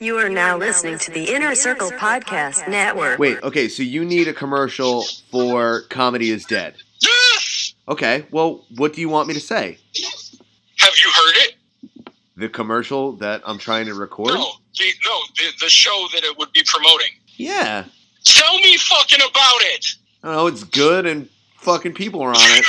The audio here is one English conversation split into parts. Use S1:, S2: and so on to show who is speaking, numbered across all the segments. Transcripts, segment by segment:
S1: You are now listening to the Inner Circle Podcast Network.
S2: Wait, okay, so you need a commercial for Comedy is Dead.
S3: Yes!
S2: Okay, well, what do you want me to say?
S3: Have you heard it?
S2: The commercial that I'm trying to record?
S3: No. The, no, the, the show that it would be promoting.
S2: Yeah.
S3: Tell me fucking about it!
S2: I don't know, it's good and fucking people are on it.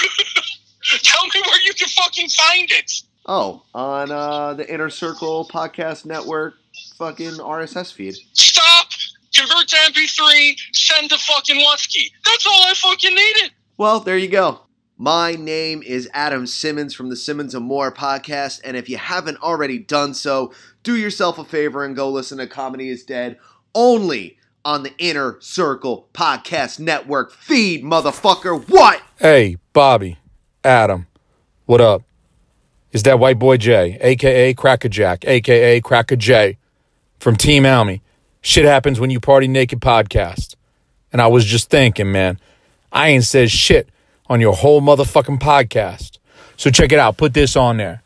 S3: Tell me where you can fucking find it!
S2: Oh, on uh, the Inner Circle Podcast Network fucking RSS feed.
S3: Stop! Convert to MP3, send to fucking Lutsky. That's all I fucking needed!
S2: Well, there you go. My name is Adam Simmons from the Simmons and More podcast, and if you haven't already done so, do yourself a favor and go listen to Comedy is Dead only on the Inner Circle Podcast Network feed, motherfucker. What?
S4: Hey, Bobby, Adam, what up? Is that white boy Jay, aka Cracker Jack, aka Cracker Jay, from Team Almy? Shit happens when you party naked podcast. And I was just thinking, man, I ain't said shit on your whole motherfucking podcast. So check it out. Put this on there.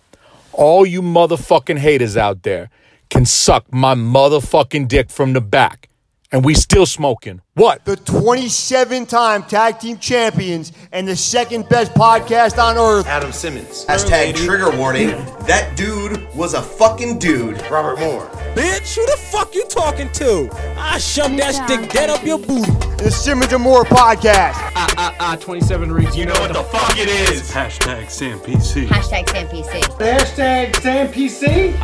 S4: All you motherfucking haters out there can suck my motherfucking dick from the back. And we still smoking. What?
S5: the 27 time tag team champions and the second best podcast on earth.
S6: Adam Simmons.
S7: Hashtag trigger warning. That dude was a fucking dude.
S6: Robert Moore.
S8: Bitch, who the fuck you talking to? I shove that stick dead up your booty.
S5: The Simmons and Moore podcast.
S8: Ah, ah, 27 reads. You know what the fuck it is.
S9: Hashtag Sam PC.
S10: Hashtag Sam PC.
S9: Hashtag Sam PC.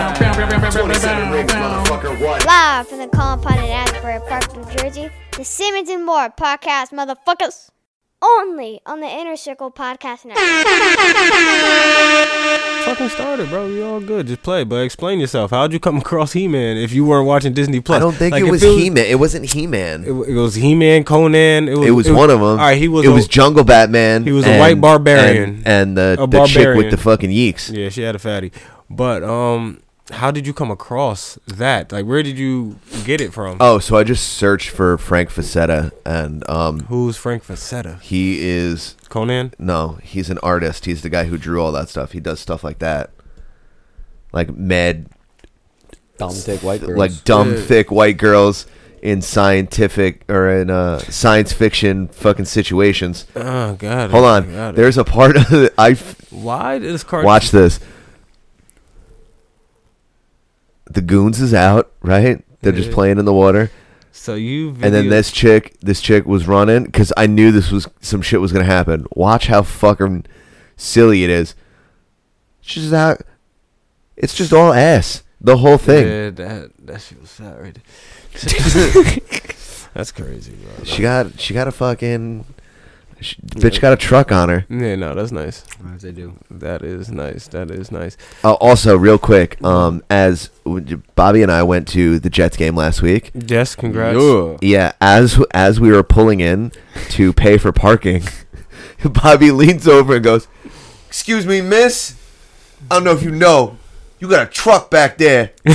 S6: 27 rings, motherfucker. What?
S11: Live from the compound in Asbury Park, New Jersey, the Simmons and More podcast, motherfuckers. Only on the Inner Circle Podcast Network.
S9: Fucking started, bro. You all good. Just play, but explain yourself. How'd you come across He Man if you weren't watching Disney Plus?
S2: I don't think
S9: Like,
S2: it
S9: if
S2: was He Man. It wasn't He Man.
S9: It, it was He Man, Conan. It was,
S2: It was one of them.
S9: All right, he was.
S2: It
S9: a-
S2: was Jungle Batman.
S9: he was a white barbarian.
S2: and, and the,
S9: A
S2: the chick with
S9: barbarian.
S2: the fucking yeeks.
S9: Yeah, she had a fatty. But um, how did you come across that? Like, where did you get it from?
S2: Oh, so I just searched for Frank Facetta, and um,
S9: Who's Frank Facetta?
S2: he is
S9: Conan.
S2: no, he's an artist. He's the guy who drew all that stuff. He does stuff like that, like mad,
S12: Dumb dick white girls.
S2: like dumb, thick white girls in scientific or in uh, science fiction fucking situations.
S9: Oh God.
S2: Hold
S9: I
S2: on,
S9: got it.
S2: there's a part of the, I f-
S9: why is card
S2: watch this. The goons is out, right? They're just
S9: Yeah.
S2: playing in the water.
S9: So you
S2: And then this chick, this chick was running because I knew this was some shit was gonna happen. Watch how fucking silly it is. She's just out. It's just all ass. The whole thing.
S9: Yeah, that that shit was fat right That's crazy, bro.
S2: She got. She got a fucking. She, bitch got a truck on her.
S9: Yeah, no, that's nice.
S12: Sometimes they do.
S9: That is nice. That is nice.
S2: Uh, also, real quick, um, as Bobby and I went to the Jets game last week.
S9: Yes, congrats.
S2: Yeah, as as we were pulling in to pay for parking, Bobby leans over and goes,
S7: Excuse me, miss. I don't know if you know. You got a truck back there.
S9: And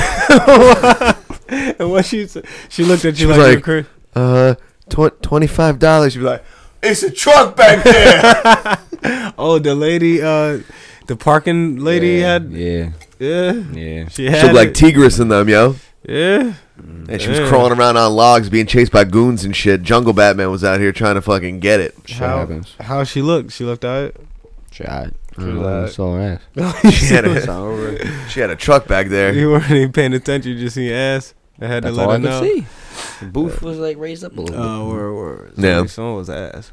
S9: what she said, she looked at you
S2: was
S9: like, you're
S2: like-
S9: crazy.
S2: "Uh, tw- twenty five dollars." You'd be like,
S7: It's a truck back there.
S9: Oh, the lady, uh, the parking lady had,
S12: Yeah.
S9: yeah,
S12: Yeah.
S9: she had
S2: She looked like
S9: it.
S2: Tigris in them, yo.
S9: yeah.
S2: And she was crawling around on logs, being chased by goons and shit. Jungle Batman was out here trying to fucking get it.
S12: Shit
S9: How-
S12: happens.
S9: How she looked? She looked out.
S12: Shit. I I
S9: True
S12: don't know.
S9: that.
S12: It's all right.
S2: She had
S12: It's
S2: a,
S12: all over.
S2: she had a truck back there.
S9: You weren't even paying attention. You just seen ass. I had to
S12: That's
S9: let
S12: all I
S9: her
S12: could
S9: know.
S12: see. The booth was like raised up a little bit.
S9: Oh, word, word.
S2: Yeah.
S9: Somebody- Someone was ass.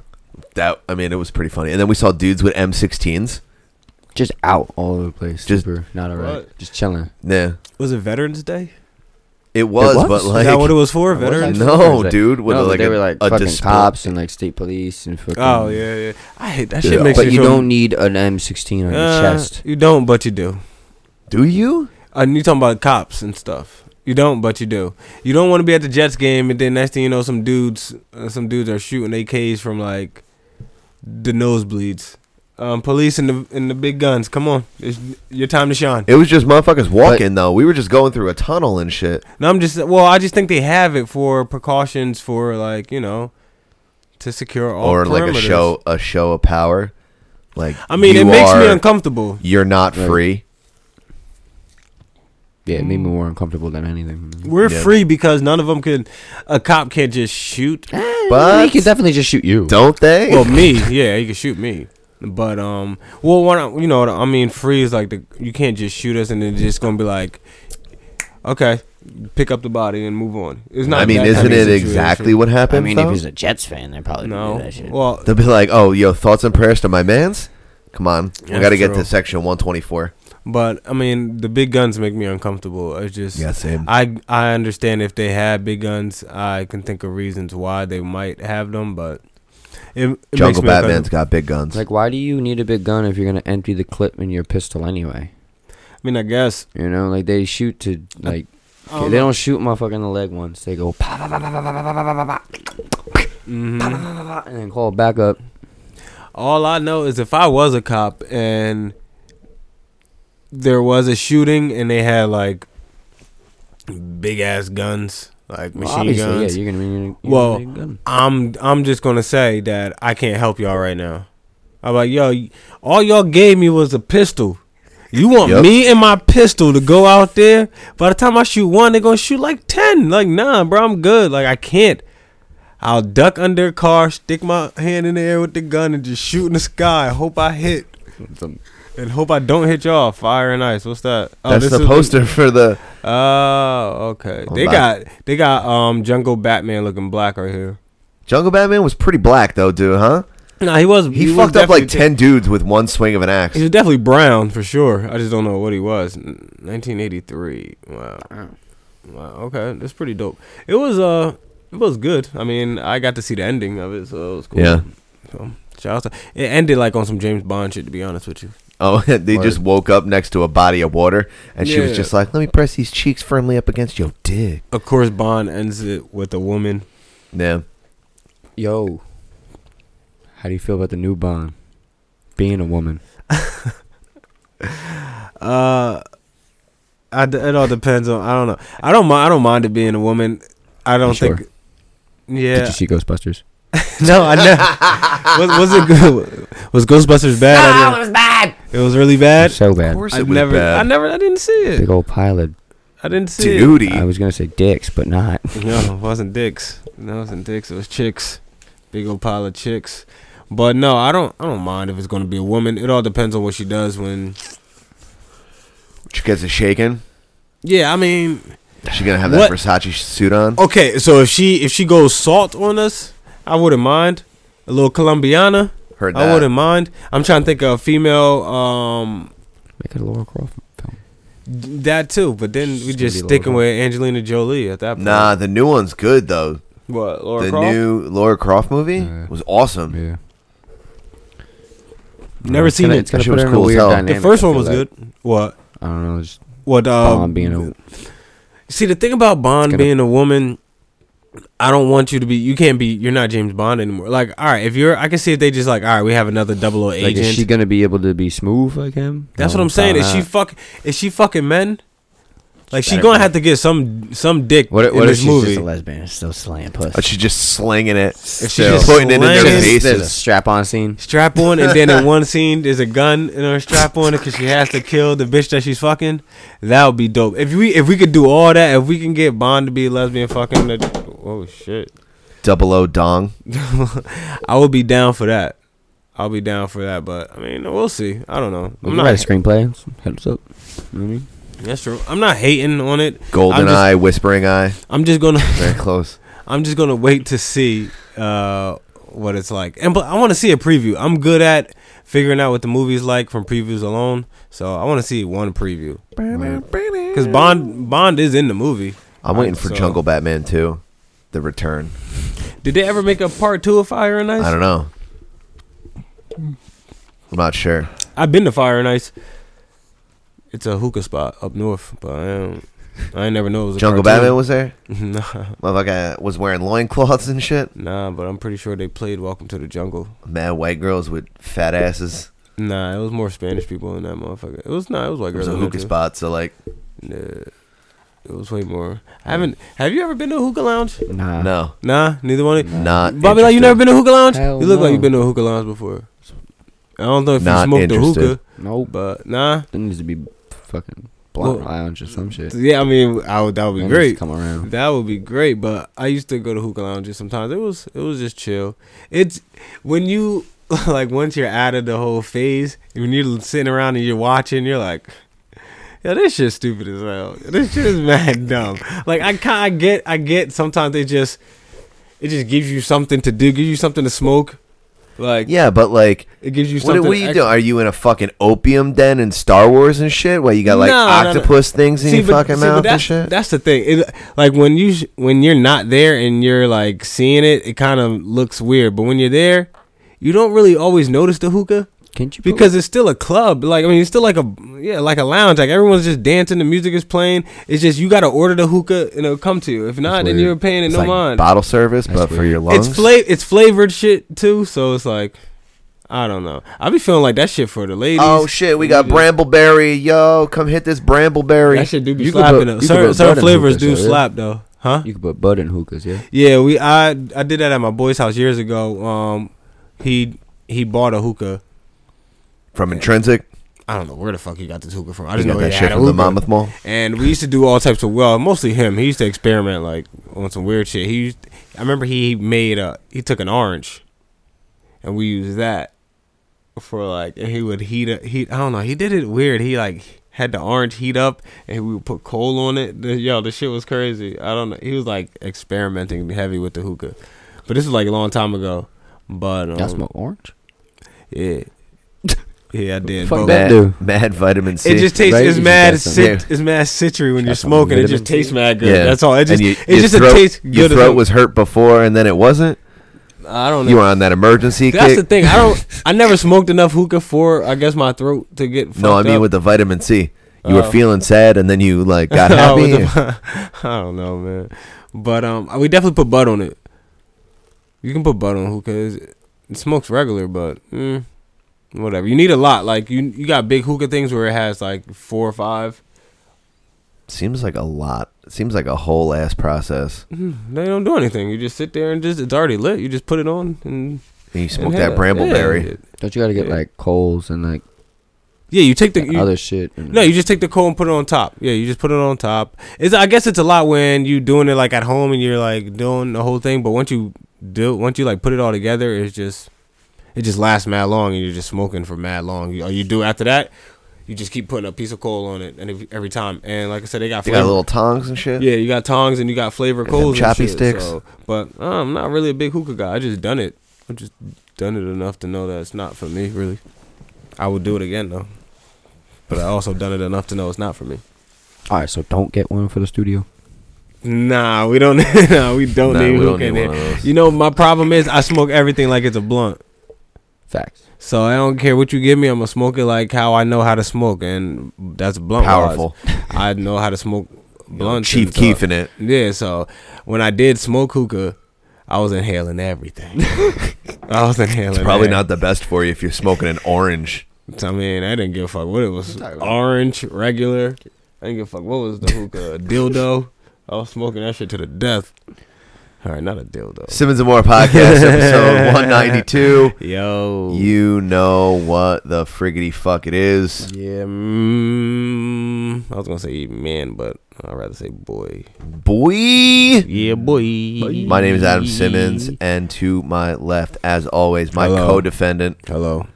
S2: That I mean, it was pretty funny. And then we saw dudes with M16s.
S12: Just out all over the place.
S2: Just-
S12: Super. Not all right.
S9: What?
S12: Just chilling.
S2: Yeah,
S9: Was it Veterans Day?
S2: it was,
S12: was?
S2: but
S12: Is
S2: like
S9: Is that what it was for?
S12: It was
S9: Veterans?
S12: actually
S2: No,
S12: Veterans Day.
S2: dude, with,
S12: no, but
S2: like,
S12: they
S2: a-
S12: were like
S2: a
S12: fucking
S2: dispo-
S12: cops and like state police and fucking.
S9: Oh yeah, yeah. I hate that shit.
S2: Yeah.
S9: Makes
S12: But
S9: me
S12: you
S9: feel-
S12: don't need an M16 on
S9: Uh,
S12: your chest.
S9: You don't, but you do.
S2: Do you?
S9: And you talking about cops and stuff. You don't, but you do. You don't want to be at the Jets game, and then next thing you know, some dudes, uh, some dudes are shooting AKs from like the nosebleeds. Um, police and the and the big guns. Come on, it's your time to shine.
S2: It was just motherfuckers walking though. We were just going through a tunnel and shit.
S9: No, I'm just well. I just think they have it for precautions for like you know to secure all
S2: or like a
S9: perimeters.
S2: show, a show of power. Like
S9: I mean,
S2: you
S9: it makes me
S2: are-
S9: uncomfortable.
S2: You're not free.
S12: Yeah, it made me more uncomfortable than anything.
S9: We're
S12: Yeah.
S9: free because none of them can. A cop can't just shoot.
S12: But he could definitely just shoot you.
S7: Don't they?
S9: Well, me, yeah, he can shoot me. But um, well, one, of- you know, I mean, free is like the you can't just shoot us and then just gonna be like, okay, pick up the body and move on. It's not.
S7: I mean,
S9: that
S7: isn't
S9: type of
S7: it
S9: situation.
S7: exactly what happened? though?
S12: Jets fan, they probably
S9: no. Well,
S7: They'll be like, "Oh, yo, thoughts and prayers to my man's." Come on, we
S9: That's
S7: got to get
S9: true.
S7: to section 124.
S9: But I mean, the big guns make me uncomfortable. It's just
S7: Yeah, same.
S9: I I understand if they had big guns, I can think of reasons why they might have them, but it, it makes
S7: Jungle
S9: me
S7: Batman's
S9: uncomfortable.
S7: got big guns.
S12: Like, why do you need a big gun if you're gonna empty the clip in your pistol anyway?
S9: I mean, I guess
S12: You know, like they shoot to like
S9: I don't
S12: they
S9: know.
S12: don't shoot motherfucker in the leg once. They go pa pa pa pa pa pa pa pa pa pa
S9: Mm-hmm.
S12: pa, and then call it back up.
S9: all I know is if I was a cop and there was a shooting and they had like big ass guns, like
S12: Well,
S9: machine
S12: obviously, yeah,
S9: guns.
S12: you're gonna be- you're gonna
S9: well,
S12: need a gun.
S9: I'm I'm just gonna say that I can't help y'all right now. I'm like, yo, y- all y'all gave me was a pistol. You want
S7: Yep.
S9: me and my pistol to go out there? By the time I shoot one, they're gonna shoot like ten. Like, nah, bro, I'm good. Like, I can't. I'll duck under a car, stick my hand in the air with the gun, and just shoot in the sky. Hope I hit, and hope I don't hit y'all. Fire and ice. What's that? Oh,
S7: That's
S9: this
S7: the
S9: is
S7: poster for the.
S9: Oh, okay.
S7: Hold
S9: they
S7: on.
S9: got they got um Jungle Batman looking black right here.
S7: Jungle Batman was pretty black though, dude, huh?
S9: No, he was.
S7: He,
S9: was
S7: fucked up like
S9: definitely-
S7: ten dudes with one swing of an axe.
S9: He was definitely brown for sure. I just don't know what he was. N- 1983. Wow. Wow. Okay, that's pretty dope. It was uh, it was good. I mean, I got to see the ending of it, so it was cool.
S7: Yeah.
S9: So shout out. To, it ended like on some James Bond shit. To be honest with you.
S7: Oh, they just woke up next to a body of water, and she was
S9: Yeah.
S7: just like, "Let me press these cheeks firmly up against your dick."
S9: Of course, Bond ends it with a woman.
S7: Yeah,
S12: Yo, how do you feel about the new bond? Being a woman.
S9: Uh, I d it all depends on. I don't know. I don't mind. I don't mind it being a woman. I don't
S12: You
S9: think.
S12: sure?
S9: Yeah.
S12: Did you see Ghostbusters?
S9: No, I know. was, was it good? Was Ghostbusters bad? I didn't-
S12: was bad.
S9: it was really bad.
S12: So bad.
S9: I never, I never, I didn't see it.
S12: Big old pile of.
S9: I didn't see
S7: duty.
S12: I was gonna say dicks, but not.
S9: it. No, it wasn't dicks. No, it wasn't dicks. It was chicks. Big old pile of chicks. But no, I don't. I don't mind if it's going to be a woman. It all depends on what she does when.
S7: She gets it shaken.
S9: Yeah, I mean,
S7: She gonna have that
S9: What? Oh.
S7: Versace suit on.
S9: okay. So if she if she goes salt on us, I wouldn't mind a little Colombiana.
S7: Heard that.
S9: I wouldn't mind. I'm trying to think of a female. Um,
S12: Make it a Laura Croft film.
S9: That too, but then we
S12: It's
S9: just
S12: gonna be
S9: sticking
S12: Laura
S9: with Angelina Jolie at that point.
S7: Nah, the new one's good though.
S9: what Laura
S7: the
S9: Croft?
S7: new Laura Croft movie
S12: Yeah.
S7: was awesome.
S12: Yeah.
S9: Never
S12: It's
S9: seen
S12: gonna-
S9: it.
S12: It's gonna
S7: She
S12: put
S7: was
S12: her in a
S7: cool as
S12: weird
S7: hell. The
S9: The
S12: dynamic,
S9: first
S12: I
S9: one
S12: feel
S9: was
S12: like.
S9: good. What?
S12: I don't know. Just
S9: What? Um,
S12: Bond being a
S9: see, the thing about Bond
S12: gonna-
S9: being a woman, I don't want you to be. You can't be. You're not James Bond anymore. Like, all right, if you're, I can see if they just like, all right, we have another 00 agent.
S12: Like, is she gonna be able to be smooth like him?
S9: That's
S12: No,
S9: what I'm saying. Is
S12: probably
S9: she
S12: not.
S9: fuck? Is she fucking men? Like, she
S12: better
S9: gonna
S12: be.
S9: have to get some some dick
S12: What? if-
S9: in
S12: What if
S9: this
S12: she's
S9: movie.
S12: just a lesbian? and still slaying puss.
S7: But she's just slinging it,
S9: If she's just
S7: putting it in their
S9: slinging-
S12: There's a
S7: faces.
S12: strap on scene.
S9: strap on, and then in one scene there's a gun in her strap on because she has to kill the bitch that she's fucking. That would be dope. If we if we could do all that, if we can get Bond to be a lesbian fucking, the- oh shit,
S7: Double O dong.
S9: I would be down for that. I'll be down for that, but I mean we'll see. I don't know.
S12: You
S9: I'm
S12: write a
S9: not.
S12: screenplay. Hit us up. You know what I mean?
S9: That's true. I'm not hating on it.
S7: Golden
S9: I'm just,
S7: Eye, Whispering Eye.
S9: I'm just gonna.
S7: Very close.
S9: I'm just gonna wait to see uh, what it's like, and but I want to see a preview. I'm good at figuring out what the movie's like from previews alone, so I want to see one preview. Because Bond Bond is in the movie.
S7: I'm waiting for
S9: So-
S7: Jungle Batman 2, The Return.
S9: Did they ever make a part two of Fire and Ice?
S7: I don't know. I'm not sure.
S9: I've been to Fire and Ice. It's a hookah spot up north, but I don't. I ain't never know it was a
S7: Jungle Batman
S9: cartoon.
S7: was there.
S9: nah,
S7: Motherfucker was wearing loincloths and shit.
S9: nah, but I'm pretty sure they played Welcome to the Jungle.
S7: Mad white girls with fat asses.
S9: Nah, it was more Spanish people in that motherfucker. It was nah, it was white
S7: It was
S9: girls.
S7: a
S9: in there,
S7: hookah
S9: too.
S7: spot, so like,
S9: Nah, it was way more. I haven't. Have you ever been to a hookah lounge?
S12: Nah.
S7: no,
S9: Nah, neither one. of you.
S7: not.
S9: Bobby, like you
S7: interested.
S9: never been to a hookah lounge?
S12: Hell
S9: you look like
S12: no.
S9: you've been to a hookah lounge before. I don't know if
S7: Not
S9: you smoked a
S7: interested.
S9: hookah,
S12: Nope.
S9: but nah.
S12: That needs to be fucking Blunt Lounge or some shit.
S9: Yeah, I mean, I would, that would be
S12: And just
S9: great.
S12: come around.
S9: That would be great. But I used to go to hookah lounges sometimes. It was it was just chill. It's when you like once you're out of the whole phase, when you're sitting around and you're watching, you're like, yeah, this shit's stupid as hell. This shit is mad dumb. Like I kind of get, I get. Sometimes they just it just gives you something to do, gives you something to smoke. Like
S7: yeah, but like,
S9: it gives you
S7: what,
S9: something.
S7: what are you
S9: extra-
S7: doing? Are you in a fucking opium den in Star Wars and shit? Where you got like
S9: No, no, no.
S7: octopus things in
S9: See,
S7: your
S9: but-
S7: fucking
S9: see, but
S7: mouth and
S9: that's-
S7: shit?
S9: That's the thing. It, like when you sh- when you're not there and you're like seeing it, it kind of looks weird. But when you're there, you don't really always notice the hookah.
S12: Can't you?
S9: Because it's still a club. Like I mean, it's still like a yeah, like a lounge. Like everyone's just dancing. The music is playing. It's just you got to order the hookah and it'll come to you. If not, then
S7: weird.
S9: you're paying it
S7: It's
S9: no
S7: like
S9: mind.
S7: Bottle service, but for your lungs.
S9: It's fla- It's flavored shit too. So it's like. I don't know. I be feeling like that shit for the ladies.
S7: Oh shit, we got
S9: Ladies.
S7: brambleberry. Yo, come hit this brambleberry.
S9: That shit do be
S7: You could
S9: slapping.
S7: put-
S9: though.
S7: you could
S9: certain
S7: put
S9: certain
S7: bud in
S9: flavors
S7: hookahs,
S9: do
S7: though, yeah.
S9: slap though. Huh?
S12: You can put bud in hookahs, yeah.
S9: Yeah, we I I did that at my boy's house years ago. Um, he he bought a hookah.
S7: From intrinsic.
S9: I don't know where the fuck he got this hookah from. I
S7: You
S9: just
S7: got
S9: know
S7: that
S9: he
S7: shit
S9: had a
S7: from the
S9: hookah.
S7: Monmouth Mall?
S9: And we used to do all types of well, mostly him. He used to experiment like on some weird shit. He used, I remember he made a he took an orange, and we used that for like and he would heat up he I don't know he did it weird. He like had the orange heat up and we would put coal on it. The- yo, the shit was crazy. I don't know. He was like experimenting heavy with the hookah, but this was like a long time ago. But um,
S12: Y'all smoke orange?
S9: yeah. Yeah, I did.
S12: Fuck
S9: bro.
S12: that dude.
S7: Mad vitamin C.
S9: It just tastes.
S12: Right?
S9: It's
S12: You
S9: mad.
S12: got some-
S9: Cit,
S7: Yeah.
S9: It's mad citry when you're
S12: some
S9: smoking. It
S12: vitamin
S9: just
S12: C.
S9: tastes mad good. That's all. It just.
S7: And you- your
S9: it's just
S7: throat-
S9: a taste good.
S7: Your
S9: as
S7: throat
S9: a-
S7: was hurt before, and then it wasn't.
S9: I don't know.
S7: You were on that emergency
S9: That's
S7: kick.
S9: the thing. I don't. I never smoked enough hookah for. I guess my throat to get. Fucked
S7: No, I mean
S9: up.
S7: with the vitamin C. You were
S9: Oh.
S7: feeling sad, and then you like got
S9: Oh,
S7: happy.
S9: with the- I don't know, man. But um, we definitely put bud on it. You can put bud on hookah. It's- It smokes regular, but mm, whatever. You need a lot. Like you, you got big hookah things where it has like four or five.
S7: Seems like a lot. Seems like a whole ass process.
S9: Mm-hmm. They don't do anything. You just sit there and just it's already lit. You just put it on and
S7: And you smoke
S9: And
S7: that
S9: hell,
S7: brambleberry.
S9: yeah.
S12: Don't you gotta get like coals and like
S9: yeah. You take the you,
S12: other shit? And,
S9: no, you just take the coal and put it on top. Yeah, you just put it on top. It's I guess it's a lot when you doing it like at home and you're like doing the whole thing. But once you do, once you like put it all together, it's just it just lasts mad long and you're just smoking for mad long. You, all you do after that, you just keep putting a piece of coal on it and every, every time. And like I said, they got
S7: They got
S9: flavor-
S7: little tongs and shit.
S9: Yeah, you got tongs and you got flavor
S7: And them
S9: coals and
S7: choppy
S9: shit,
S7: sticks.
S9: so- but uh, I'm not really a big hookah guy. I just done it. I just done it enough to know that it's not for me. Really, I would do it again though. But I also done it enough to know it's not for me.
S12: all right, so don't get one for the studio.
S9: Nah, we don't. nah, we don't
S7: Nah, we
S9: need
S7: don't
S9: hookah in
S7: need one
S9: there.
S7: of those.
S9: You know, my problem is I smoke everything like it's a blunt.
S12: Facts.
S9: So I don't care what you give me. I'm gonna smoke it like how I know how to smoke, and that's blunt.
S7: Powerful.
S9: wise. I know how to smoke blunt.
S7: Chief Keef in it.
S9: Yeah. So when I did smoke hookah, I was inhaling everything. I was inhaling.
S7: It's probably
S9: everything.
S7: not the best for you if you're smoking an orange.
S9: I mean, I didn't give a fuck what it was. Orange, regular. I didn't give a fuck what was the hookah. A dildo. I was smoking that shit to the death. All right, not a dildo.
S7: Simmons and More podcast episode 192.
S9: Yo.
S7: You know what the friggity fuck it is.
S9: Yeah, mm, I was gonna say man, but I'd rather say boy.
S7: Boy.
S9: Yeah, boy.
S7: My name is Adam Simmons, and to my left, as always, my
S9: Hello.
S7: co defendant,
S9: Hello,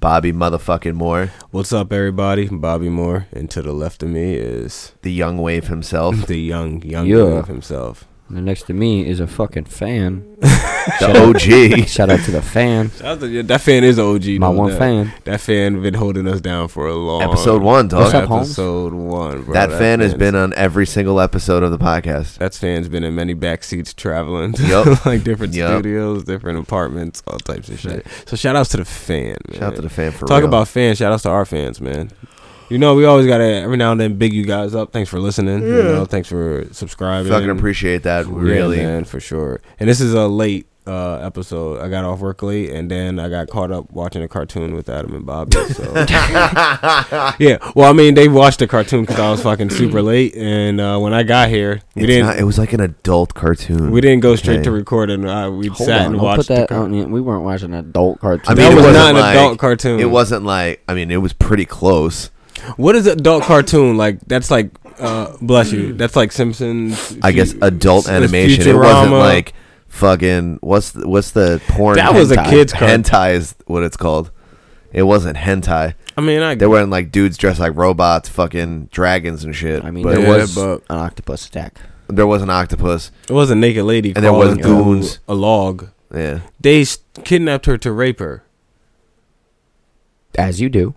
S7: Bobby motherfucking Moore,
S9: what's up, everybody? Bobby Moore, and to the left of me is
S7: the young wave himself.
S9: the young, young
S12: Yeah.
S9: man himself.
S12: And next to me is a fucking fan.
S7: the OG.
S12: Shout out to the fan.
S9: That, was a- yeah, that fan is an OG.
S12: My
S9: though,
S12: one
S9: that,
S12: fan.
S9: That fan been holding us down for a long
S7: Episode one, dog.
S12: What's up, Holmes?
S9: episode one, bro.
S7: that fan has
S9: fan's-
S7: been on every single episode of the podcast.
S9: That fan's been in many back seats traveling to
S7: Yup.
S9: like different
S7: Yup.
S9: studios, different apartments, all types of shit. So shout outs to the fan. Man.
S7: Shout out to the fan for
S9: Talk
S7: real.
S9: about fans. Shout outs to our fans, man. You know, we always gotta every now and then big you guys up. Thanks for listening. You know, thanks for subscribing.
S7: Fucking appreciate that.
S9: Yeah,
S7: Really.
S9: man, for sure. And this is a late uh, episode. I got off work late, and then I got caught up watching a cartoon with Adam and Bobby. So. yeah, well, I mean, they watched the cartoon because I was fucking super late, and uh, when I got here, we
S7: It's
S9: didn't.
S7: not- it was like an adult cartoon.
S9: We didn't go straight
S7: Okay.
S9: to recording. I, we
S12: Hold
S9: sat
S12: on,
S9: and
S12: don't
S9: watched
S12: put that.
S9: the
S12: on,
S9: cartoon.
S12: the- we weren't watching adult cartoon.
S7: I mean,
S9: That
S7: it
S9: was
S7: wasn't
S9: not an
S7: like-
S9: adult cartoon.
S7: It wasn't like I mean, it was pretty close.
S9: What is adult cartoon like? That's like, uh, bless you. That's like Simpsons.
S7: I guess
S9: Fu-
S7: adult
S9: it's
S7: animation. It wasn't
S9: Futurama.
S7: like fucking what's the, what's the porn?
S9: That was a
S7: hentai?
S9: kid's cartoon.
S7: hentai is what it's called. It wasn't hentai.
S9: I mean, I
S7: they weren't like dudes dressed like robots, fucking dragons and shit. I mean,
S12: there was
S7: an octopus attack. There was an octopus.
S9: It was a naked lady,
S7: and there was
S9: crawling through
S7: goons.
S9: A log.
S7: Yeah.
S9: They s- kidnapped her to rape her.
S12: As you do.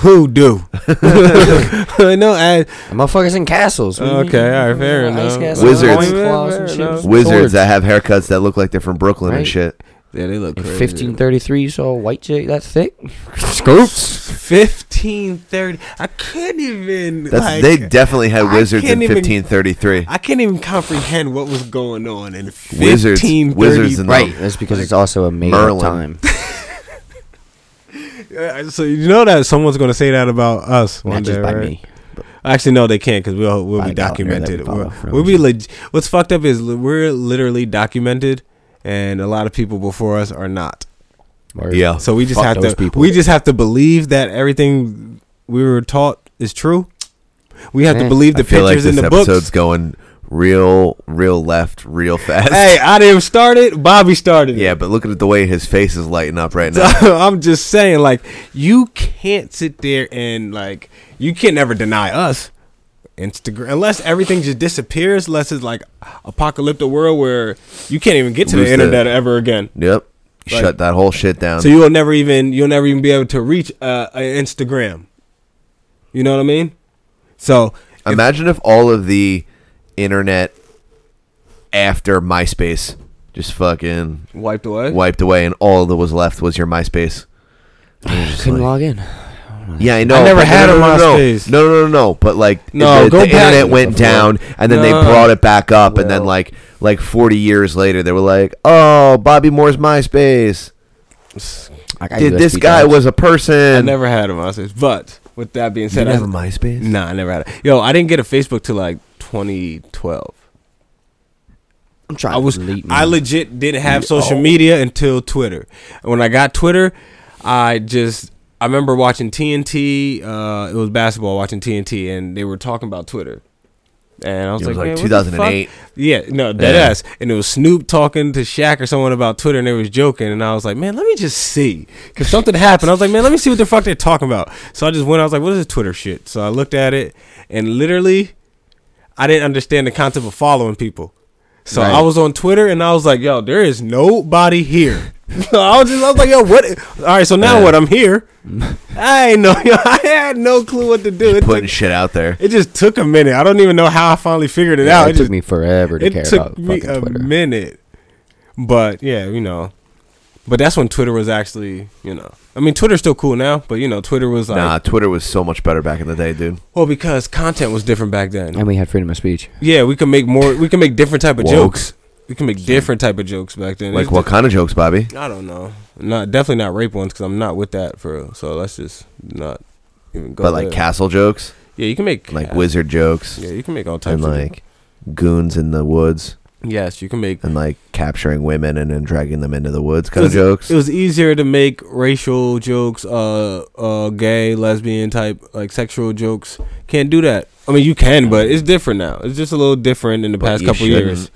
S9: Who do? no, I,
S12: motherfuckers in castles.
S9: Okay, all right, fair enough.
S7: Wizards,
S12: enough.
S7: wizards
S12: Swords.
S7: that have haircuts that look like they're from Brooklyn and
S12: Right.
S7: shit.
S9: Yeah, they look
S12: In
S9: crazy.
S12: 1533, you saw a white chick that thick. Scoops.
S9: Fifteen thirty. I couldn't even.
S7: That's,
S9: like,
S7: they definitely had
S9: I
S7: wizards in
S9: can't even-
S7: 1533.
S9: I can't even comprehend what was going on in
S7: Wizards-
S9: fifteen thirty.
S7: wizards in the-
S12: Right. That's because it's also a made
S7: Merlin.
S12: up time.
S9: Uh, So you know that someone's going to say that about us one
S12: Not just
S9: day,
S12: by
S9: right?
S12: me,
S9: Actually, no, they can't because we'll we'll be
S12: By God, here that we
S9: documented.
S12: follow
S9: We'll,
S12: from
S9: we'll be leg- What's fucked up is li- we're literally documented, and a lot of people before us are not.
S12: Or-
S7: Yeah.
S9: So we just
S12: Fuck
S9: have
S12: those
S9: to
S12: people.
S9: we just have to believe that everything we were taught is true. We have to
S12: Eh.
S9: believe the
S7: I feel like
S9: pictures
S7: this
S9: in the
S7: episode's
S9: books.
S7: going real, real left, real fast.
S9: Hey, I didn't start it. Bobby started it.
S7: Yeah, but looking at the way his face is lighting up right
S9: So
S7: now.
S9: I'm just saying, like, you can't sit there and like, you can never deny us. Instagram, unless everything just disappears, unless it's like apocalyptic world where you can't even get to
S7: Lose
S9: the
S7: the-
S9: internet ever again.
S7: Yep.
S9: Like-
S7: Shut that whole shit down.
S9: So you'll never even you'll never even be able to reach uh, a Instagram. You know what I mean? So if-
S7: Imagine if all of the internet after MySpace just fucking
S9: wiped away.
S7: wiped away and all that was left was your MySpace. And you're just
S12: Couldn't
S7: like-
S12: log in.
S7: Yeah, I know.
S9: I never
S7: but
S9: had
S7: no,
S9: a
S7: no, no,
S9: MySpace.
S7: No, no, no, no, no. But like,
S9: No,
S7: the,
S9: go
S7: the
S9: back.
S7: internet went
S9: Before.
S7: down, and then they
S9: No.
S7: brought it back up, and then
S12: Well.
S7: like, like forty years later, they were like, "Oh, Bobby Moore's MySpace.
S12: I got
S7: Did this
S12: USB
S7: guy
S12: drives.
S7: was a person?
S9: I never had a MySpace. But with that being
S7: You
S9: said,
S7: didn't
S9: I,
S7: have a MySpace?
S9: nah, I never had it. Yo, I didn't get a Facebook till like 2012.
S12: I'm trying.
S9: I was
S12: to delete
S9: I
S12: mine.
S9: legit didn't have
S7: Oh.
S9: social media until Twitter. And when I got Twitter, I just I remember watching TNT. Uh, it was basketball watching TNT, and they were talking about Twitter. And I was
S7: It
S9: like,
S7: was like
S9: "Man, what the
S7: 2008.
S9: fuck?" Yeah, no, dead
S7: Yeah.
S9: ass. And it was Snoop talking to Shaq or someone about Twitter, and they was joking. And I was like, man, let me just see, cause something happened. I was like, man, let me see what the fuck they're talking about. So I just went. I was like, what is this Twitter shit? So I looked at it, and literally, I didn't understand the concept of following people. So
S12: Right.
S9: I was on Twitter and I was like, "Yo, there is nobody here." so I was just, I was like, "Yo, what?" All right, so now what? I'm here. I ain't know. I had no clue what to do. It,
S7: putting
S9: took,
S7: shit out there.
S9: it just took a minute. I don't even know how I finally figured it
S12: Yeah,
S9: out.
S12: it, took
S9: just,
S12: me forever to care
S9: it took
S12: about
S9: me
S12: fucking
S9: a
S12: Twitter.
S9: minute. But yeah, you know. But that's when Twitter was actually, you know. I mean, Twitter's still cool now, but you know, Twitter was like,
S7: Nah, Twitter was so much better back in the day, dude.
S9: well, because content was different back then.
S12: and we had freedom of speech.
S9: Yeah, we can make more. We can make different type of
S7: Woke.
S9: jokes. We can make different type of jokes back then.
S7: Like
S9: It's
S7: what kind of jokes, Bobby?
S9: just- I don't know. Not definitely not rape ones because I'm not with that for real. So let's just not even go.
S7: But like
S9: there.
S7: castle jokes,
S9: yeah, you can make
S7: like
S9: cat-
S7: wizard jokes,
S9: Yeah, you can make all types.
S7: and
S9: of
S7: like goons in the woods,
S9: yes, you can make
S7: and like capturing women and then dragging them into the woods
S9: it
S7: kind
S9: was,
S7: of jokes.
S9: It was easier to make racial jokes, uh, uh, gay, lesbian type, like sexual jokes. Can't do that. I mean, you can, but it's different now. It's just a little different in the
S7: But
S9: past
S7: you
S9: couple
S7: shouldn't.
S9: years.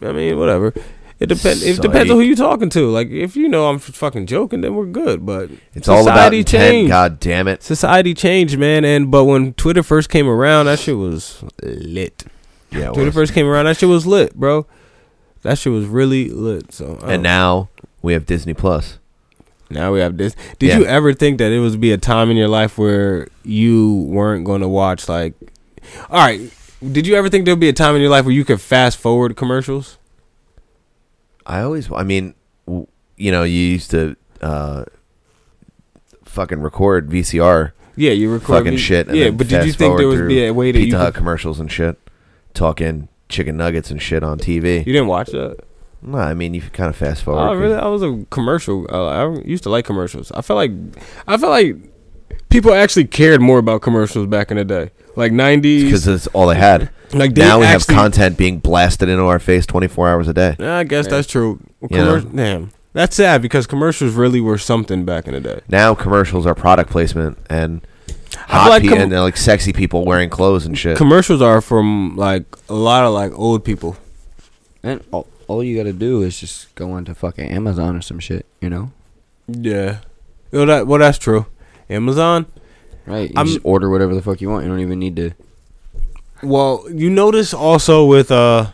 S9: I mean, whatever. It depends. It
S7: Psych.
S9: depends on who you're talking to. Like, if you know I'm fucking joking, then we're good. But
S7: It's all about
S9: society
S7: intent. God damn it!
S9: Society changed, man. And but when Twitter first came around, that shit was lit.
S7: Yeah, it
S9: Twitter
S7: was.
S9: first came around, that shit was lit, bro. That shit was really lit. So I
S7: and
S9: don't-
S7: now we have Disney Plus.
S9: now we have this. Did
S7: Yeah.
S9: you ever think that it was be a time in your life where you weren't going to watch like? All right. Did you ever think there'd be a time in your life where you could fast forward commercials?
S7: I always, I mean, w- you know, you used to uh, fucking record VCR
S9: Yeah, you record
S7: fucking
S9: me-
S7: shit. And
S9: yeah,
S7: then
S9: but did you
S7: fast
S9: think there
S7: forward
S9: would be
S7: through
S9: a way that
S7: Pizza
S9: you
S7: Hut
S9: could,
S7: commercials and shit, talking chicken nuggets and shit on TV?
S9: you didn't watch that?
S7: No, I mean you could kind of fast forward.
S9: Oh,
S7: 'cause-
S9: really? I was a commercial. Uh, I used to like commercials. I felt like, I felt like people actually cared more about commercials back in the day, like
S7: because
S9: nineties.
S7: that's all they had.
S9: Like, they
S7: now we
S9: actually-
S7: have content being blasted into our face 24 hours a day.
S9: I guess that's true. Well,
S7: You know?
S9: commer- Damn, that's sad because commercials really were something back in the day.
S7: Now commercials are product placement, and hot
S9: like
S7: people
S9: com-
S7: and they're like sexy people wearing clothes and shit.
S9: Commercials are from like a lot of like old people.
S12: And all, all you gotta do is just go onto fucking Amazon or some shit, you know?
S9: Yeah. Well, that well, that's true. Amazon.
S12: Right. You
S9: I'm-
S12: just order whatever the fuck you want. You don't even need to.
S9: Well, you notice also with uh,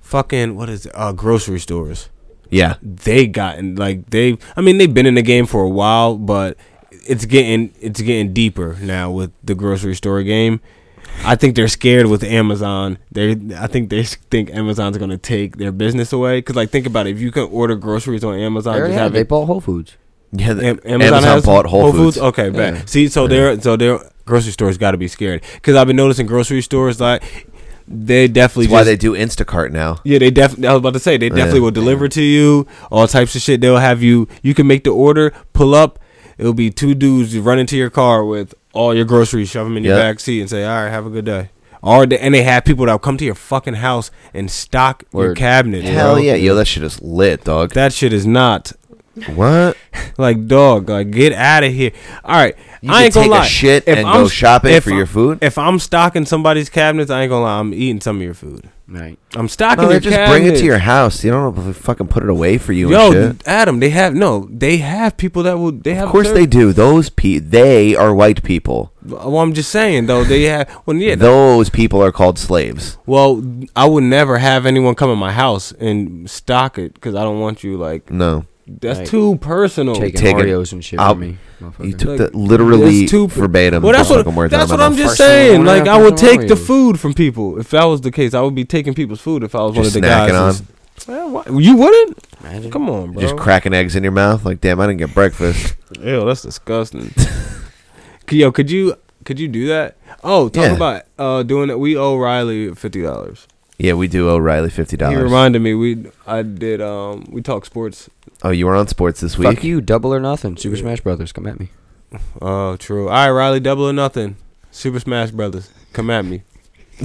S9: fucking what is it? Uh, grocery stores.
S7: Yeah.
S9: they gotten like they. I mean, they've been in the game for a while, but it's getting it's getting deeper now with the grocery store game. I think they're scared with Amazon. They, I think they s- think Amazon's gonna take their business away. Cause like, think about it. If you can order groceries on Amazon,
S12: They
S9: just
S12: already
S9: have
S12: have- they
S9: it
S12: bought Whole Foods.
S7: Yeah,
S9: Am- Amazon, has Oh,
S7: bought Whole, Foods.
S9: Okay, bet.
S12: Yeah.
S9: See, so they're so their grocery stores got to be scared because I've been noticing grocery stores like they definitely
S7: That's why
S9: just-
S7: they do Instacart now.
S9: yeah, they definitely. I was about to say they
S7: Yeah.
S9: definitely will deliver to you all types of shit. They'll have you. You can make the order, pull up. It'll be two dudes you run into your car with all your groceries, shove them in your
S7: Yeah.
S9: back seat, and say, "All right, have a good day." Or the, and they have people that will come to your fucking house and stock your
S12: Word.
S9: cabinet.
S7: Hell
S9: bro.
S7: yeah, yo, that shit is lit, dog.
S9: That shit is not
S7: What?
S9: like dog, like get out of here. All right,
S7: You
S9: I
S7: can
S9: ain't gonna
S7: take a
S9: lie.
S7: shit and go shopping
S9: if
S7: for
S9: I-
S7: your food?
S9: If I'm stocking somebody's cabinets, I ain't gonna lie. I'm eating some of your food.
S12: Right.
S9: I'm stocking
S7: No, they
S9: your
S7: just
S9: cabinets.
S7: bring it to your house. You don't know if they fucking put it away for you
S9: Yo,
S7: and shit.
S9: Adam, they have no. They have people that will. They have.
S7: Of course they do. Those pe they are white people.
S9: Well, I'm just saying though. They have. Well, yeah.
S7: Those people are called slaves.
S9: well, I would never have anyone come in my house and stock it because I don't want you. Like
S7: No.
S9: that's
S12: Like,
S9: too personal.
S12: Taking
S7: Take it
S12: Oreos and shit
S7: out.
S12: from me.
S7: You
S12: motherfucker.
S7: took
S9: Like,
S7: that literally
S9: That's too-
S7: verbatim.
S9: Well, that's
S7: the
S9: what,
S7: fucking words out
S9: that's
S7: of
S9: what
S7: my
S9: I'm
S7: mouth.
S9: just
S12: First thing you
S9: saying.
S12: wanna
S9: Like,
S12: have
S9: I
S12: is
S9: would
S12: some
S9: take the
S12: Oreos.
S9: food from people. If that was the case, I would be taking people's food if I was
S7: Just
S9: one of the
S7: snacking
S9: guys. that's- Well, why- you wouldn't?
S12: Imagine.
S9: Come on, bro.
S7: Just cracking eggs in your mouth. Like, damn, I didn't get breakfast.
S9: Ew, that's disgusting. C- Yo, could you could you do that? Oh, talk
S7: Yeah.
S9: about uh doing it. We owe Riley fifty dollars.
S7: yeah, we do owe Riley fifty
S9: He
S7: dollars.
S9: reminded me we I did um we talked sports.
S7: Oh, you were on sports this week.
S12: Fuck you, double or nothing. Super Smash Brothers, come at me.
S9: Oh, true. All right, Riley, double or nothing. Super Smash Brothers, come at me.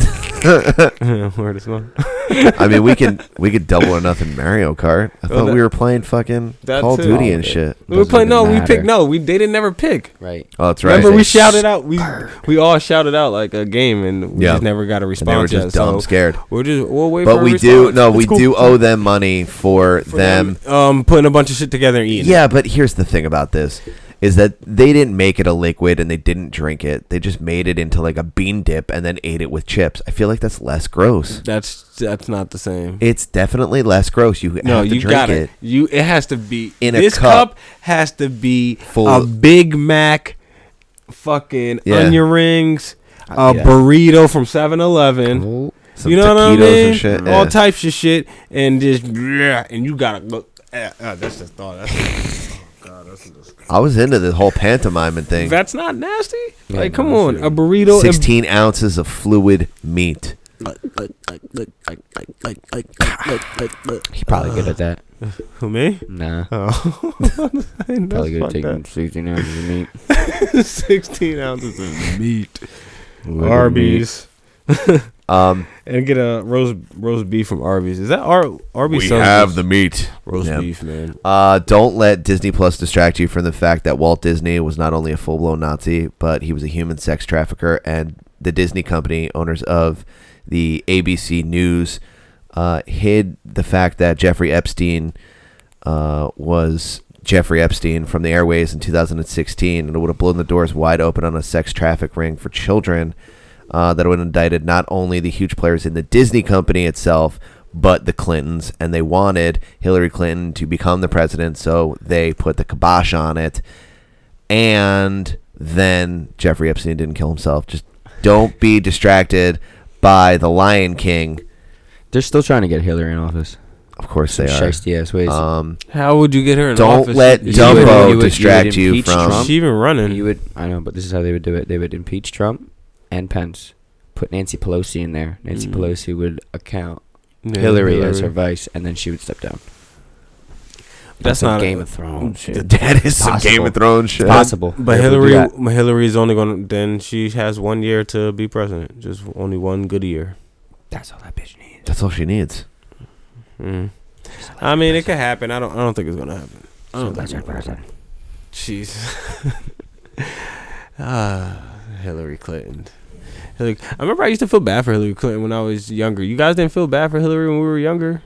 S9: Where this one?
S7: I mean, we can we could double or nothing Mario Kart. I thought
S9: that-
S7: we were playing fucking
S9: That
S7: Call of
S9: too.
S7: Duty
S9: Oh,
S7: and shit.
S9: We
S12: Doesn't
S9: play. No,
S12: even
S9: we
S12: matter.
S9: pick. No, we they didn't never pick.
S12: Right.
S7: Oh, that's right.
S9: Remember
S7: They
S9: we shouted out. We we all shouted out like a game, and we
S7: Yeah.
S9: just never got a
S7: and they
S9: response.
S7: were just
S9: yet,
S7: dumb
S9: so
S7: scared.
S9: We're just we'll wait. for
S7: But
S9: a
S7: we do
S9: response.
S7: no,
S9: It's
S7: we
S9: cool
S7: do owe them money for,
S9: for
S7: them.
S9: Um, putting a bunch of shit together and eating. it.
S7: Yeah, but here's the thing about this is that they didn't make it a liquid and they didn't drink it. They just made it into like a bean dip and then ate it with chips. I feel like that's less gross.
S9: that's that's not the same.
S7: It's definitely less gross. You
S9: No,
S7: have to
S9: you
S7: drink
S9: got
S7: it.
S9: it. You it has to be
S7: In a
S9: this
S7: cup.
S9: has to be
S7: Full
S9: a
S7: of-
S9: Big Mac, fucking
S7: Yeah. Uh,
S9: onion rings, a
S7: yeah.
S9: burrito from 7-Eleven.
S12: Oh,
S7: Some
S9: you know what I
S7: taquitos
S9: mean?
S7: and shit.
S9: All
S7: yeah.
S9: types of shit, and just yeah, and you gotta go. eh, eh, that's just thought. That's,
S7: I was into the whole pantomiming thing.
S9: that's not nasty.
S12: Yeah,
S9: like,
S12: no,
S9: come
S12: that's
S9: on,
S12: really-
S9: a burrito. and-
S7: Sixteen ounces of fluid meat.
S12: He probably good at that.
S9: Who me?
S12: Nah.
S9: Oh,
S12: Probably good at
S9: Fuck
S12: taking 16 ounces of meat.
S9: that. sixteen ounces of meat,
S12: Little meat.
S9: Arby's.
S7: Um,
S9: and get a roast roast beef from Arby's. Is that Ar- Arby's? sells this
S7: meat.
S9: roast
S7: Yeah.
S9: beef, man.
S7: Uh, don't let Disney Plus distract you from the fact that Walt Disney was not only a full blown Nazi, but he was a human sex trafficker. And the Disney company, owners of the ABC News, uh, hid the fact that Jeffrey Epstein uh, was Jeffrey Epstein from the airways in 2016, and it would have blown the doors wide open on a sex traffic ring for children uh, that would have indicted not only the huge players in the Disney company itself, but the Clintons, and they wanted Hillary Clinton to become the president, so they put the kibosh on it. And then Jeffrey Epstein didn't kill himself. Just don't be distracted by the Lion King.
S12: They're still trying to get Hillary in office.
S7: Of course they are.
S12: Shiesty ass ways.
S7: Um,
S9: How would you get her in
S7: Don't
S9: office?
S7: let
S9: Is she
S7: Dumbo
S9: even-
S12: would- you would
S7: distract you,
S12: impeach
S7: from.
S9: Is
S12: Trump?
S9: she even running?
S12: you would, I know, but this is how they would do it. They would impeach Trump and Pence, put Nancy Pelosi in there. Nancy
S9: Mm.
S12: Pelosi would account
S9: Yeah,
S12: Hillary, as her vice, and then she would step down.
S9: That's
S12: some
S7: Uh,
S9: not a-
S12: Game of Thrones. Shit.
S7: That is some Game of Thrones shit.
S12: It's possible.
S9: But
S12: They would do
S9: Hillary,
S12: that.
S9: but Hillary is only going. to Then she has one year to be president. Just only one good year.
S12: That's all that bitch needs.
S7: That's all she needs.
S9: Mm. I mean, it could happen. I don't. I don't think it's gonna happen. I
S12: So
S9: don't think
S12: that's
S9: it's
S12: her
S9: gonna happen.
S12: person.
S9: Jeez. Ah, Hillary Clinton. Hillary, I remember I used to feel bad for Hillary Clinton when I was younger. You guys didn't feel bad for Hillary when we were younger.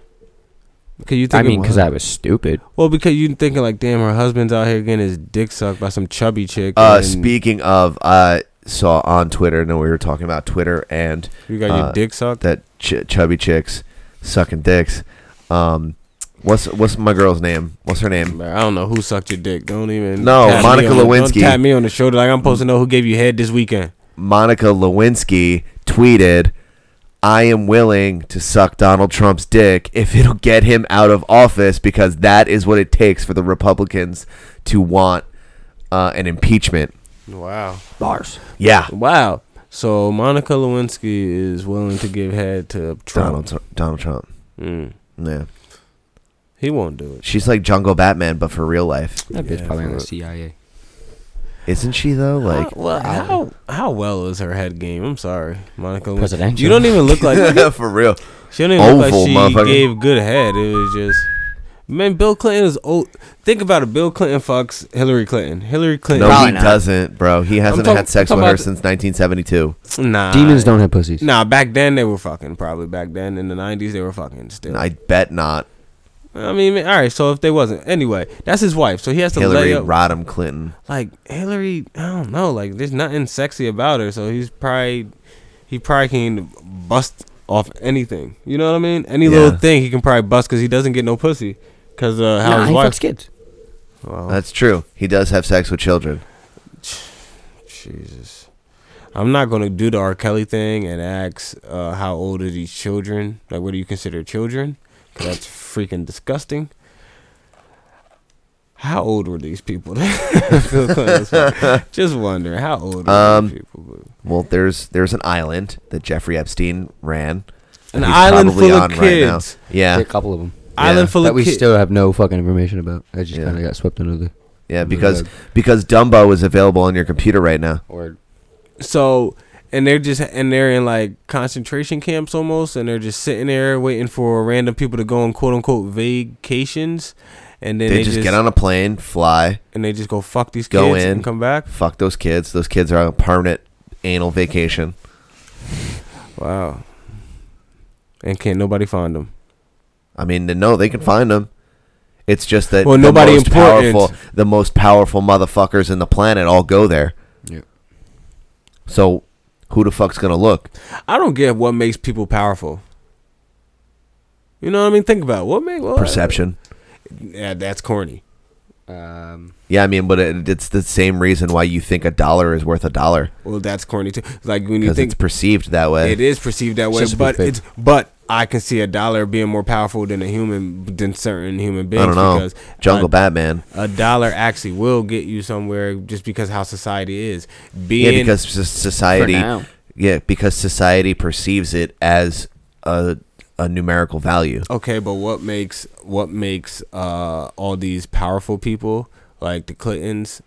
S9: Cause you
S12: I
S9: think
S12: mean, because I was stupid.
S9: Well, because you thinking like, damn, her husband's out here getting his dick sucked by some chubby chick.
S7: Uh,
S9: and-
S7: speaking of, I saw on Twitter, no, we were talking about Twitter and
S9: You got your
S7: uh,
S9: dick sucked?
S7: That ch- chubby chicks sucking dicks. Um, what's what's my girl's name? What's her name?
S9: I don't know who sucked your dick. Don't even.
S7: No,
S9: tap me
S7: Monica
S9: on the-
S7: Lewinsky.
S9: Don't tap me on the shoulder like I'm supposed to know who gave you head this weekend.
S7: Monica Lewinsky tweeted, "I am willing to suck Donald Trump's dick if it'll get him out of office because that is what it takes for the Republicans to want uh, an impeachment."
S9: Wow.
S12: Bars.
S7: Yeah.
S9: Wow. So Monica Lewinsky is willing to give head to Trump.
S7: Donald Tr- Donald Trump.
S9: Mm.
S7: Yeah.
S9: He won't do it.
S7: She's like Jungle Batman, but for real life.
S12: That bitch
S9: Yeah,
S12: probably on
S9: for-
S12: the CIA.
S7: Isn't she though? Like
S9: How, well, how how well is her head game? I'm sorry, Monica. Lewinsky.
S12: Presidential.
S9: You don't even look like
S7: for real.
S9: she don't even look
S7: Oval,
S9: like she
S7: motherfucker.
S9: gave good head. It was just man. Bill Clinton is old. Think about it. Bill Clinton fucks Hillary Clinton. Hillary Clinton.
S7: No, he doesn't, bro. He hasn't
S9: talk-
S7: had sex
S9: I'm
S7: with
S9: talking
S7: her
S9: about-
S7: since 1972.
S9: Nah.
S12: Demons don't have pussies.
S9: Nah, back then they were fucking. Probably back then in the '90s they were fucking still.
S7: I bet not.
S9: I mean, all right. So if they wasn't, anyway, that's his wife. So he has to
S7: Hillary
S9: lay up.
S7: Rodham Clinton.
S9: like Hillary, I don't know. Like there's nothing sexy about her, so he's probably he probably can bust off anything. You know what I mean? Any
S7: Yeah.
S9: little thing he can probably bust because he doesn't get no pussy. Because uh, how
S12: Nah,
S9: his
S12: he
S9: wife?
S12: fucks kids.
S9: Well,
S7: That's true. He does have sex with children.
S9: Jesus. I'm not gonna do the R. Kelly thing and ask uh, how old are these children? Like, what do you consider children? 'Cause that's freaking disgusting. How old were these people? Bill Clinton's wife. Just wondering how old were
S7: Um,
S9: these people?
S7: Well, there's there's an island that Jeffrey Epstein ran.
S9: An
S7: that he's
S9: island
S7: probably
S9: full of
S7: on right now.
S9: kids.
S12: A
S7: yeah,
S12: couple of them.
S9: Island full
S12: That
S9: of
S12: we
S9: kids.
S12: still have no fucking information about. I just
S7: Yeah.
S12: kind of got swept under the.
S7: yeah,
S12: under the
S7: because
S12: rug.
S7: because Dumbo is available on your computer right now.
S12: Or
S9: So and they're just and they're in like concentration camps almost, and they're just sitting there waiting for random people to go on quote unquote vacations, and then
S7: They, just, get on a plane, fly,
S9: and they just go fuck these
S7: Go
S9: kids
S7: in.
S9: and come back.
S7: fuck those kids. Those kids are on a permanent anal vacation.
S9: Wow. And can't nobody find them.
S7: I mean, no, they can find them. It's just that
S9: Well,
S7: the
S9: nobody
S7: most
S9: important.
S7: powerful, the most powerful motherfuckers in the planet all go there.
S12: Yep.
S7: So, who the fuck's gonna look?
S9: I don't get what makes people powerful. You know what I mean? Think about it. what makes what?
S7: Perception.
S9: Yeah, that's corny.
S12: um,
S7: Yeah, I mean, but it, it's the same reason why you think a dollar is worth a dollar
S9: Well, that's corny too. Like when you
S7: because
S9: think
S7: it's perceived that way.
S9: It is perceived that way,
S12: just a big
S9: but
S12: fake.
S9: it's but I can see a dollar being more powerful than a human than certain human beings.
S7: I don't know.
S9: Because
S12: uh,
S7: Jungle
S9: a,
S7: Batman.
S9: a dollar actually will get you somewhere just because how society is.
S7: Yeah,
S9: Being
S7: because so- society.
S12: For now.
S7: Yeah, because society perceives it as a a numerical value.
S9: okay, but what makes what makes uh, all these powerful people like the Clintons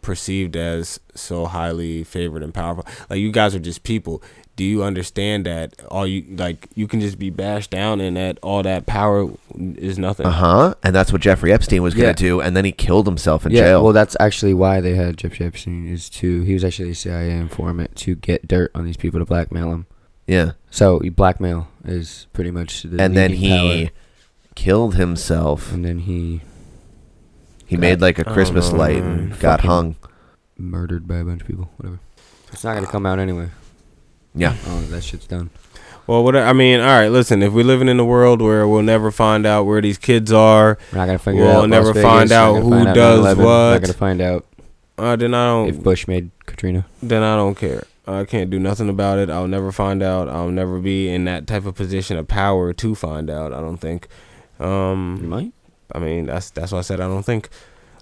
S9: perceived as so highly favored and powerful? Like you guys are just people. Do you understand that all you like you can just be bashed down and that all that power is nothing?
S7: Uh huh. And that's what Jeffrey Epstein was gonna
S12: Yeah.
S7: do, and then he killed himself in
S12: yeah,
S7: jail.
S12: well, that's actually why they had Jeff Epstein is to he was actually a CIA informant to get dirt on these people to blackmail them.
S7: yeah.
S12: So you blackmail is pretty much the
S7: and then
S12: leading
S7: he
S12: power.
S7: killed himself.
S12: and then he
S7: He made like a
S9: I don't
S7: Christmas
S9: know,
S7: light
S9: man.
S7: and got
S12: Fucking-
S7: hung.
S12: murdered by a bunch of people. Whatever. It's not gonna come out anyway.
S7: Yeah.
S12: Oh, that shit's done.
S9: Well, what I I mean, all right, listen, if we're living in a world where we'll never find out where these kids are,
S12: We're not gonna figure
S9: We'll
S12: out. Las
S9: never
S12: Vegas,
S9: find
S12: we're not
S9: out
S12: gonna
S9: who
S12: find out
S9: does
S12: 9/11, We're
S9: what.
S12: not gonna find out
S9: uh, then I don't
S12: if Bush made Katrina.
S9: then I don't care. I can't do nothing about it. I'll never find out. I'll never be in that type of position of power to find out, I don't think. Um
S12: might.
S9: I mean, that's that's why I said I don't think.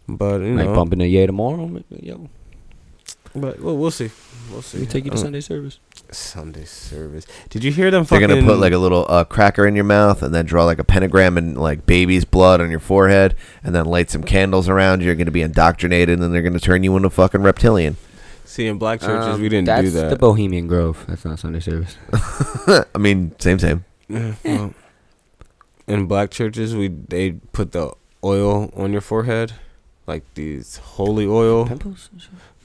S9: But you
S12: Might
S9: know,
S12: bump into Ye tomorrow. Yo, Oh.
S9: but well, we'll see. We'll see.
S12: we take you to
S9: I don't-
S12: Sunday service.
S9: Sunday service. Did you hear them
S7: They're
S9: fucking
S7: gonna put like a little uh, cracker in your mouth, and then draw like a pentagram and like baby's blood on your forehead, and then light some candles around you. You're gonna be indoctrinated, and then they're gonna turn you into a fucking reptilian.
S9: see in black churches
S12: Um,
S9: we didn't
S12: that's
S9: do that.
S12: the Bohemian Grove. That's not Sunday service.
S7: I mean, same same.
S9: Yeah, well, in black churches, we they put the oil on your forehead, like these holy oil.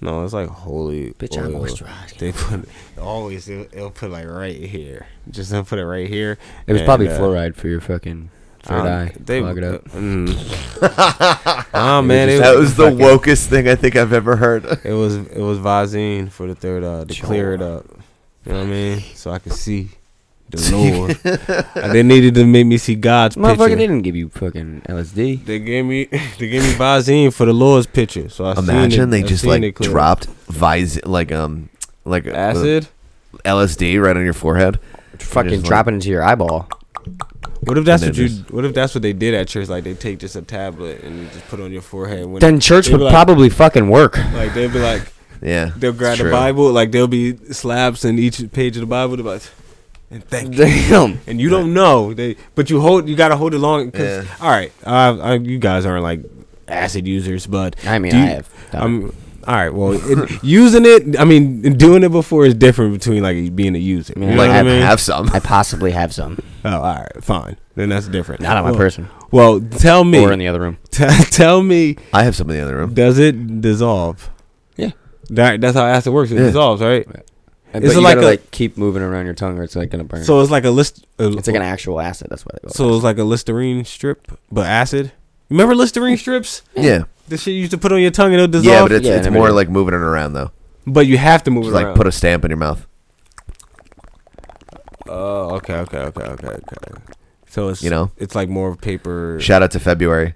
S9: No, it's like holy. Bitch, oil. They put always it'll, it'll put like right here. Just they'll put it right here.
S12: It was probably
S9: and, uh,
S12: fluoride for your fucking third
S9: um,
S12: eye.
S9: they-
S12: Clog it up.
S9: Mm. oh
S12: It
S9: man,
S12: was
S9: it
S12: just-
S7: That was the
S9: fucking-
S7: wokest thing I think I've ever heard.
S9: It was it was Visine for the third eye to clear it up. You know what I mean? So I could see the Lord. Uh, they needed to make me see God's
S12: Motherfucker,
S9: picture.
S12: they didn't give you fucking LSD.
S9: They gave me they gave me Visine for the Lord's picture. So I seen
S7: Imagine
S9: it-
S7: they
S9: I
S7: just
S9: seen
S7: like
S9: it clear.
S7: dropped vis like um like uh,
S9: Acid?
S7: LSD right on your forehead.
S12: Fucking drop it into your eyeball.
S9: What if that's
S7: And
S9: what
S7: then
S9: you? What if that's what they did at church? Like they take just a tablet and you just put it on your forehead. When
S12: Then church
S9: they'd
S12: would
S9: be like-
S12: probably fucking work.
S9: Like they'll be like,
S7: Yeah,
S9: they'll grab
S7: it's
S9: the
S7: true.
S9: Bible. Like there'll be slabs in each page of the Bible. They'll be like, and thank you.
S12: Damn.
S9: And you don't know. They but you hold. You gotta hold it long. 'cause-
S12: Yeah.
S9: All right. I, I, you guys aren't like acid users, but
S12: I mean,
S9: do you-
S12: I have done
S9: I'm. All right. Well, it, using it. I mean, doing it before is different between like being a user. You know
S12: Like,
S9: what
S12: I
S9: I mean?
S12: have some. I possibly have some.
S9: Oh, all right, fine. Then that's different.
S12: Not on my
S9: Well-
S12: person.
S9: Well, tell me.
S12: Or in the other room.
S9: T- tell me.
S7: I have some in the other room.
S9: Does it dissolve?
S12: Yeah.
S9: That, that's how acid works. It
S12: Yeah.
S9: dissolves, right?
S12: But
S9: Is
S12: you
S9: it like
S12: gotta
S9: a-
S12: like keep moving around your tongue, or it's like gonna burn.
S9: So it's like a list. A,
S12: it's like an actual acid. That's why they go.
S9: So it's like a Listerine strip, but acid. Remember Listerine strips?
S7: Yeah.
S9: The shit you used to put on your tongue and it'll dissolve.
S7: Yeah, but it's, it's more like moving it around though.
S9: But you have to move
S7: Just,
S9: it
S7: like
S9: around.
S7: put a stamp in your mouth.
S9: Oh, okay, okay, okay, okay, okay. So it's
S7: You know?
S9: it's like more of paper.
S7: Shout out to February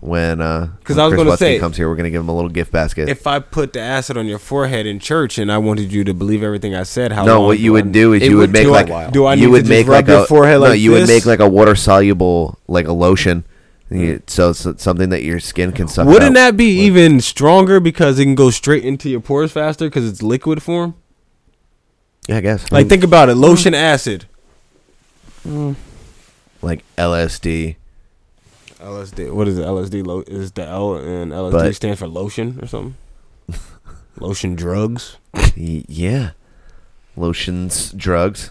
S7: when uh
S9: 'Cause
S7: when
S9: I was
S7: Chris
S9: gonna
S7: Wesky
S9: say-
S7: comes here, we're gonna give him a little gift basket.
S9: If I put the acid on your forehead in church and I wanted you to believe everything I said, how
S7: no,
S9: long
S7: what you
S9: I-
S7: would do is
S9: It
S7: you would make
S9: do
S7: like
S9: I, do I need
S7: you would
S9: to
S7: make
S9: just rub
S7: like
S9: your
S7: a
S9: forehead
S7: no,
S9: like
S7: you would
S9: this?
S7: make like a water soluble like a lotion. You- so it's something that your skin can suck.
S9: Wouldn't
S7: out.
S9: that be even stronger because it can go straight into your pores faster because it's liquid form?
S7: Yeah, I guess.
S9: Like think about it, lotion acid.
S7: like LSD.
S9: LSD. What is it? LSD lo- is the L and LSD
S7: But-
S9: stands for lotion or something. lotion drugs.
S7: Y- yeah, lotions, drugs.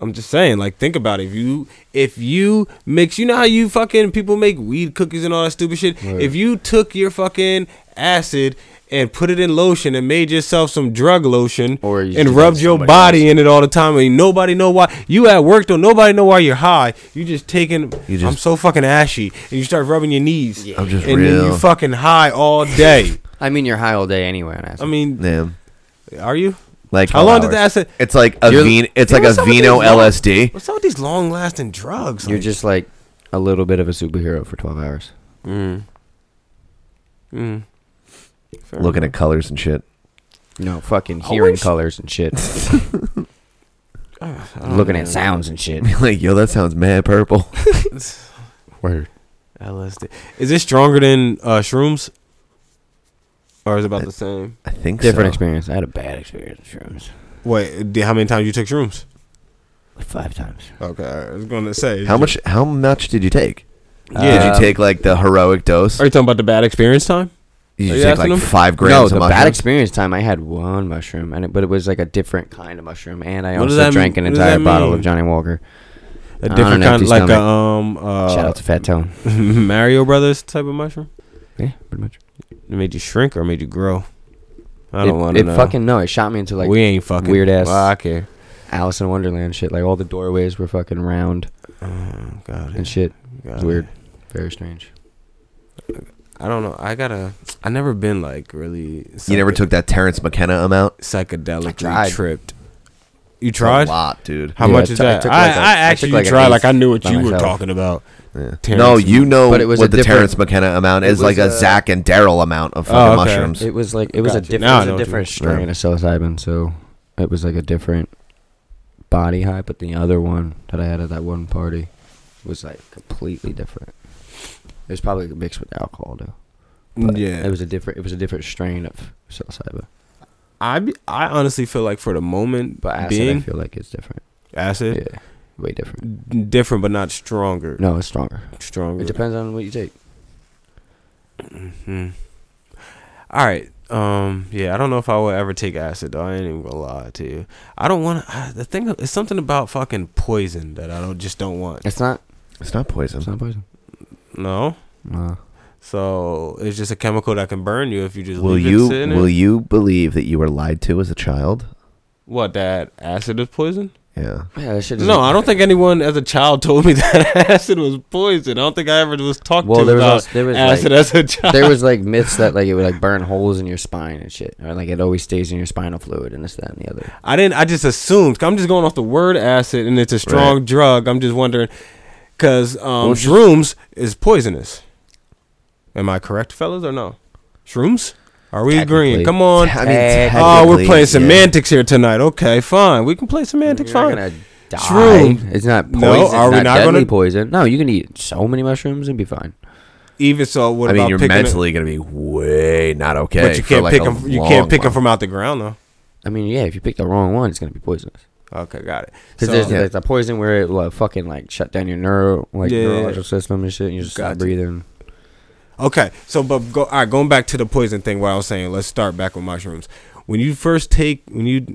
S9: I'm just saying, like think about it. if you if you mix, you know how you fucking people make weed cookies and all that stupid shit.
S7: Right.
S9: If you took your fucking acid and put it in lotion and made yourself some drug lotion or
S12: you
S9: and
S12: should
S9: rubbed
S12: have
S9: your
S12: somebody
S9: body in it all the time and nobody know why you at work don't nobody know why you're high. You just taking
S7: You just-
S9: I'm so fucking ashy and you start rubbing your knees.
S7: I'm just
S9: and then
S7: real.
S9: you fucking high all day.
S12: I mean, you're high all day anyway on acid.
S9: I mean,
S7: Yeah.
S9: are you?
S7: Like
S9: How long did
S7: hours.
S9: the acid?
S7: It's like a
S12: You're-
S7: vin. It's like
S9: What's
S7: a
S9: up with
S7: vino
S9: these long-
S7: LSD.
S9: What's up with these long lasting drugs?
S12: You're
S9: Like,
S12: just like a little bit of a superhero for 12 hours.
S9: Mm. Mm. Fair
S7: Looking at colors and shit.
S12: No, fucking hearing colors and shit.
S9: Ah,
S12: Looking
S9: uh,
S12: at sounds and shit.
S7: like yo, that sounds mad purple. Word.
S9: LSD. Is it stronger than uh, shrooms? Or is it
S12: Eh.
S9: about the same?
S7: I think
S12: Different
S7: so.
S12: experience. I had a bad experience with shrooms.
S9: Wait, di- how many times you took shrooms?
S12: Like five times.
S9: Okay, I was going to say.
S7: How much? How much did you take? Did
S9: Yeah.
S7: you take like the heroic dose?
S9: Are you talking about the bad experience time?
S7: Did
S9: Are
S7: you
S9: you
S7: take
S9: asking
S7: like
S9: him?
S7: five
S12: no,
S7: grams
S12: the
S7: of
S12: bad
S7: mushrooms?
S12: experience time, I had one mushroom, and it, but it was like a different kind of mushroom, and I
S9: What does
S12: also
S9: that
S12: drank
S9: mean?
S12: an
S9: What does that
S12: entire bottle
S9: mean?
S12: of Johnny Walker.
S9: A
S12: on
S9: different
S12: an
S9: kind,
S12: empty
S9: like a
S12: stomach.
S9: um. Uh,
S12: Shout out to Fat Tone.
S9: Mario Brothers type of mushroom.
S12: Yeah, pretty much.
S9: It made you shrink or made you grow. I don't
S12: It-
S9: want to
S12: It
S9: know.
S12: fucking no, it shot me into like
S9: we ain't fucking
S12: weird ass
S9: Well, I care.
S12: Alice in Wonderland shit. Like all the doorways were fucking round
S9: Oh, God.
S12: and shit.
S9: God.
S12: It's weird, very strange.
S9: I don't know. I gotta. I never been like really.
S7: You never took that Terrence Mckenna amount?
S9: psychedelically
S12: tried.
S9: tripped. You
S7: It's a
S9: tried?
S7: lot, dude.
S9: How
S12: Yeah,
S9: much
S12: I
S9: is
S12: took- I
S9: that?
S12: took
S9: I,
S12: like a-
S9: I
S12: I took
S9: actually
S12: like an
S9: tried. Like
S12: eighth
S9: I knew what
S12: by
S9: you were
S12: myself.
S9: talking about.
S7: Yeah.
S9: Terrence
S7: no, you know
S12: But it was a
S7: what the
S12: different-
S7: Terrence Mckenna amount
S12: it
S7: is like a
S12: was a-
S7: Zach and Daryl amount of fucking
S9: Oh, okay.
S7: mushrooms.
S12: It was like it was a
S9: Gotcha.
S12: different,
S9: Now I
S12: it was
S9: know
S12: a
S9: what you
S12: different
S9: mean.
S12: strain of psilocybin, so it was like a different body high. But the other one that I had at that one party was like completely different. It was probably mixed with alcohol though. But
S9: Yeah.
S12: it was a different. It was a different strain of psilocybin,
S9: I be- I honestly feel like for the moment,
S12: but acid I
S9: being
S12: feel like it's different.
S9: acid,
S12: Yeah, way different.
S9: d- different but not stronger.
S12: No, it's stronger.
S9: stronger.
S12: It depends on what you take.
S9: Mhm. All right. Um. Yeah. I don't know if I will ever take acid though. I ain't even gonna lie to you. I don't want to. The thing it's something about fucking poison that I don't just don't want.
S12: It's not.
S7: It's not poison.
S12: It's not poison.
S9: No.
S12: No.
S9: So it's just a chemical that can burn you if you just
S7: Will
S9: leave
S7: you
S9: it sitting.
S7: will
S9: in.
S7: you believe that you were lied to as a child?
S9: What that acid is poison?
S7: Yeah.
S12: Yeah, that shit is-
S9: No, I don't think anyone as a child told me that acid was poison. I don't think I ever was talked
S12: Well,
S9: to
S12: there was,
S9: about
S12: also, there was
S9: acid
S12: like,
S9: as a child.
S12: There was like myths that like it would like burn holes in your spine and shit, or like it always stays in your spinal fluid and this, that, and the other.
S9: I didn't. I just assumed. I'm just going off the word acid, and it's a strong drug. I'm just wondering, because um,
S12: Well, just-
S9: shrooms is poisonous. Am I correct, fellas, or no? Shrooms? Are we agreeing?
S12: Technically.
S9: Come on.
S12: I mean,
S9: oh, we're
S12: technically,
S9: playing
S12: yeah.
S9: semantics here tonight. Okay, fine. We can play semantics.
S12: You're
S9: fine.
S12: not gonna die.
S9: Shroom.
S12: It's not poison.
S9: No, are
S12: it's
S9: we
S12: not
S9: not
S12: deadly
S9: gonna
S12: poison? No, you can eat so many mushrooms and be fine.
S9: even so? What
S7: I mean,
S9: about
S7: you're
S9: picking it-
S7: mentally gonna be way not okay.
S9: But you
S7: for
S9: can't
S7: like
S9: pick
S7: a
S9: them. You
S7: long
S9: can't pick
S7: while.
S9: them from out the ground though.
S12: I mean, yeah, if you pick the wrong one, it's gonna be poisonous.
S9: Okay, got it.
S12: Because
S9: So-
S12: there's
S9: Yeah.
S12: like the poison where it like, fucking like shut down your neuro like
S9: Yeah, yeah, yeah.
S12: neurological system and shit, and you just stop
S9: Gotcha.
S12: breathing.
S9: Okay, so but go, all right, going back to the poison thing, what I was saying. Let's start back with mushrooms. When you first take when you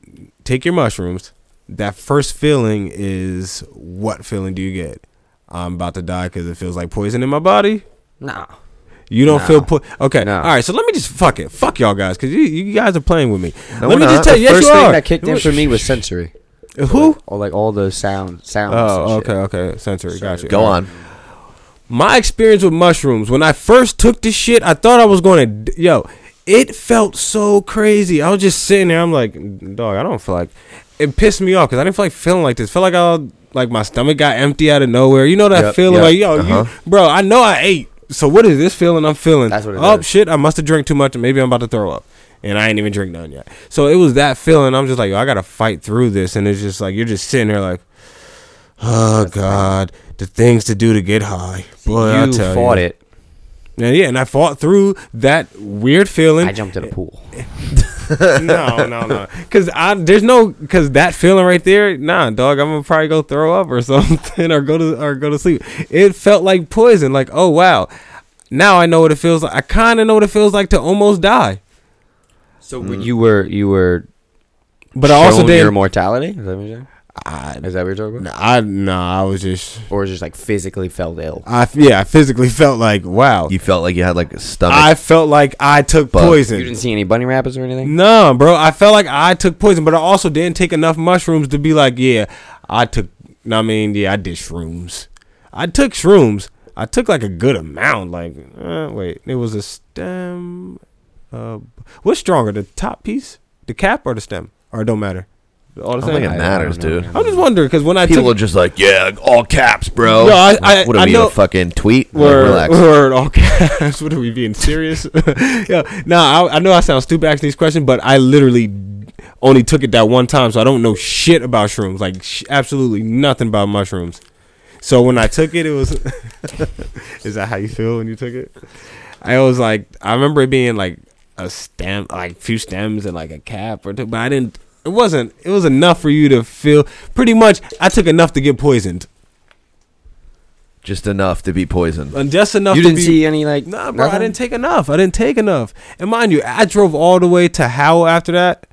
S9: take your mushrooms, that first feeling is what feeling do you get? I'm about to die because it feels like poison in my body.
S12: Nah.
S9: You don't
S12: No.
S9: feel po- okay. All right, so let me just fuck it, fuck y'all guys, because you, you guys are playing with me. let
S12: No, we're
S9: me
S12: not.
S9: just tell you,
S12: The
S9: yes,
S12: first
S9: you
S12: thing
S9: are.
S12: that kicked in for me was sensory.
S9: Who?
S12: Or like all the sound sounds.
S9: Oh,
S12: and shit.
S9: okay, okay. Sensory, gotcha.
S12: Go
S9: Alright. My experience with mushrooms. When I first took this shit, I thought I was going to. Yo, it felt so crazy. I was just sitting there. I'm like, dog, I don't feel like. It pissed me off because I didn't feel like feeling like this. Felt like I like my stomach got empty out of nowhere. You know that
S12: Yep,
S9: feeling?
S12: yep,
S9: Like, yo,
S12: uh-huh.
S9: you, bro, I know I ate. So what is this feeling I'm feeling?
S12: That's what it
S9: oh
S12: is.
S9: shit, I must have drank too much, and maybe I'm about to throw up. And I ain't even drink none yet. So it was that feeling. I'm just like, yo, I gotta fight through this, and it's just like you're just sitting there like. Oh God, the things to do to get high. Boy, I
S12: You
S9: tell
S12: fought
S9: you.
S12: it.
S9: Yeah, yeah, and I fought through that weird feeling. I
S12: jumped in a pool.
S9: no, no, no, because I there's no because that feeling right there. Nah, dog, I'm gonna probably go throw up or something or go to or go to sleep. It felt like poison. Like oh wow, now I know what it feels like. I kind of know what it feels like to almost die.
S12: So Mm. you were you were,
S9: But I also
S12: shown
S9: didn't-
S12: your mortality. Is that what you're saying? is that what you're talking about?
S9: I no, I was just
S12: or just like physically felt ill.
S9: I yeah, I physically felt like wow.
S7: You felt like you had like a stomach.
S9: I felt like I took poison.
S12: You didn't see any bunny rabbits or anything.
S9: No, bro. I felt like I took poison, but I also didn't take enough mushrooms to be like, yeah, I took. I mean, yeah, I did shrooms. I took shrooms. I took like a good amount. Like, uh, wait, it was a stem. Uh, what's stronger, the top piece, the cap, or the stem, or it don't matter? All the
S7: I don't think it matters, dude.
S9: I'm just wondering because when I
S7: People
S9: took,
S7: are just like, yeah, all caps, bro.
S9: No, I-
S7: Like,
S9: I-
S7: what are
S9: I
S7: we
S9: know-
S7: a fucking tweet? Like,
S9: Word,
S7: relax.
S9: word, all caps. what are we being serious? yeah, no, I, I know I sound stupid asking these questions, but I literally only took it that one time, so I don't know shit about shrooms. Like sh- absolutely nothing about mushrooms. So when I took it, it was. is that how you feel when you took it? I was like, I remember it being like a stem, like few stems and like a cap or two, but I didn't. It wasn't. It was enough for you to feel. Pretty much, I took enough to get poisoned.
S7: Just enough to be poisoned.
S9: And Uh, just enough.
S7: You
S9: to
S7: didn't
S9: be,
S7: see
S12: any like.
S9: Nah, bro, I
S7: nothing?
S9: didn't take enough. I didn't take enough. And mind you, I drove all the way to Howell after that,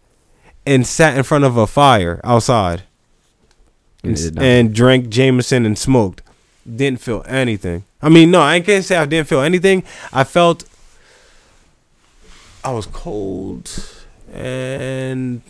S9: and sat in front of a fire outside,
S12: You
S9: and,
S12: did nothing.
S9: and drank Jameson and smoked. Didn't feel anything. I mean, no, I can't say I didn't feel anything. I felt I was cold and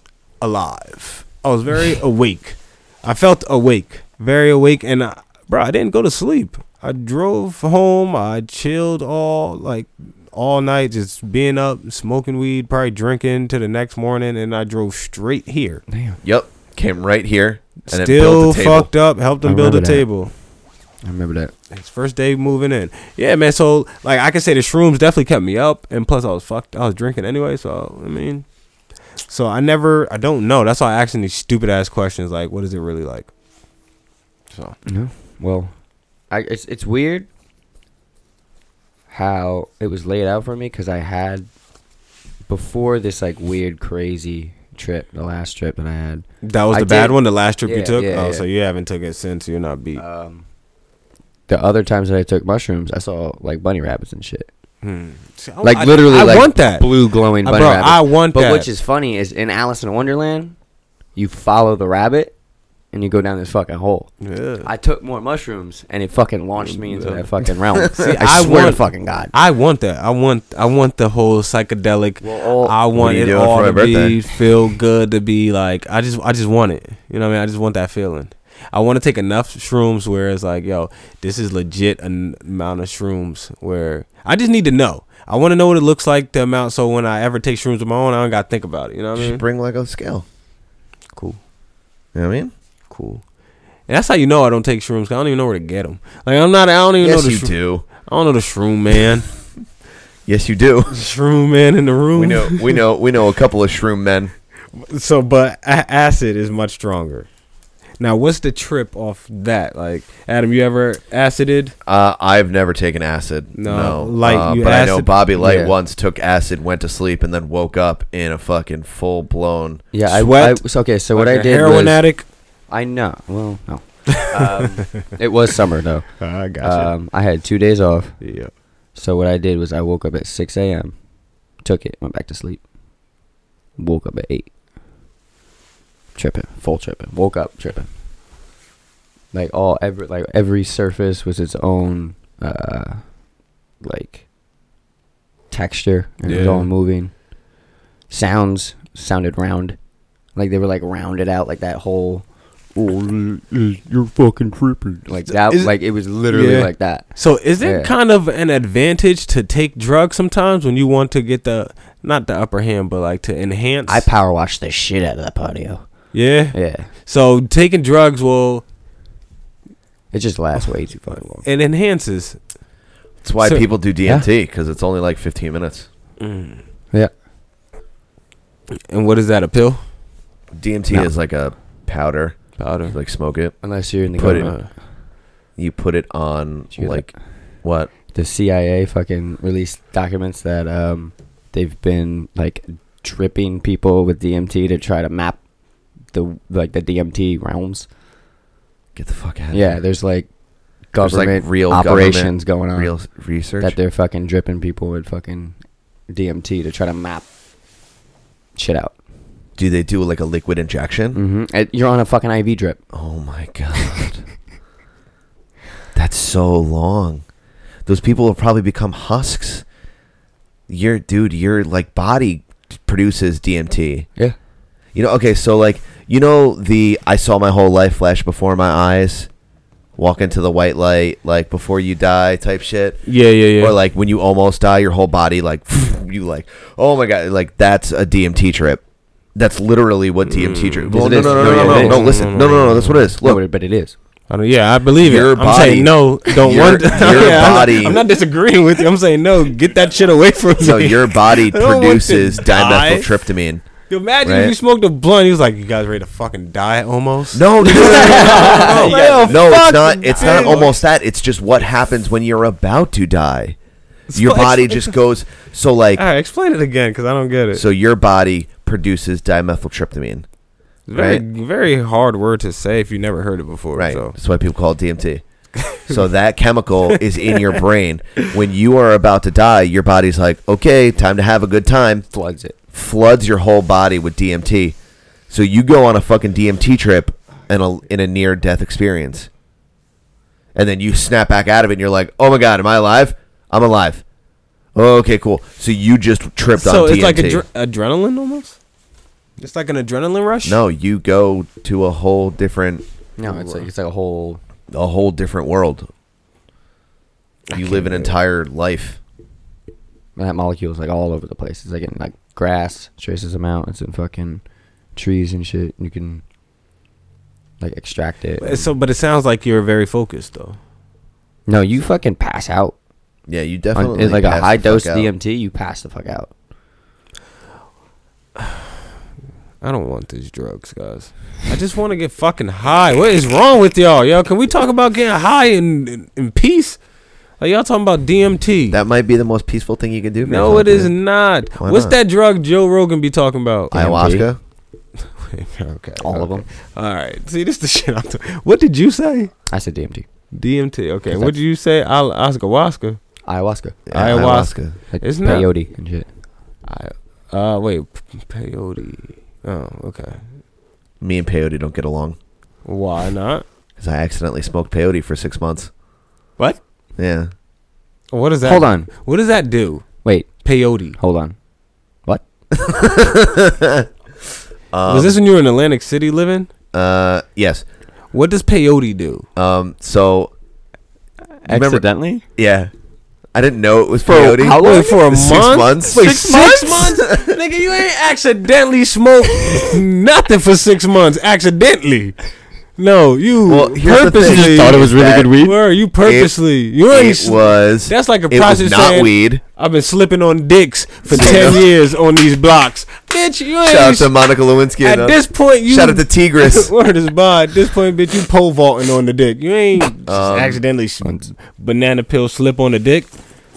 S9: alive. I was very awake. I felt awake, very awake, and I, bro, I didn't go to sleep. I drove home. I chilled all like all night, just being up, smoking weed, probably drinking to the next morning, and I drove straight here.
S12: Damn.
S7: Yep. Came right here. And
S9: Still
S7: it built a table.
S9: fucked up. Helped
S12: I
S9: him build a
S12: remember that.
S9: table.
S12: I remember that.
S9: His first day moving in. Yeah, man. So like I can say the shrooms definitely kept me up, and plus I was fucked. I was drinking anyway, so I mean, so I never. I don't know. That's why I asking these stupid ass questions. Like, what is it really like? So
S12: Yeah. Well, I it's it's weird how it was laid out for me because I had before this like weird crazy trip, the last trip that I had.
S9: that was
S12: I
S9: the bad
S12: did-
S9: one. The last trip
S12: Yeah,
S9: you took.
S12: yeah,
S9: oh,
S12: yeah.
S9: so you haven't took it since. You're not beat.
S12: Um, the other times that I took mushrooms, I saw like bunny rabbits and shit.
S9: Hmm. See, I-
S12: Like
S9: I-
S12: literally,
S9: I
S12: like
S9: want that.
S12: blue glowing
S9: Uh,
S12: bunny
S9: bro,
S12: rabbits.
S9: I want
S12: but
S9: that.
S12: which is funny is in Alice in Wonderland, you follow the rabbit, and you go down this fucking hole. I took more mushrooms and it fucking launched me into that fucking realm.
S9: See,
S12: I, swear
S9: want-
S12: to fucking God.
S9: I want that. I want. I want the whole psychedelic. I
S7: What
S9: want
S7: are you
S9: it
S7: doing
S9: all
S7: for
S9: to
S7: my birthday?
S9: be feel good. To be like, I just. I just want it. You know what I mean? I just want that feeling. I want to take enough shrooms where it's like, yo, this is legit an amount of shrooms. Where I just need to know. I want to know what it looks like the amount. So when I ever take shrooms of my own, I don't got to think about it. You know what I
S7: Just
S9: mean?
S7: bring like a scale.
S9: Cool.
S7: You know what I mean?
S9: Cool. And that's how you know I don't take shrooms. 'cause I don't even know where to get them. Like I'm not. I don't even
S7: Yes,
S9: know the
S7: you
S9: shroom-
S7: do.
S9: I don't know the shroom man.
S7: Yes, you do.
S9: Shroom man in the room.
S7: We know. We know. We know a couple of shroom men.
S9: So, but a- acid is much stronger. Now, what's the trip off that? Like, Adam, you ever acided?
S7: Uh, I've never taken acid. No,
S9: No, Light,
S7: Uh,
S9: you
S7: but I know
S9: acid-
S7: Bobby Light
S9: Yeah.
S7: once took acid, went to sleep, and then woke up in a fucking full blown.
S12: Yeah, I, I
S7: Sweat?
S12: so okay. So what
S7: Like
S12: I
S7: a
S12: did
S7: heroin
S12: was
S9: addict?
S12: I know. Well, no. Um, it was summer though.
S9: I gotcha.
S12: Um, I had two days off.
S9: Yeah.
S12: So what I did was I woke up at six a.m., took it, went back to sleep, woke up at eight, tripping, full tripping, woke up tripping. Like all every like every surface was its own uh like texture and it was
S9: Yeah.
S12: all moving. Sounds sounded round. Like they were like rounded out like that whole oh, you're fucking tripping. Like that
S9: Is-
S12: like it was literally
S9: Yeah.
S12: like that.
S9: So, is there
S12: Yeah.
S9: kind of an advantage to take drugs sometimes when you want to get the not the upper hand, but like to enhance?
S12: I power washed the shit out of that patio.
S9: yeah,
S12: Yeah.
S9: So taking drugs will
S12: It just lasts way too fucking long.
S9: it enhances.
S7: That's why
S9: So-
S7: people do DMT because it's only like 15 minutes.
S12: Yeah.
S9: And what is that? A pill?
S7: DMT
S12: No.
S7: is like a powder.
S9: Powder.
S7: You, like smoke it.
S12: Unless you're in the
S7: Put it.
S12: government.
S7: You put it on
S12: hear that?
S7: like what?
S12: The CIA fucking released documents that um they've been like dripping people with DMT to try to map the like the DMT realms.
S7: Get the fuck out.
S12: Yeah,
S7: of here.
S12: there's like
S7: There's, like,
S12: government real
S7: real
S12: operations
S7: government-
S12: going on.
S7: real s- research?
S12: that they're fucking dripping people with fucking DMT to try to map shit out.
S7: Do they do like a liquid injection?
S12: hmm You're on a fucking IV drip.
S7: Oh my god. That's so long. Those people will probably become husks. Your dude, your like body produces DMT.
S12: Yeah.
S7: You know, okay, so like you know the I saw my whole life flash before my eyes. Walk into the white light, like before you die, type shit.
S9: Yeah, yeah, yeah.
S7: Or like when you almost die, your whole body like you like, oh my god, like that's a DMT trip. That's literally what DMT trip. Well,
S12: Yes, it
S7: no, no, no,
S12: is. No,
S7: no, no,
S12: yeah, it
S7: no,
S12: is.
S7: no, Listen, no, no, no, no. That's what it is.
S12: No,
S7: Look,
S12: but it- but it is.
S9: I don't, yeah, I believe
S7: Your
S9: it. I'm saying
S7: body-
S9: no. Don't
S7: your-
S9: want that.
S7: your
S9: Yeah, I'm not-
S7: body-
S9: I'm not disagreeing with you. I'm saying no. Get that shit away from
S7: So
S9: me.
S7: your body
S9: I don't want to
S7: produces
S9: die.
S7: dimethyltryptamine.
S9: You imagine
S7: Right.
S9: if you smoked a blunt. He was like, "You guys ready to fucking die almost?"
S7: No, no, no, no, no, no,
S9: You guys-
S7: no, it's
S9: oh, fuck
S7: not. It's not
S9: dude.
S7: almost that. It's just what happens when you're about to die. Your
S9: Explain-
S7: body just goes. So like,
S9: All right, explain it again because I don't get it.
S7: so your body produces dimethyltryptamine.
S9: very,
S7: right.
S9: very hard word to say if you never heard it before.
S7: Right.
S9: So
S7: That's why people call it DMT. so that chemical is in your brain. When you are about to die, your body's like, okay, time to have a good time.
S12: Floods it.
S7: floods your whole body with DMT. So you go on a fucking DMT trip and a in a near death experience. And then you snap back out of it and you're like, "Oh my god, am I alive? I'm alive." Okay, cool. So you just tripped
S9: so
S7: on
S9: it's
S7: DMT.
S9: like adre- adrenaline almost. It's like an adrenaline rush.
S7: no, you go to a whole different
S12: No, it's like it's like a whole.
S7: a whole different world. You live an entire life.
S12: That molecule is like all over the place. It's like in like grass, traces them out. It's in fucking trees and shit. You can like extract it.
S9: But- So, but it sounds like you're very focused though.
S12: No, you fucking pass out.
S7: Yeah, you
S12: On-
S7: definitely
S12: it's like
S7: pass
S12: a
S7: the
S12: high
S7: fuck
S12: dose
S7: out.
S12: DMT, you pass the fuck out.
S9: I don't want these drugs, guys. I just want to get fucking high. What is wrong with y'all? Yo, can we talk about getting high in in, in peace? Like y'all talking about DMT?
S7: That might be the most peaceful thing you can do. for
S9: no,
S7: yourself,
S9: it is
S7: dude.
S9: not.
S7: Why
S9: What's
S7: not?
S9: that drug Joe Rogan be talking about?
S7: Ayahuasca.
S9: okay.
S12: All of them.
S9: All right. See, this is the shit I'm talking. What did you say?
S12: I said DMT.
S9: DMT. Okay.
S12: Is
S9: What
S12: that-
S9: did you say? Al- Ayahuasca.
S12: Ayahuasca.
S7: Yeah,
S9: Ayahuasca.
S12: Like
S9: Isn't that-
S12: peyote and shit.
S9: I- Uh, wait. p- Peyote. Oh, okay.
S7: Me and Peyote don't get along.
S9: Why not?
S7: Because I accidentally smoked peyote for six months.
S9: What?
S7: Yeah.
S9: What does that?
S12: Hold on.
S9: What does that do?
S12: Wait.
S9: Peyote.
S12: Hold on. What? Um,
S9: Was this when you were in Atlantic City living?
S7: Uh, yes.
S9: What does peyote do?
S7: Um, so remember-
S12: Accidentally?
S7: yeah, I didn't know it was
S9: For
S7: peyote.
S9: how long? For a
S7: Six
S9: month?
S7: months.
S9: Wait, Six six months? Nigga, you ain't accidentally smoked nothing for six months. Accidentally. No, you
S7: Well, here's the thing.
S9: purposely
S7: You thought it was really
S9: That-
S7: good weed?
S9: Were you purposely?
S7: It-
S9: you ain't
S7: it was-
S9: That's like a
S7: it was
S9: process
S7: not
S9: saying,
S7: weed.
S9: I've been slipping on dicks for
S7: Yeah.
S9: ten years on these blocks, bitch. You ain't.
S7: Shout out to Monica Lewinsky.
S9: At
S7: though.
S9: this point, you
S7: shout out to Tigris.
S9: Word is bond. At this point, bitch, you pole vaulting on the dick. You ain't
S7: Um,
S9: just accidentally s- banana pill slip on the dick.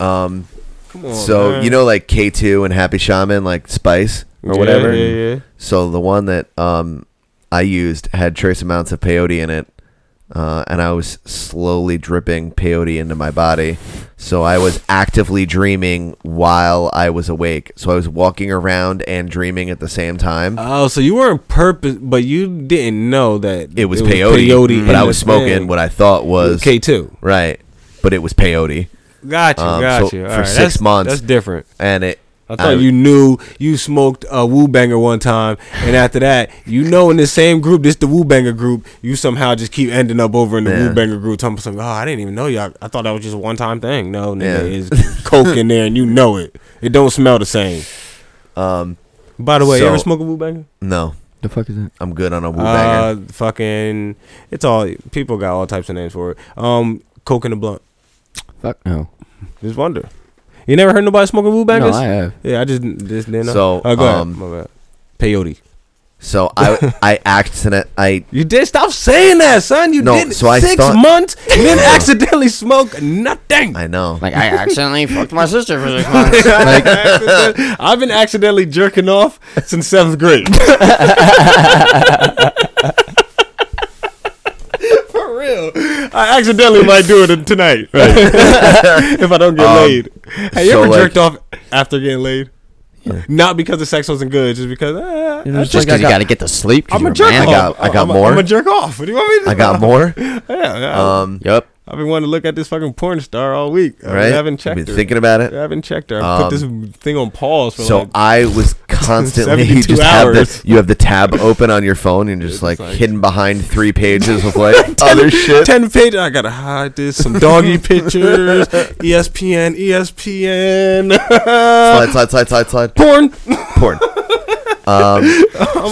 S7: Um,
S9: Come on,
S7: so
S9: man.
S7: you know, like K two and Happy Shaman, like Spice or
S9: Yeah,
S7: whatever.
S9: yeah, yeah.
S7: So the one that um I used had trace amounts of peyote in it, uh, and I was slowly dripping peyote into my body. So I was actively dreaming while I was awake. So I was walking around and dreaming at the same time.
S9: Oh, so you weren't purpose, but you didn't know that
S7: it was peyote, but
S9: in
S7: I
S9: the
S7: was smoking
S9: thing.
S7: what I thought was
S9: K2.
S7: right? But it was peyote.
S9: Got you,
S7: Um,
S9: got
S7: so
S9: you. All
S7: for
S9: right,
S7: six
S9: that's-
S7: months.
S9: That's different.
S7: And it,
S9: I thought you knew you smoked a Woo Banger one time, and after that, you know, in the same group, this the Woo Banger group, you somehow just keep ending up over in the
S7: Yeah.
S9: Woo Banger group. Talking about something, oh, I didn't even know y'all. I thought that was just a one time thing. No, nigga,
S7: Yeah.
S9: it's coke in there, and you know it. It don't smell the same.
S7: Um,
S9: By the way, you ever
S7: so-
S9: smoke a Woo Banger?
S7: No,
S12: The fuck is that?
S7: I'm good on a woo banger.
S9: Uh, fucking, it's all people got all types of names for it. Um, coke in the blunt.
S12: Fuck no.
S9: Just wonder. You never heard nobody smoking Woo Bangers?
S12: No, I have.
S9: Yeah, I just just didn't know.
S7: So,
S9: oh, go
S7: um,
S9: ahead. My bad. Peyote.
S7: so I I accident I
S9: You did stop saying that, son. You
S7: No,
S9: did
S7: so I
S9: six
S7: thought-
S9: months and then accidentally smoke nothing.
S7: I know.
S12: Like I accidentally fucked my sister for six months.
S9: I've been accidentally jerking off since seventh grade. For real, I accidentally might do it tonight if I don't get
S7: Um,
S9: laid. Have you
S7: so,
S9: ever
S7: like-
S9: jerked off after getting laid? Not because the sex wasn't good, just because uh,
S12: It's just because you gotta get to sleep. 'cause
S9: I'm
S12: you're
S9: a jerk
S12: man.
S9: off.
S7: I got- I got
S9: am
S7: more.
S9: A, I'm a jerk off. What do you want me to do?
S7: I got more.
S9: yeah, yeah.
S7: Um,
S12: Yep.
S9: I've been wanting to look at this fucking porn star all week. I
S7: Right?
S9: haven't
S7: I've
S9: checked
S7: been
S9: her.
S7: thinking about it.
S9: I haven't checked her. I put
S7: Um,
S9: this thing on pause for
S7: so
S9: like.
S7: I was constantly you
S9: 72
S7: just have the
S9: hours.
S7: you have the tab open on your phone and just like, hidden behind three pages of like other shit.
S9: Ten pages. I gotta hide this. Some doggy pictures. E ESPN. ESPN.
S7: Slide, slide, slide, slide, slide.
S9: Porn.
S7: Porn. Um,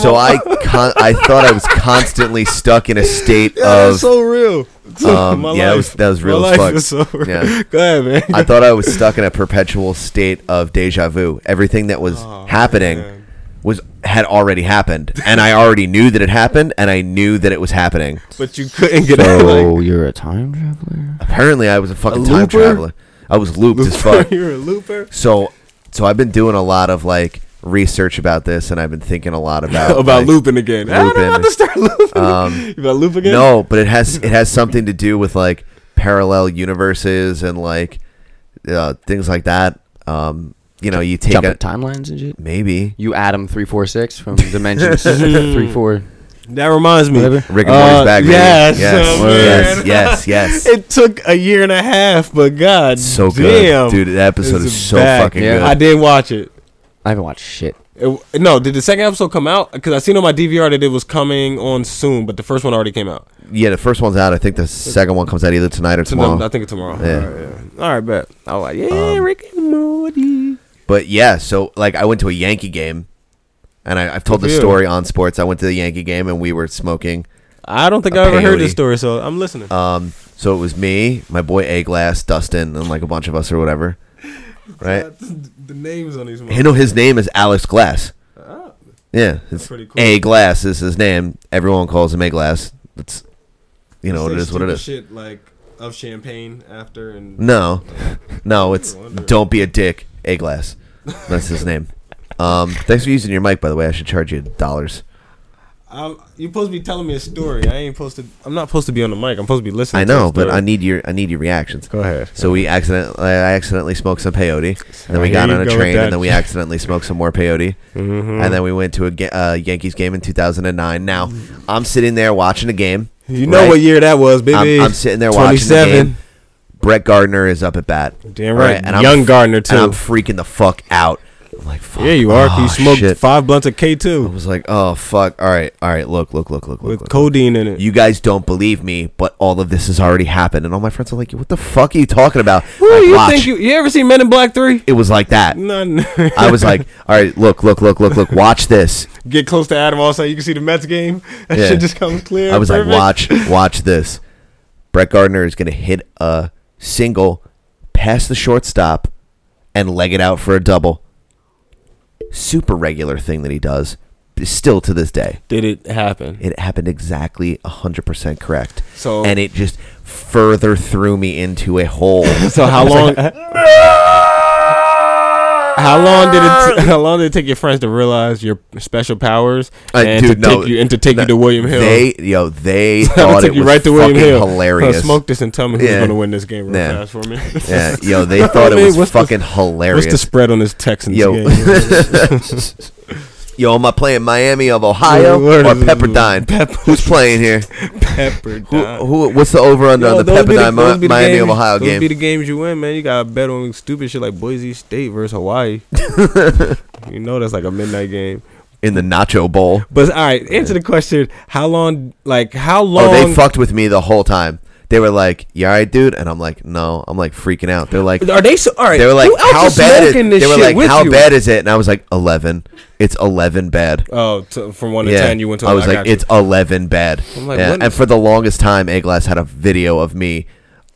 S7: so I con- I thought I was constantly stuck in a state of
S9: That's so real.
S7: Um, yeah, that was- that was real
S9: My
S7: as
S9: life
S7: fuck.
S9: is so real.
S7: Yeah.
S9: Go ahead, man.
S7: I thought I was stuck in a perpetual state of deja vu. Everything that was happening
S9: Oh, man.
S7: was had already happened, and I already knew that it happened, and I knew that it was happening.
S9: but you couldn't get out.
S12: So
S9: Like,
S12: Oh, you're a time traveler.
S7: Apparently, I was a fucking
S9: A
S7: time
S9: looper?
S7: traveler. I was looped as fuck.
S9: You're a looper.
S7: So, so I've been doing a lot of like research about this, and I've been thinking a lot about
S9: about
S7: like,
S9: looping again. I don't know
S7: looping.
S9: how to start looping.
S7: Um,
S9: you about loop again?
S7: No, but it has it has something to do with like parallel universes and like uh, things like that. Um, you know, you take
S12: Jump
S7: a
S12: at timelines and shit.
S7: maybe
S12: You Adam three four six from dimensions three four.
S9: That reminds me.
S12: Whatever.
S7: Rick and Morty's
S9: Uh,
S7: back. baby.
S9: Yes,
S7: yes,
S9: oh, man.
S7: yes, yes, yes.
S9: It took a year and a half, but God,
S7: So good,
S9: damn,
S7: dude. The episode
S9: It's
S7: is so
S9: back.
S7: fucking
S12: Yeah.
S7: good.
S9: I didn't watch it.
S12: I haven't watched shit.
S9: It- No, did the second episode come out? Because I seen on my DVR that it was coming on soon, but the first one already came out.
S7: yeah, the first one's out. I think the second one comes out either tonight or
S9: Tomorrow,
S7: tomorrow.
S9: I think it's tomorrow.
S7: Yeah. Um,
S9: All right, yeah. All right, bet. I was like, yeah, Rick and Morty.
S7: But yeah, so like I went to a Yankee game, and I, I've told
S9: Good
S7: the
S9: for you.
S7: story on sports. I went to the Yankee game, and we were smoking.
S9: I don't think
S7: A
S9: I ever heard
S7: peyote.
S9: this story, so I'm listening.
S7: Um, so it was me, my boy A Glass, Dustin, and like a bunch of us or whatever. Right?
S9: the names on these.
S7: You know his name is Alex Glass. Yeah, it's
S9: Oh. pretty cool.
S7: A Glass is his name. Everyone calls him A Glass. That's you know it is what it is.
S9: Shit like of champagne after and
S7: No, no, it's
S9: wondering.
S7: don't be a dick, a glass. That's his name. Um, thanks for using your mic, by the way. I should charge you dollars.
S9: I'm, you're supposed to be telling me a story. I ain't supposed to. I'm not supposed to be on the mic. I'm supposed to be listening.
S7: I
S9: to
S7: know,
S9: the
S7: but
S9: story.
S7: I need your I need your reactions. Go
S9: ahead.
S7: So we accidentally I accidentally smoked some peyote, and then we
S9: Here
S7: got
S9: you
S7: on a
S9: go with
S7: train,
S9: that.
S7: and then we accidentally smoked some more peyote,
S9: Mhm.
S7: and then we went to a ga- uh, Yankees game in 2009. Now I'm sitting there watching a game.
S9: You know what year that was,
S7: I'm-
S9: baby.
S7: I'm, sitting there watching the
S9: 27.
S7: game. Brett Gardner is up at bat.
S9: Damn
S7: All
S9: right. Young Gardner,
S7: and
S9: too.
S7: I'm freaking the fuck out. I'm like, fuck.
S9: Yeah, you are.
S7: oh,
S9: you smoked
S7: shit.
S9: five blunts of K two. I
S7: was like, oh fuck. All right, all right. Look, look, look, look, look.
S9: With codeine in it.
S7: You guys don't believe me, but all of this has already happened, and all my friends are like, "What the fuck are you talking about?"
S9: Who
S7: Like,
S9: you
S7: watch.
S9: think you? You ever seen Men in Black Three?
S7: It was like that.
S9: None.
S7: I was like, "All right, look, look, look, look, look. Watch this."
S9: get close to Adam. Also, you can see the Mets game. That
S7: Yeah.
S9: shit just comes clear.
S7: I was
S9: Perfect.
S7: like, "Watch, watch this." Brett Gardner is gonna hit a single, past the shortstop, and leg it out for a double. Super regular thing that he does, still to this day.
S9: Did it happen?
S7: It happened exactly 100% correct.
S9: So-
S7: and it just further threw me into a hole.
S9: So how
S7: I was
S9: long?
S7: like,
S9: How long did it? T- how long did it take your friends to realize your special powers
S7: Uh,
S9: and
S7: dude,
S9: to
S7: no,
S9: take you and to take
S7: no,
S9: you to William Hill?
S7: They, yo, they
S9: That'll
S7: thought
S9: take
S7: it
S9: you
S7: was
S9: right to William
S7: fucking
S9: Hill.
S7: hilarious.
S9: Now smoke this and tell me who's gonna win this game real
S7: Yeah.
S9: fast for me.
S7: yeah, yo, they thought
S9: I
S7: it
S9: mean,
S7: was
S9: what's the-
S7: fucking hilarious.
S9: What's the spread on this Texans game?
S7: yo, am I playing Miami of Ohio
S9: Word
S7: or
S9: is-
S7: Pepperdine? Who's playing here?
S9: Pepperdine.
S7: Who, who, what's the over under
S9: Yo,
S7: on the
S9: those be
S7: Pepperdine
S9: those be
S7: Mi- Miami
S9: games-
S7: of Ohio
S9: those
S7: game?
S9: be the games you win, man. You got to bet on stupid shit like Boise State versus Hawaii. you know that's like a midnight game.
S7: in the Nacho Bowl.
S9: But all right, answer the question: How long? Like how long?
S7: Oh, they fucked with me the whole time. They were like, "You all right, dude?" And I'm like, "No." I'm like freaking out. They're like,
S9: Are they so? All right,
S7: They were like,
S9: who else
S7: "How
S9: is
S7: bad is?"
S9: smoking this
S7: They were
S9: shit
S7: like,
S9: with
S7: "How
S9: you?
S7: bad is it?" And I was like, "11." It's 11 bad.
S9: Oh, to, from one to ten, you went to.
S7: I was
S9: I
S7: like,
S9: got you.
S7: it's eleven bad.
S9: I'm like,
S7: yeah.
S9: what-
S7: And for the longest time, A Glass had a video of me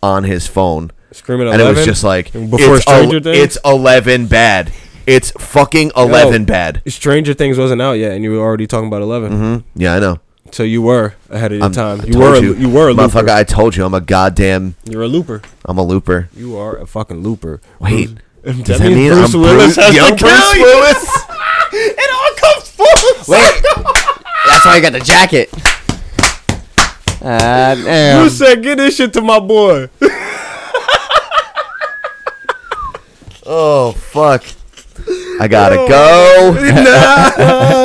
S7: on his phone
S9: Screaming
S7: and it was
S9: 11?
S7: just like
S9: Before
S7: it's,
S9: Stranger Things?
S7: it's eleven bad. It's fucking eleven
S9: Yo,
S7: bad.
S9: Stranger Things wasn't out yet, and you were already talking about 11
S7: Yeah, I know.
S9: So you were ahead of your
S7: I'm-
S9: time.
S7: Mm-hmm. Um, I
S9: You
S7: told
S9: were a, you. were a
S7: motherfucker.
S9: looper.
S7: I told you, I'm a goddamn.
S9: You're a looper.
S7: I'm a looper.
S9: You are a fucking looper.
S7: Wait,
S9: Bruce-
S7: does
S9: that,
S7: that
S9: means
S7: mean
S9: Bruce
S7: I'm
S9: Willis
S7: Bruce-
S9: has
S7: young
S9: to kill
S7: Bruce
S9: you.
S7: Willis?
S9: it all comes full.
S7: Wait, that's why I got the jacket.
S12: Uh,
S7: Ah, damn.
S9: Bruce said, "Get this shit to my boy."
S7: Oh fuck. I gotta go.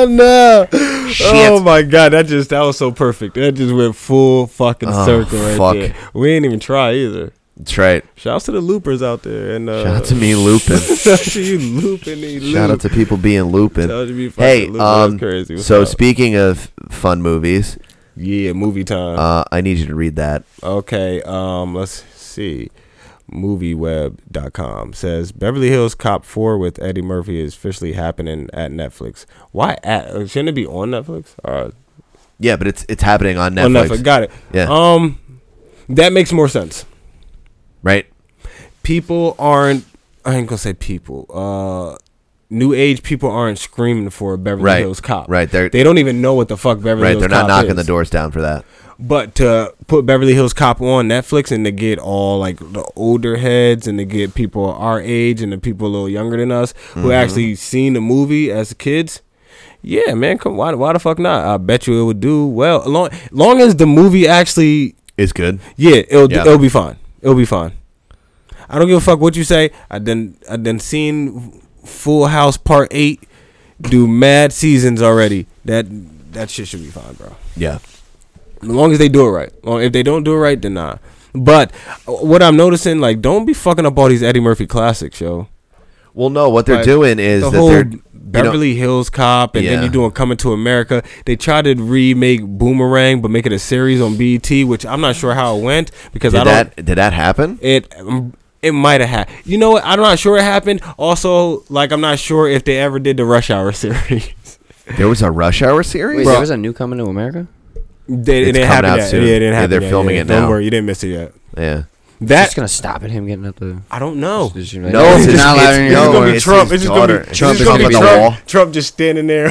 S9: no, no.
S7: Shit.
S9: Oh my god, that just that was so perfect. That just went full fucking
S7: Oh,
S9: circle right
S7: fuck.
S9: there. We ain't even try either.
S7: That's right.
S9: Shouts to the loopers out there and uh,
S7: Shout out to me looping.
S9: shout to you looping. you
S7: Shout out
S9: loop.
S7: to people being looping.
S9: Shout out to be fucking
S7: Hey,
S9: looping. That's
S7: um,
S9: crazy. What's
S7: so
S9: up?
S7: speaking of fun movies,
S9: yeah, movie time.
S7: uh, I need you to read that.
S9: Okay, um, let's see. MovieWeb.com says Beverly Hills Cop 4 with Eddie Murphy is officially happening at Netflix. Why at? uh, Shouldn't it be on Netflix? Or
S7: Yeah, but it's it's happening on Netflix.
S9: On Netflix. Got it.
S7: Yeah.
S9: Um, that makes more sense.
S7: right.
S9: People aren't. I ain't gonna say people. Uh, new age people aren't screaming for a Beverly
S7: Right.
S9: Hills Cop.
S7: Right, they're-
S9: They don't even know what the fuck Beverly
S7: right.
S9: Hills
S7: They're
S9: Cop
S7: not knocking
S9: is.
S7: the doors down for that.
S9: But to put Beverly Hills Cop on Netflix and to get all like the older heads and to get people our age and the people a little younger than us who
S7: Mhm.
S9: actually seen the movie as kids, yeah, man, come why why the fuck not? I bet you it would do well. Long long as the movie actually
S7: is good.
S9: Yeah, it'll
S7: Yeah.
S9: it'll be fine. It'll be fine. I don't give a fuck what you say. I done I done seen Full House Part Eight do mad seasons already. That that shit should be fine, bro.
S7: Yeah.
S9: As long as they do it right. Well, if they don't do it right, then nah. But uh, what I'm noticing, like, don't be fucking up all these Eddie Murphy classics, yo.
S7: Well, no, what they're
S9: Like,
S7: doing is that they're you know-
S9: Beverly Hills Cop, and then
S7: Yeah.
S9: you're doing Coming to America. They tried to remake Boomerang, but make it a series on BET, which I'm not sure how it went because I
S7: did
S9: don't.
S7: that did that happen?
S9: It um, it might have happened. You know what? I'm not sure it happened. Also, like I'm not sure if they ever did the Rush Hour series.
S7: There was a Rush Hour series.
S12: Wait,
S9: Bro.
S12: there was a new coming to America?
S9: They, it
S7: It's
S9: didn't
S7: coming
S9: happen
S7: out
S9: yet.
S7: soon.
S9: Yeah, it didn't
S7: Yeah,
S9: happen
S7: they're
S9: yet.
S7: filming
S9: Yeah,
S7: it
S9: Don't
S7: now.
S9: worry, you didn't miss it yet.
S7: Yeah.
S9: That
S12: That's gonna stop at him getting at the.
S9: I don't know.
S7: No, it's
S12: it's
S7: not
S12: not
S7: allowed
S12: allowed
S7: in
S9: It's
S7: your
S9: just
S7: No,
S9: gonna be
S7: it's
S9: Trump.
S7: his
S9: It's just gonna
S7: daughter.
S9: be
S7: It's
S9: Trump.
S7: just
S9: It's gonna
S7: Trump
S9: be
S7: on the
S9: Trump.
S7: wall.
S9: Trump just standing there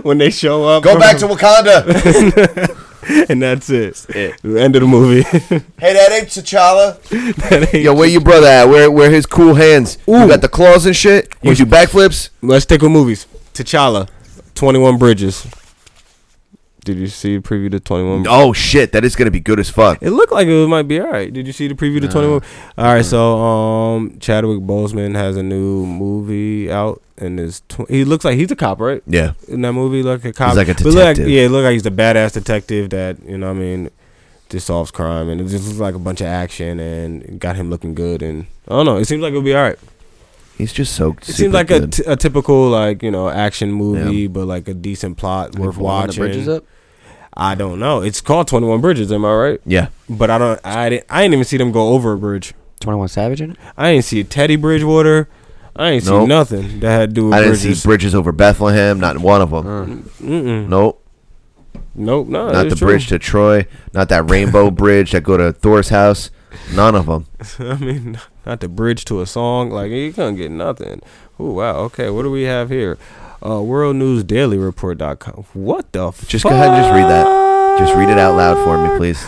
S9: when they show up.
S7: Go back to Wakanda.
S9: and that's it. The end of the movie.
S7: hey, that ain't T'Challa.
S9: That ain't
S7: Yo, where your brother at? Where where his cool hands? You got the claws and shit. You do backflips.
S9: Let's stick with movies. T'Challa, Twenty One Bridges. Did you see the preview to Twenty One?
S7: Oh shit, that is gonna be good as fuck.
S9: Mm. It looked like it might be all right. Did you see the preview to
S7: Nah.
S9: Twenty One? All right, so um, Chadwick Boseman has a new movie out, and is tw- he looks like he's a cop, right?
S7: Yeah.
S9: In that movie, like a cop.
S7: He's like a
S9: But look like-
S7: detective.
S9: yeah, it look like he's the badass detective that you know. what I mean, just solves crime, and it just looks like a bunch of action, and it got him looking good, and I don't know. It seems like it'll be all right.
S7: He's just so.
S9: It seems like a, t- a typical like you know action movie, but like a decent plot
S7: blown
S9: worth
S7: the
S9: watching.
S7: bridges up?
S9: I don't know. It's called Twenty One Bridges. Am I right?
S7: Yeah.
S9: But I don't. I didn't. I didn't even see them go over a bridge.
S12: Twenty One Savage in it.
S9: I didn't see Teddy Bridgewater. I ain't
S7: Nope.
S9: seen nothing that had to do with
S7: I didn't
S9: bridges. Mm.
S7: see bridges over Bethlehem. Not one of them.
S9: Mm-mm.
S7: Nope.
S9: Nope. No.
S7: not the
S9: it's true.
S7: bridge to Troy. Not that rainbow bridge that go to Thor's house. None of them.
S9: I mean, not the bridge to a song. Like you gonna get nothing. Oh wow. Okay. What do we have here? Uh, World News Daily Report.com. What the?
S7: Just go ahead and just read that. Just read it out loud for me, please.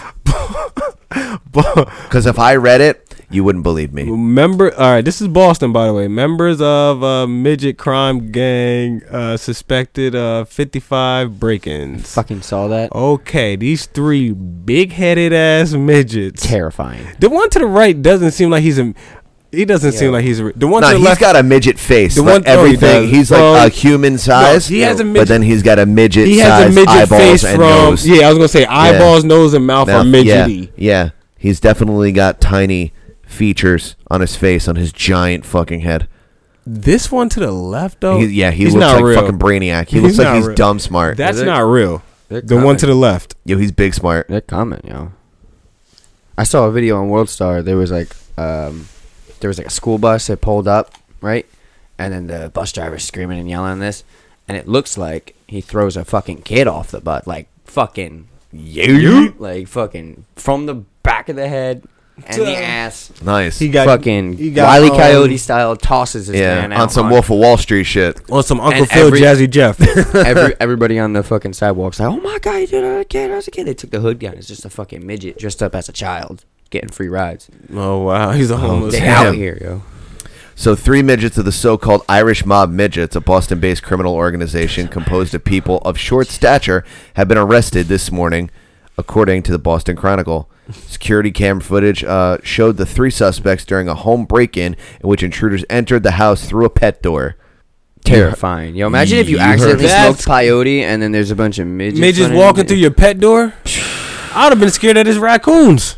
S7: Because if I read it, you wouldn't believe me.
S9: Member, all right. This is Boston, by the way. Members of uh, midget crime gang uh, suspected uh, 55 break-ins.
S12: Fucking saw that.
S9: Oh, Okay, these three big-headed ass midgets.
S12: Terrifying.
S9: The one to the right doesn't seem like he's a. He doesn't seem like he's a, the one
S7: Nah,
S9: to the
S7: he's
S9: left.
S7: got a midget face.
S9: The
S7: like
S9: one- oh, he
S7: everything.
S9: does.
S7: he's
S9: Well,
S7: like a human size.
S9: he has a
S7: But
S9: midget-
S7: then he's got a midget
S9: he
S7: size
S9: has a midget
S7: eyeballs
S9: face
S7: and
S9: from.
S7: nose.
S9: Yeah, I was gonna say eyeballs, nose, and mouth,
S7: yeah,
S9: are midgety.
S7: yeah. He's definitely got tiny features on his face on his giant fucking head.
S9: This one to the left though.
S7: He- yeah, he looks like fucking Brainiac. He looks like
S9: not
S7: he's dumb smart.
S9: That's
S7: Yeah, they-
S9: not real.
S12: they're
S9: The one
S12: coming.
S9: to the left.
S7: Yo, he's big smart.
S12: They're coming, yo. I saw a video on WorldStar. There was like, um, there was like a school bus that pulled up, right? And then the bus driver's screaming and yelling this, and it looks like he throws a fucking kid off the bus, like fucking
S7: Yeah.
S12: like fucking from the back of the head and the ass.
S7: Nice.
S9: He got
S12: fucking
S9: he got,
S12: Wiley
S9: um,
S12: Coyote style tosses his
S7: yeah,
S12: man out
S7: on some Wolf of Wall Street shit.
S9: on some Uncle
S12: and
S9: Phil,
S12: every-
S9: Jazzy Jeff.
S12: Every, everybody on the fucking sidewalks like, oh my god, you did it again, I was a kid. They took the hood down. It's just a fucking midget dressed up as a child getting free rides.
S9: oh wow, he's a homeless.
S12: They
S7: damn.
S12: out here, yo.
S7: So, three midgets of the so called Irish Mob Midgets, a Boston based criminal organization composed of people of short stature, have been arrested this morning, according to the Boston Chronicle. Security cam footage uh, showed the three suspects during a home break in in which intruders entered the house through a pet door.
S12: Terrifying. Yo, imagine if you,
S7: You heard
S12: accidentally
S9: that?
S12: smoked peyote and then there's a bunch of midgets.
S9: Midgets
S12: running
S9: walking
S12: in-
S9: through your pet door. I'd have been scared that it's raccoons.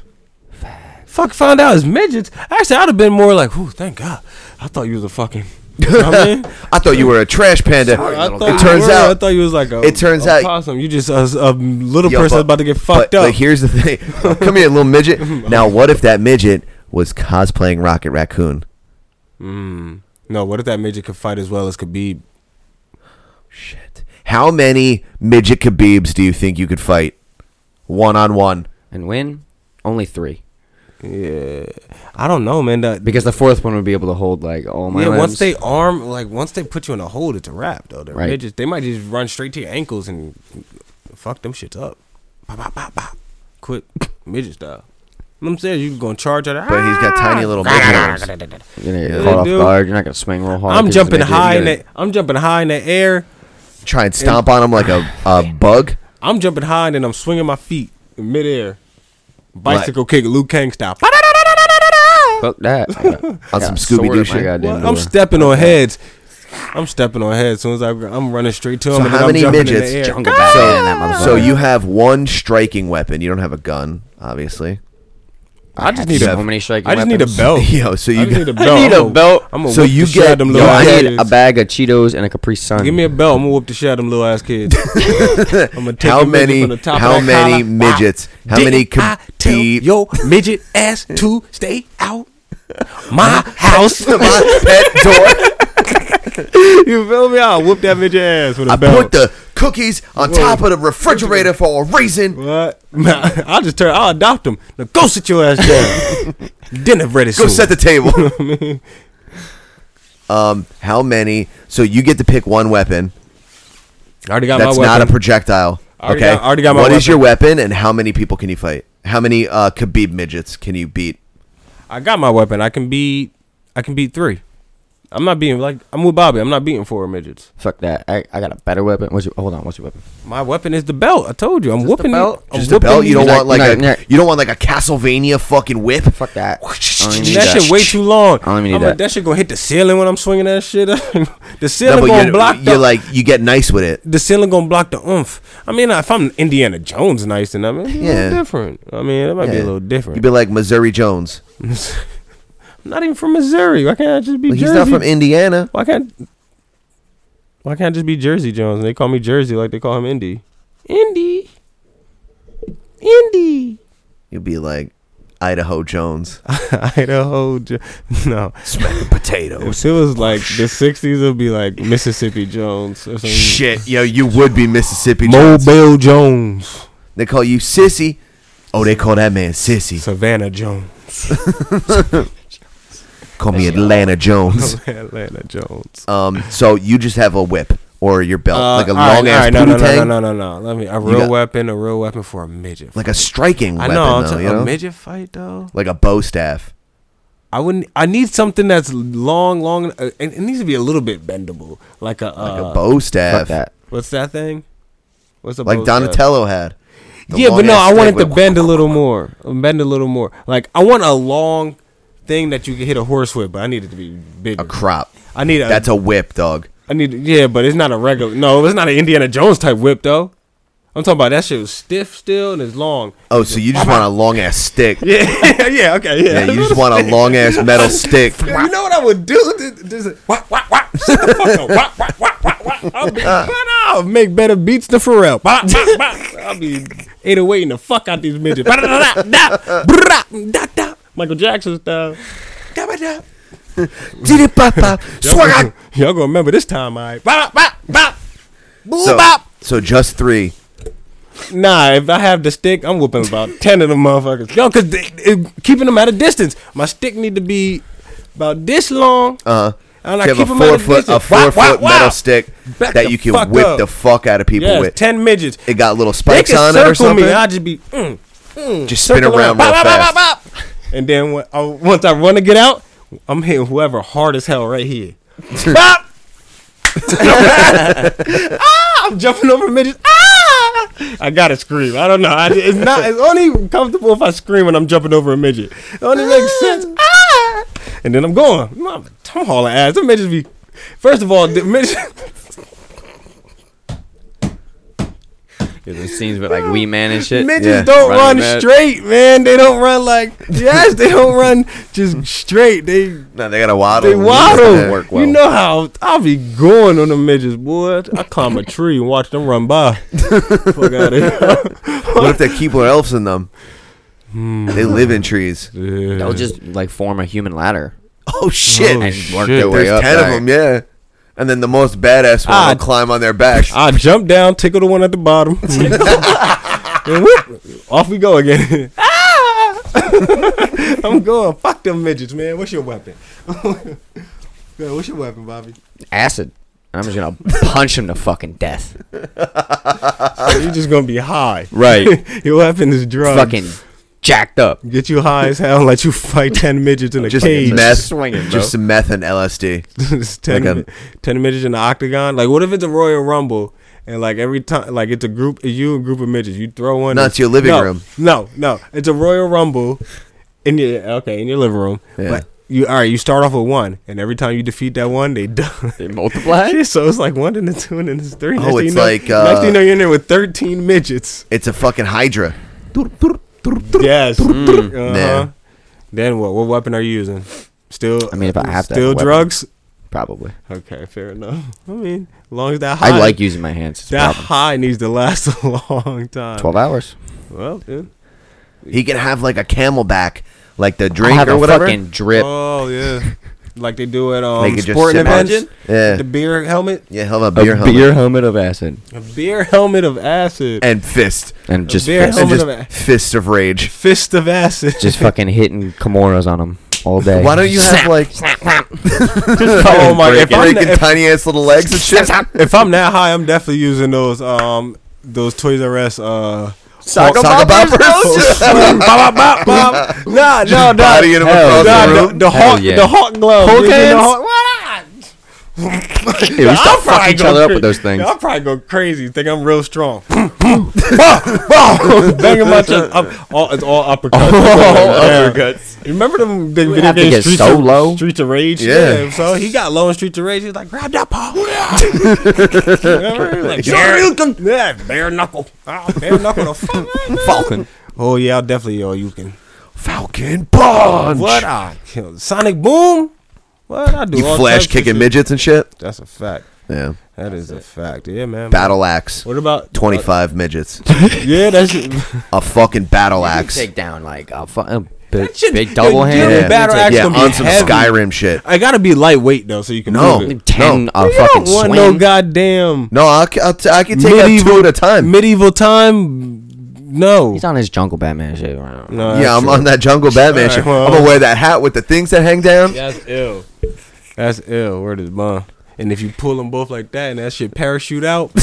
S9: Fuck, found out it's midgets. Actually, I'd have been more like, "Ooh, thank God." I thought you was a fucking. You know what I mean?
S7: I thought you were a trash panda.
S9: I thought
S7: it
S9: you
S7: turns
S9: were-
S7: out
S9: I thought you was like a.
S7: it turns
S9: a
S7: out-
S9: possum. You just a, a little
S7: Yo,
S9: person
S7: but-
S9: about to get fucked
S7: but,
S9: up.
S7: But here's the thing. Come here, little midget. Now, what if that midget was cosplaying Rocket Raccoon?
S9: No, what if that midget could fight as well as Khabib?
S7: How many midget Khabibs do you think you could fight one on one?
S12: and win. Only three,
S9: Yeah, I don't know, man. That,
S12: because the fourth one would be able to hold like all my.
S9: yeah, once
S12: limbs.
S9: they arm, like once they put you in a hold, it's a wrap though. They're
S12: Right.
S9: midgets. They might just run straight to your ankles and fuck them shits up. Bah, bah, bah, bah. Quick midget style. You know what I'm saying you gonna charge at
S7: But he's got tiny little midget arms.
S12: you're gonna get
S7: Yeah,
S12: caught
S9: they
S12: off
S9: do.
S12: guard. You're not gonna swing real hard.
S9: I'm
S12: 'cause it's a
S9: jumping
S12: midget.
S9: high in
S12: You're
S9: the I'm jumping high in the air.
S7: Try and stomp on him like a, a bug.
S9: I'm jumping high and then I'm swinging my feet in midair. Bicycle kick, Liu Kang style. Ba-da-da-da-da-da-da-da.
S12: gonna- Fuck that.
S7: On some Scooby-Doo shit.
S9: Well, I'm stepping on heads. I'm stepping on heads. As soon as I, I'm running straight to him.
S7: So
S9: and then
S7: how
S9: I'm
S7: many
S9: jumping in the
S7: midgets?
S9: air.
S12: Jungle back in that
S7: So,
S12: motherfucker.
S7: so you have one striking weapon. You don't have a gun, obviously.
S9: I just need
S12: so
S9: a.
S12: many striking
S9: I just need a
S12: weapons.
S9: belt.
S7: Yo, so you
S9: I just
S7: got-
S9: need a
S7: I
S9: belt.
S12: need a
S9: I'm gonna-
S12: belt.
S9: I'm gonna
S7: So
S9: whip
S7: you
S9: the shit out
S7: get-
S9: of them
S7: yo,
S9: little
S12: Yo, Oh, I
S9: ass
S12: need a
S9: kids.
S12: bag of Cheetos and a Capri Sun.
S9: Give me a belt. I'm gonna whoop the shit out of them little ass kids. I'm gonna take
S7: How
S9: a midget
S7: many?
S9: from the top of
S7: How
S9: that
S7: many
S9: collar.
S7: midgets? How
S9: Didn't
S7: many
S9: I tell
S7: Khabib?
S9: your midget ass to stay out my house?
S7: My pet door.
S9: you feel me? I'll whoop that midget ass with a
S7: I
S9: belt.
S7: put the cookies on top of the refrigerator for a reason.
S9: What? Nah, I'll just turn. I'll adopt him. Now go sit your ass down. Dinner ready
S7: Go
S9: soon.
S7: set the table. um, how many? So you get to pick one weapon.
S9: I already got
S7: That's
S9: my
S7: not
S9: weapon.
S7: a projectile.
S9: I already
S7: okay.
S9: got- I already got my
S7: What is
S9: weapon.
S7: your weapon, and how many people can you fight? How many uh, Khabib midgets can you beat?
S9: I got my weapon. I can beat. I can beat three. I'm not beating like I'm with Bobby. I'm not beating four midgets.
S12: Fuck that. I, I got a better weapon. What's your, hold on. What's your weapon?
S9: My weapon is the belt. I told you. I'm whooping
S7: belt?
S9: I'm
S7: Just a belt?
S9: whooping
S7: You don't
S9: these-
S7: want like a you don't want like a Castlevania fucking whip. Fuck
S12: that.
S9: that shit way too long.
S7: I don't even need
S9: I'm
S7: that.
S9: Like, that shit gonna hit the ceiling when I'm swinging that shit. up. the
S7: No,
S9: ceiling
S7: but
S9: gonna
S7: you're,
S9: block.
S7: you're
S9: the,
S7: like you get nice with it.
S9: the ceiling gonna block the oomph. I mean, if I'm Indiana Jones, nice and I mean,
S7: Yeah.
S9: yeah, different. I mean, it might be a
S7: Yeah.
S9: little different.
S7: You'd be like Missouri Jones.
S9: I'm not even from Missouri. Why can't I just be?
S7: Well, he's
S9: Jersey?
S7: not from Indiana.
S9: Why can't? Why can't I just be Jersey Jones? And they call me Jersey like they call him Indy. Indy. Indy.
S7: You'd be like Idaho Jones.
S9: Idaho. Jo- No.
S7: Smack potatoes.
S9: If it was like the '60s, it'd be like Mississippi Jones or something.
S7: Shit, yo, you would be Mississippi Jones.
S9: Mobile Jones.
S7: They call you sissy. Oh, they call that man sissy.
S9: Savannah Jones.
S7: Call me Atlanta Jones.
S9: Atlanta Jones.
S7: Um, so you just have a whip or your belt,
S9: Uh,
S7: like a
S9: all
S7: long
S9: right, all
S7: ass
S9: right, no, no, no,
S7: poontang?
S9: no, no, no, no. Let me a
S7: You
S9: real
S7: got-
S9: weapon, a real weapon for a midget.
S7: like a striking
S9: I
S7: weapon,
S9: know, I'm
S7: though,
S9: saying
S7: you
S9: a
S7: know?
S9: midget fight though.
S7: like a bow staff.
S9: I wouldn't. I need something that's long, long. Uh, it, it needs to be a little bit bendable, like a uh,
S7: Like a bow staff,
S12: Fuck that.
S9: What's that thing? What's a
S7: like
S9: bow staff?
S7: Donatello had. The
S9: yeah, but
S7: long
S9: no,
S7: ass
S9: I want
S7: stick
S9: it to
S7: with-
S9: bend a little more. Bend a little more. Like I want a long thing that you can hit a horse with, but I need it to be bigger.
S7: a crop.
S9: I need a.
S7: That's a whip, dog.
S9: I need. Yeah, but it's not a regular. No, it's not an Indiana Jones type whip though. I'm talking about that shit was stiff still and it's long.
S7: Oh, so you just want a long ass stick?
S9: Yeah, yeah, okay, yeah.
S7: Yeah, you just want a long ass metal stick.
S9: Yo, you know what I would do? Just- just- Wah, wah, wah. Shut the fuck up. Wah, wah, wah, wah, wah. I'll be-
S7: Uh.
S9: I'll make better beats than Pharrell. Bah, bah, bah. I'll be 808 and the fuck out these midgets. Bah, da, da, da, da, brah, da, da. Michael Jackson style. Da, ba, da.
S7: Did it pop pop?
S9: Y'all
S7: Swag.
S9: gonna- Y'all gonna remember this time, I. Bah, bah, bah. Boo,
S7: So,
S9: bop.
S7: so just three.
S9: Nah, if I have the stick, I'm whooping about ten of them motherfuckers. Yo, cause they, it- keeping them at a distance. My stick need to be about this long.
S7: Uh huh.
S9: And
S7: You
S9: I
S7: have
S9: keep
S7: a
S9: 'em at
S7: four foot,
S9: distance.
S7: a four
S9: Wah, wah,
S7: foot
S9: wah.
S7: metal stick
S9: Back
S7: that
S9: the
S7: you can
S9: fuck
S7: whip
S9: up.
S7: the fuck out of people
S9: Yes,
S7: with.
S9: ten midgets.
S7: It got little
S9: They
S7: spikes
S9: can
S7: on it or
S9: circle
S7: something.
S9: me. I just be mm, mm,
S7: Just spin
S9: circle
S7: around real
S9: bop, bop,
S7: fast.
S9: bop, bop, bop. And then when, I, once I want to get out, I'm hitting whoever hard as hell right here. Bop. ah, I'm jumping over midgets. Ah! I gotta scream. I don't know. I, it's not. It's only comfortable if I scream when I'm jumping over a midget. It only makes sense. Ah! And then I'm going. I'm, I'm hauling ass. The midgets be. First of all, the midgets.
S12: Yeah, those scenes with like Wee Man and shit.
S9: Midgets
S7: Yeah.
S9: don't
S12: Running
S9: run
S12: back.
S9: straight, man. They don't run like yes, they don't run just straight. They
S7: No, they gotta waddle.
S9: they waddle.
S7: Work
S9: You know how I'll be going on them midgets, boy. I climb a tree and watch them run by. Fuck out
S7: What if they're Keebler elves in them?
S9: Hmm.
S7: They live in trees.
S12: They'll just like form a human ladder.
S7: Oh shit!
S12: And work
S9: shit.
S12: their way
S7: There's
S12: up.
S7: ten of
S12: like-
S7: them, yeah. And then the most badass one
S9: Ah.
S7: will climb on their back.
S9: I jump down, tickle the one at the bottom, and whoop, off we go again. Ah! I'm going. Fuck them midgets, man. What's your weapon? Yo, What's your weapon, Bobby?
S12: Acid. And I'm just gonna punch him to fucking death.
S9: You're just gonna be high.
S12: Right.
S9: Your weapon is drugs.
S12: fucking jacked up.
S9: Get you high as hell, let you fight ten midgets in a
S7: Just
S9: cage.
S7: meth,
S12: swinging, bro.
S7: just some meth and LSD.
S9: It's ten,
S7: like a-
S9: mi- 10 midgets in the octagon. Like, what if it's a Royal Rumble and like every time, like it's a group, it's you and a group of midgets. You throw one.
S7: No,
S9: in-
S7: it's your living
S9: No,
S7: room.
S9: No, no, it's a Royal Rumble in your okay in your living room.
S7: Yeah.
S9: But you all right? You start off with one, and every time you defeat that one, they die.
S12: They multiply.
S9: so it's like one and a two and then it's three.
S7: Oh,
S9: thing you
S7: it's
S9: know-
S7: like,
S9: next thing
S7: uh,
S9: you know, you're in there with thirteen midgets.
S7: It's a fucking hydra.
S9: Yes.
S7: Mm, Yeah.
S9: Uh-huh. Then what? What weapon are you using? Still.
S12: I mean, if I have to have a
S9: still
S12: weapon.
S9: drugs.
S12: Probably.
S9: Okay, fair enough. I mean, as long as that high,
S12: I like using my hands. It's a
S9: that
S12: problem.
S9: high needs to last a long time.
S12: Twelve hours.
S9: Well, dude.
S7: He can have like a camelback, like the
S12: I
S7: drink
S12: have
S7: or
S12: a
S7: whatever.
S12: fucking drip.
S9: Oh yeah, like they do at
S7: They
S9: um
S7: could just
S9: sporting
S7: sit back.
S9: events.
S7: Yeah.
S9: The beer helmet,
S7: yeah, he'll have a
S12: a
S7: beer helmet
S12: beer helmet of acid
S9: a beer helmet of acid,
S7: and fist
S12: and just
S9: beer
S12: fist-
S7: and
S9: helmet
S7: just
S9: of a-
S7: fist of rage.
S9: fist of acid.
S12: just fucking hitting Kimuras on them all day.
S7: Why don't you have like
S9: oh my! If
S7: breaking,
S9: I'm,
S7: breaking
S9: if,
S7: tiny ass little legs and shit?
S9: if I'm that high, I'm definitely using those um those Toys R Us uh.
S7: Sock boppers?
S9: bop, bop, bop, bop. Nah, no, no,
S7: bodying 'em
S9: Hell
S7: across the
S9: nah,
S7: room?
S9: the, the
S12: Hell
S9: hawk,
S12: yeah.
S9: the hawk gloves.
S12: Hulk
S9: Using the
S12: hands?
S9: hawk- What?
S12: we used to
S9: I'll
S12: fuck
S9: probably
S12: each
S9: go
S12: other up
S9: cra-
S12: with those things.
S9: I'll probably go crazy. Think I'm real strong. Banging my chest. I'm, all, it's all uppercuts.
S12: All
S9: Yeah.
S12: uppercuts.
S9: You remember them, them
S12: We
S9: video
S12: have to
S9: games?
S12: get
S9: Streets,
S12: so
S9: of,
S12: low.
S9: Streets of Rage.
S12: Yeah.
S9: So he got low in Streets of Rage. He was like, grab that paw. Remember? Like,
S12: Yeah.
S9: "Sure, you can- Yeah, bare knuckle. Ah, bare knuckle. the fuck, man.
S12: Falcon.
S9: Oh yeah, I'll definitely. Oh, you can.
S7: Falcon punch.
S9: What I kill Sonic Boom. What I do?
S7: You
S9: all
S7: flash
S9: types of
S7: kicking
S9: shit.
S7: midgets and shit.
S9: That's a fact.
S7: Yeah.
S9: That is a fact. Yeah, man.
S7: Battle axe.
S9: What about
S7: twenty five midgets?
S9: yeah, that's
S7: a fucking battle axe.
S12: Take down like a fucking big,
S9: shit-
S12: big double
S9: the
S12: hand.
S9: German battle axe
S7: yeah,
S9: gonna be
S7: on some
S9: heavy.
S7: Skyrim shit.
S9: I gotta be lightweight though, so you can
S7: No,
S9: move it.
S12: Ten
S7: No.
S12: a
S9: You
S12: fucking
S9: don't want
S12: swing.
S9: no goddamn
S7: No, I, c- I, t- I can take out two at a time.
S9: medieval time. No,
S12: He's on his jungle Batman shit. Around.
S9: no
S7: yeah, I'm on that jungle Batman
S9: Alright,
S7: shit.
S9: well-
S7: I'm gonna wear that hat with the things that hang down.
S9: That's ill. That's ill. Word is bond. And if you pull them both like that, and that shit parachute out,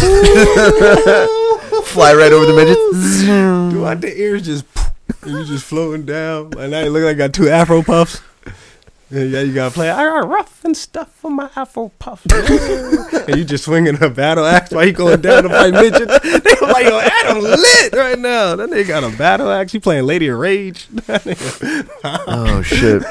S7: Fly right over the midgets. Mm.
S9: dude, I- the ears just you just floating down. And now you look like I got two afro puffs. Yeah, yeah, you gotta play. I got rough and stuff for my afro puffs. and you just swinging a battle axe while you going down to fight midgets. They like, yo, Adam lit right now. That nigga got a battle axe. You playing Lady of Rage.
S7: Oh shit.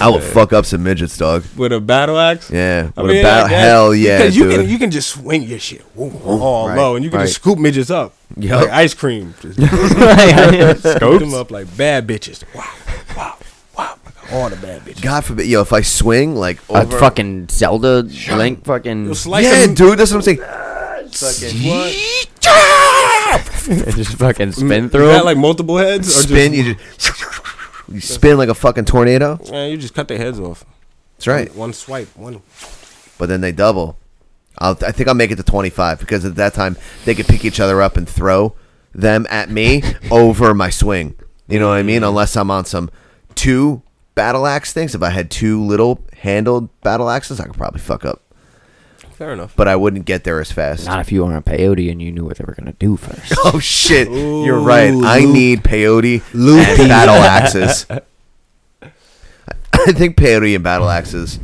S7: I would fuck up some midgets, dog.
S9: With a battle axe?
S7: Yeah.
S9: I
S7: What
S9: mean,
S7: about
S9: I guess-
S7: hell yeah,
S9: Because you
S7: dude.
S9: can you can just swing your shit woo, all
S7: Right,
S9: low, and you can just
S7: right.
S9: scoop midgets up
S7: Yup.
S9: like ice cream. Just scoop them up like bad bitches. Wow, wow, wow! All the bad bitches.
S7: God forbid, yo, if I swing like
S12: A
S7: over,
S12: fucking Zelda Link fucking.
S9: You'll slice
S7: yeah,
S9: them.
S7: dude, that's what I'm saying.
S12: just fucking spin
S9: You
S12: through
S9: got
S12: him.
S9: like multiple heads, or
S7: Spin,
S9: Just,
S7: you just you spin like a fucking tornado.
S9: man, you just cut their heads off.
S7: That's right.
S9: One swipe. One.
S7: But then they double. I'll, I think I'll make it to 25 because at that time they could pick each other up and throw them at me over my swing. You know what I mean?
S9: Mm-hmm.
S7: Unless I'm on some two battle axe things. If I had two little handled battle axes, I could probably fuck up.
S9: Fair enough.
S7: But I wouldn't get there as fast.
S12: Not if you were a peyote and you knew what they were gonna do first.
S7: Oh shit! You're right.
S9: Ooh,
S7: I
S9: Luke.
S7: need peyote and battle axes. I think peyote and battle axes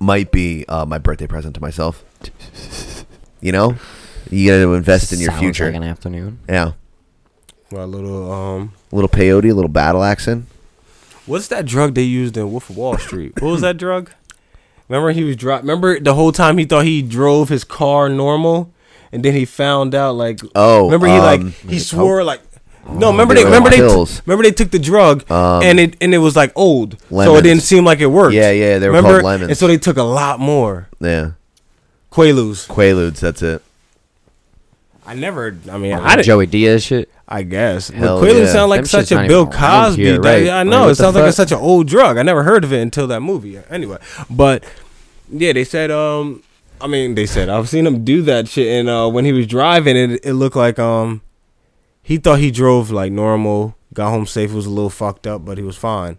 S7: might be uh, my birthday present to myself. You know, you got to invest in your
S12: Sounds
S7: future.
S12: Like an afternoon.
S7: yeah,
S9: Well, a little um.
S7: a little peyote, a little battle axing.
S9: What's that drug they used in Wolf of Wall Street? What was that drug? Remember he was drop. Remember the whole time he thought he drove his car normal, and then he found out like
S7: Oh,
S9: remember he like
S7: um,
S9: he swore like no remember
S7: they
S9: they
S7: were
S9: remember they
S7: pills.
S9: t- remember they took the drug
S7: Um,
S9: and it and it was like old so
S7: lemons.
S9: it didn't seem like it worked
S7: Yeah, yeah, they were
S9: remember
S7: called lemons.
S9: and so they took a lot more
S7: Yeah,
S9: Quaaludes.
S7: quaaludes. That's it.
S9: I never I mean I
S12: Like
S9: didn't
S12: Joey Diaz shit.
S9: I guess but
S7: Hell
S9: Quaaludes
S7: yeah.
S9: sound like
S12: Them
S9: such
S12: shit's
S9: a
S12: not
S9: Bill
S12: even around
S9: Cosby
S12: here,
S9: that-
S12: right?
S9: I
S12: Like,
S9: know
S12: what
S9: it
S12: the
S9: sounds like it's
S12: fuck?
S9: such an old drug I never heard of it until that movie anyway but yeah they said um I mean they said I've seen him do that shit and uh when he was driving it it looked like um he thought he drove like normal, got home safe, was a little fucked up, but he was fine.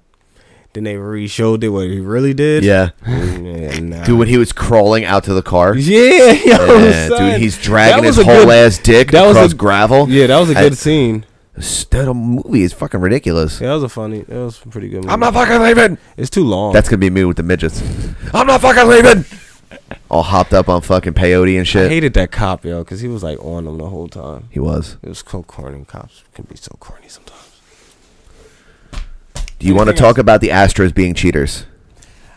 S9: Then they re-showed it what he really did.
S7: Yeah,
S9: Yeah, nah.
S7: dude, when he was crawling out to the car.
S9: Yeah, yo,
S7: Yeah,
S9: son.
S7: dude, he's
S9: That
S7: dragging
S9: was
S7: his
S9: a
S7: whole
S9: good-
S7: ass dick
S9: that was
S7: across
S9: a-
S7: gravel.
S9: Yeah, that was a
S7: I-
S9: good scene.
S7: That movie is fucking ridiculous.
S9: Yeah, that was a funny. That was a pretty good. Movie.
S7: I'm not fucking leaving.
S9: It's too long.
S7: That's gonna be me with the midgets. I'm not fucking leaving. All hopped up on fucking peyote and
S9: I
S7: shit.
S9: hated that cop, yo, because he was like on them the whole time.
S7: He was.
S9: It was so corny. Cops can be so corny sometimes.
S7: Do you want to talk about the Astros being cheaters?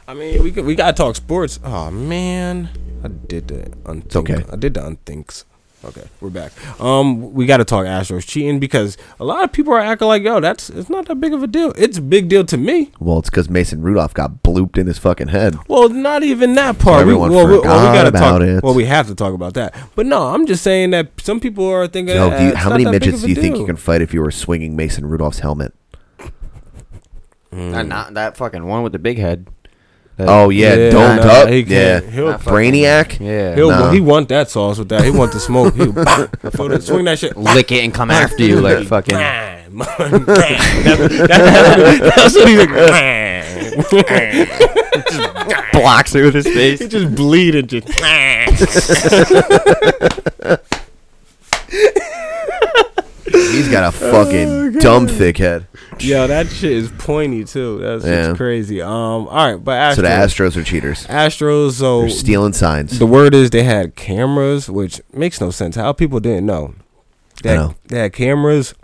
S9: I mean, we could, we gotta talk sports. Oh man, I did the unthink.
S7: okay.
S9: I did the unthinks. Okay, we're back. Um, we gotta talk Astros cheating because a lot of people are acting like, yo, that's it's not that big of a deal. It's a big deal to me.
S7: Well, it's because Mason Rudolph got blooped in his fucking head.
S9: Well, not even that part.
S7: Everyone
S9: well,
S7: forgot
S9: talk.
S7: about it.
S9: Well, we have to talk about that. But no, I'm just saying that some people are thinking.
S7: Yo, do you,
S9: "Ah,
S7: how
S9: it's
S7: many
S9: not that big
S7: midgets do
S9: of a
S7: you think you
S9: deal."
S7: can fight if you were swinging Mason Rudolph's helmet?
S12: Not, not that fucking one with the big head. That-
S7: Mm. Oh yeah,
S9: yeah,
S7: domed
S9: nah,
S7: up.
S9: he
S7: Yeah,
S9: can't- he'll- Not
S7: brainiac.
S12: Yeah.
S9: He'll,
S7: Nah.
S9: He want that sauce with that. He want the smoke. He'll throw that- swing that shit.
S12: Lick it and come after you like fucking.
S9: Man, man, that's, that's, that's what he's like. Man.
S12: blocks it with his face.
S9: He just bleeding, just.
S7: He's got a fucking
S9: Oh,
S7: dumb thick head.
S9: Yo, that shit is pointy too. That's
S7: Yeah.
S9: shit's crazy. Um, all right, but Astros,
S7: So the Astros are cheaters.
S9: Astros, so
S7: They're stealing signs.
S9: Oh, The word is they had cameras, which makes no sense. How people didn't know? They
S7: I
S9: had,
S7: know.
S9: They had cameras.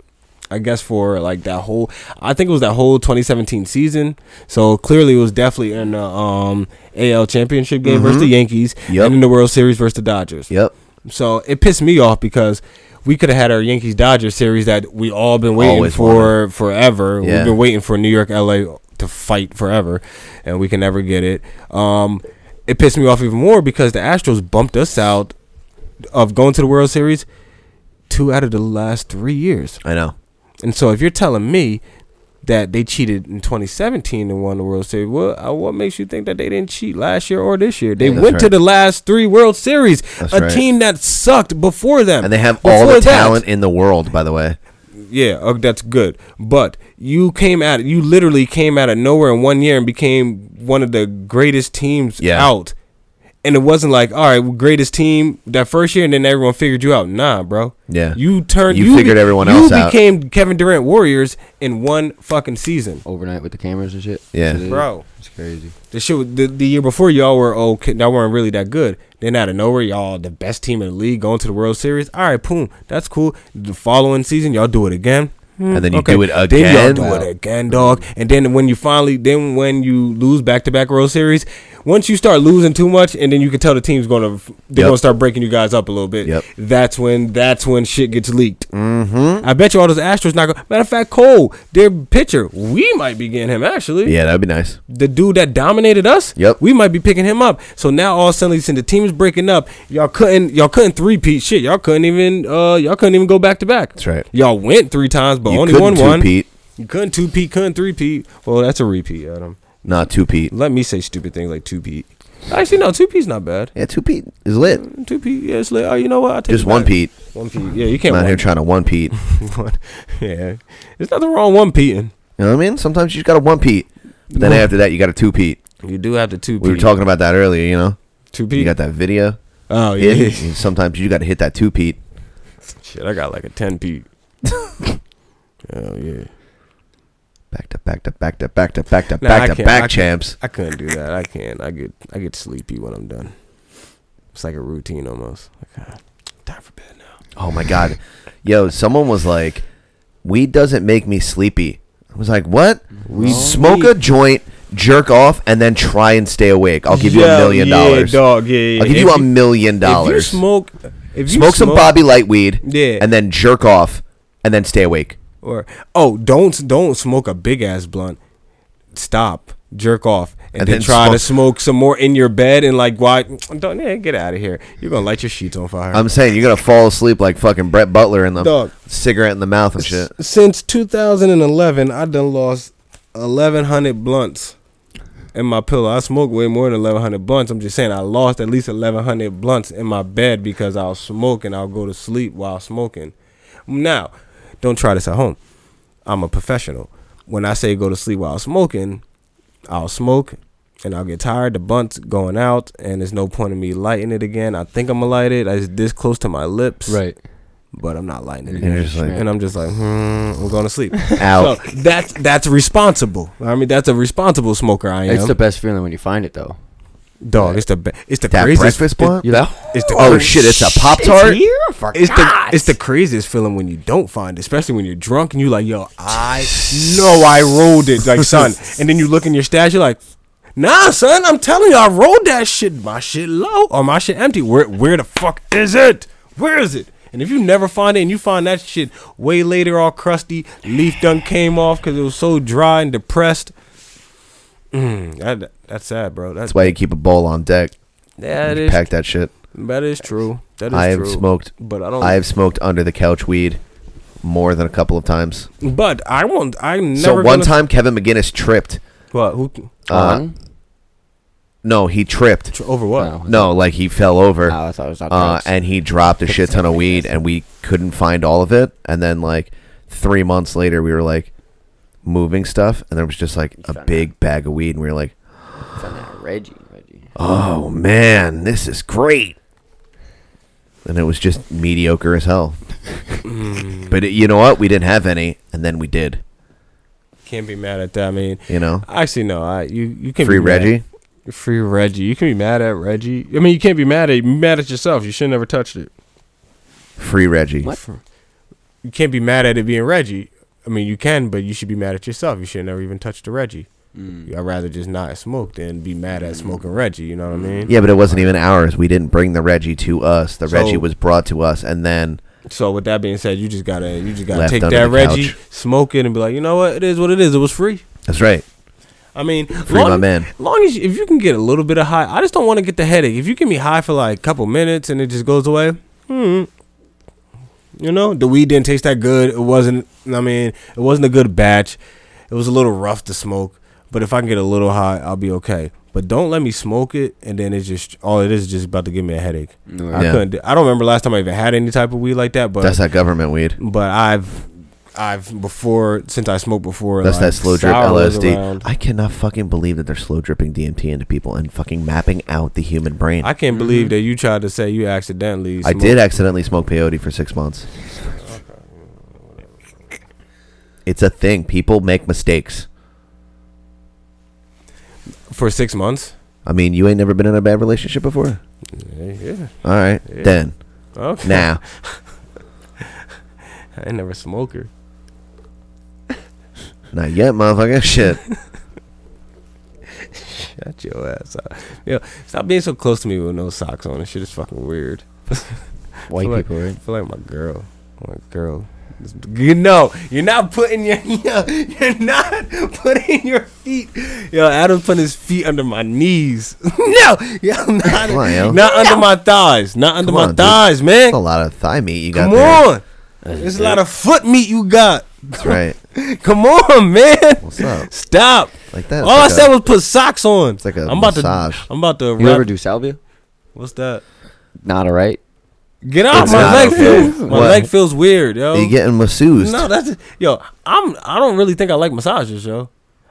S9: I guess for like that whole, I think it was that whole 2017 season. So clearly, it was definitely in the um, AL Championship game versus
S7: Mhm.
S9: the Yankees,
S7: Yep.
S9: and in the World Series versus the Dodgers.
S7: Yep.
S9: So it pissed me off because we could have had our Yankees Dodgers series that we all been waiting
S7: Always
S9: for forever.
S7: Yeah.
S9: We've been waiting for New York LA to fight forever, and we can never get it. Um, it pissed me off even more because the Astros bumped us out of going to the World Series two out of the last three years.
S7: I know.
S9: And so if you're telling me that they cheated in 2017 and won the World Series, what uh, what makes you think that they didn't cheat last year or this year? They
S7: That's
S9: went to
S7: right.
S9: the last three World Series,
S7: That's
S9: a
S7: right.
S9: team that sucked before them,
S7: And they have all
S9: Before
S7: the
S9: that-
S7: talent in the world, by the way.
S9: Yeah, uh, that's good. But you came out, you literally came out of nowhere in one year and became one of the greatest teams
S7: Yeah.
S9: out. And it wasn't like, all right, greatest team that first year, and then everyone figured you out. Nah, bro.
S7: Yeah.
S9: You turned.
S7: You figured everyone
S9: you
S7: else out.
S9: became Kevin Durant Warriors in one fucking season.
S12: Overnight with the cameras and shit.
S7: Yeah.
S12: That's what it is.
S9: Bro.
S12: It's crazy.
S9: The shit was- the, the year before y'all were okay, y'all weren't really that good. Then out of nowhere, y'all the best team in the league going to the World Series. All right, boom, that's cool. The following season, y'all do it again.
S7: And then you
S9: Okay.
S7: do it
S9: Then y'all
S7: again.
S9: do it again, dog. And then when you finally, then when you lose back to back World Series, once you start losing too much, and then you can tell the team's gonna they're
S7: Yep.
S9: gonna start breaking you guys up a little bit.
S7: Yep.
S9: That's when that's when shit gets leaked. Mm-hmm. I bet you all those Astros not gonna. Matter of fact, Cole, their pitcher, we might be getting him actually
S7: Yeah, that'd be nice.
S9: the dude that dominated us,
S7: Yep.
S9: we might be picking him up. So now all of a sudden, since the team is breaking up, y'all couldn't y'all couldn't three peat shit. Y'all couldn't even uh y'all couldn't even go back to back.
S7: That's right.
S9: Y'all went three times, but
S7: You
S9: only
S7: couldn't
S9: won one.
S7: two-peat.
S9: You couldn't two peat, couldn't three peat. Well, that's a repeat, Adam.
S7: Not two Pete.
S9: Let me say stupid things like two peat. Actually, no, two peat's not bad.
S7: Yeah, two Pete is lit.
S9: Two peat, yeah, it's like oh, you know what? I take
S7: Just
S9: it
S7: one
S9: back.
S7: Pete.
S9: One peat, yeah, you can't.
S7: I'm out
S9: one-
S7: here trying to one Pete. You
S9: one- yeah, there's nothing wrong with one peating.
S7: know what I mean? Sometimes you just got a one Pete. But then after that, you got a two Pete.
S9: You do have to two.
S7: We were talking about that earlier, you know?
S9: two peat.
S7: You got that video.
S9: Oh yeah.
S7: hit. And sometimes you got to hit that two Pete.
S9: Shit, I got like a ten peat. Hell yeah.
S7: Back to back to back to back to back to
S9: Nah, I
S7: back to
S9: can't- I
S7: back
S9: can't-
S7: champs.
S9: I couldn't do that. I can't. I get I get sleepy when I'm done. It's like a routine almost. Like, ah, time for bed now.
S7: Oh my god. Yo, someone was like, weed doesn't make me sleepy. I was like, what? We smoke a joint, jerk off, and then try and stay awake. I'll give you a
S9: Yeah,
S7: million
S9: yeah,
S7: dollars.
S9: dog, yeah, yeah.
S7: I'll give
S9: If
S7: you a
S9: you-
S7: million
S9: If you
S7: dollars. Smoke,
S9: smoke, if you
S7: some Bobby Lightweed,
S9: Yeah.
S7: and then jerk off, and then stay awake.
S9: or oh, don't don't smoke a big ass blunt. Stop, jerk off, and,
S7: And
S9: then,
S7: then
S9: try to
S7: smoke-
S9: smoke some more in your bed and like why? Don't yeah, get out of here. You're gonna light your sheets on fire.
S7: I'm saying you're gonna fall asleep like fucking Brett Butler in the
S9: Dog.
S7: cigarette in the mouth and shit.
S9: Since 2011, I done lost 1,100 blunts in my pillow. I smoke way more than 1,100 blunts. I'm just saying I lost at least 1,100 blunts in my bed because I'll smoke and I'll go to sleep while smoking. Now, don't try this at home. I'm a professional. When I say go to sleep while smoking, I'll smoke and I'll get tired. The bunt's going out and there's no point in me lighting it again. I think I'm going to light it. It's this close to my lips
S12: Right.
S9: but I'm not lighting it.
S7: You're just like-
S9: and I'm just like, hmm, I'm going to sleep.
S7: Out.
S9: So that's that's responsible. I mean, that's a responsible smoker. I am.
S12: It's the best feeling when you find it though.
S9: dog. It's the be- it's the
S7: That
S9: craziest.
S7: breakfast
S9: it-
S7: blunt?
S12: You know?
S9: it's the
S7: Oh
S9: cra-
S7: shit! It's a pop tart.
S9: It's the it's the craziest feeling when you don't find, it, especially when you're drunk and you like, yo, I know I rolled it, like son. And then you look in your stash, you're like, nah, son, I'm telling you, I rolled that shit. My shit low or my shit empty. Where where the fuck is it? Where is it? And if you never find it and you find that shit way later, all crusty, leaf done came off because it was so dry and depressed. Mm, that, that's sad, bro. That's,
S7: That's why you keep a bowl on deck.
S9: that
S7: You
S9: is
S7: pack that shit.
S9: that is true. That is
S7: I have
S9: true.
S7: smoked.
S9: but I don't.
S7: I have smoked under the couch weed more than a couple of times.
S9: But I won't. I'm never.
S7: so one
S9: gonna-
S7: time Kevin McGinnis tripped.
S9: What? Who?
S7: Uh,
S12: On?
S7: no, he tripped.
S9: Over what?
S12: Oh.
S7: No, like he fell over.
S12: Oh, I thought it was on
S7: uh,
S12: drugs.
S7: and he dropped a shit ton of weed, and we couldn't find all of it. And then like three months later, we were like moving stuff, and there was just like a big bag of weed, and we were like,
S12: It's on that Reggie. Reggie.
S7: "Oh man, this is great." and it was just mediocre as hell.
S9: Mm.
S7: but it, you know what? We didn't have any, and then we did.
S9: Can't be mad at that. I mean,
S7: You know?
S9: actually, no. I you you can
S7: Free
S9: be mad-
S7: Reggie?
S9: Free Reggie. You can be mad at Reggie. I mean, you can't be mad at mad at yourself. You should never touched it.
S7: Free Reggie.
S9: You can't be mad at it being Reggie. I mean, you can, but you should be mad at yourself. You should never even touch the Reggie. I'd rather just not smoke than be mad at smoking Reggie. You know what I mean?
S7: Yeah, but it wasn't even ours. We didn't bring the Reggie to us. The
S9: So-
S7: Reggie was brought to us, and then
S9: So with that being said, you just gotta you just gotta
S7: Left
S9: take
S7: under
S9: that
S7: the
S9: Reggie,
S7: couch.
S9: smoke it, and be like, you know what? It is what it is. It was free.
S7: that's right.
S9: I mean,
S7: Free my man.
S9: Long as if you can get a little bit of high, I just don't want to get the headache. If you give me high for like a couple minutes and it just goes away, hmm. You know, the weed didn't taste that good. It wasn't. I mean, it wasn't a good batch. It was a little rough to smoke. But if I can get a little high, I'll be okay. But don't let me smoke it, and then it's just all it is is just about to give me a headache. I
S7: Yeah.
S9: couldn't. do- I don't remember last time I even had any type of weed like that. But
S7: that's that government weed.
S9: but I've I've before since I smoked before.
S7: That's
S9: like,
S7: that slow drip
S9: sour was
S7: LSD.
S9: around.
S7: I cannot fucking believe that they're slow dripping DMT into people and fucking mapping out the human brain.
S9: I
S7: I,
S9: can't believe that you tried to say you accidentally. smoked-
S7: Mm-hmm. did accidentally smoke peyote for six months. It's a thing. People make mistakes.
S9: for six months.
S7: I mean, you ain't never been in a bad relationship before.
S9: Yeah.
S7: All right,
S9: Yeah.
S7: then.
S9: Okay.
S7: Now,
S9: I ain't never a smoker.
S7: not yet, motherfucker. Shit.
S9: Shut your ass up. Yo, stop being so close to me with no socks on. This shit is fucking weird.
S12: White
S9: Feel like-
S12: people, right?
S9: feel like my girl. My girl. You know, you're not putting your yo, you're not putting your feet. Yo, Adam's putting his feet under my knees. no, yo, not,
S7: Come on, yo.
S9: not under my thighs. Not under
S7: Come
S9: my
S7: on, dude.
S9: thighs, man.
S7: That's a lot of thigh meat you got
S9: Come
S7: there.
S9: on. There's a lot of foot meat you got.
S7: That's right.
S9: Come on, man.
S7: What's up?
S9: Stop.
S7: Like that.
S9: All
S7: it's
S9: I
S7: like
S9: said
S7: a-
S9: was put socks on.
S7: like a
S9: I'm about
S7: massage.
S9: to. I'm about to.
S12: You
S9: Wrap.
S12: ever do salvia?
S9: What's that?
S12: Not all right.
S9: Get off
S7: It's
S9: my
S7: not
S9: leg.
S7: okay.
S9: Feels, my
S7: What?
S9: leg feels weird, yo.
S7: you getting masseused.
S9: No, that's yo. I'm. I don't really think I like massages, yo.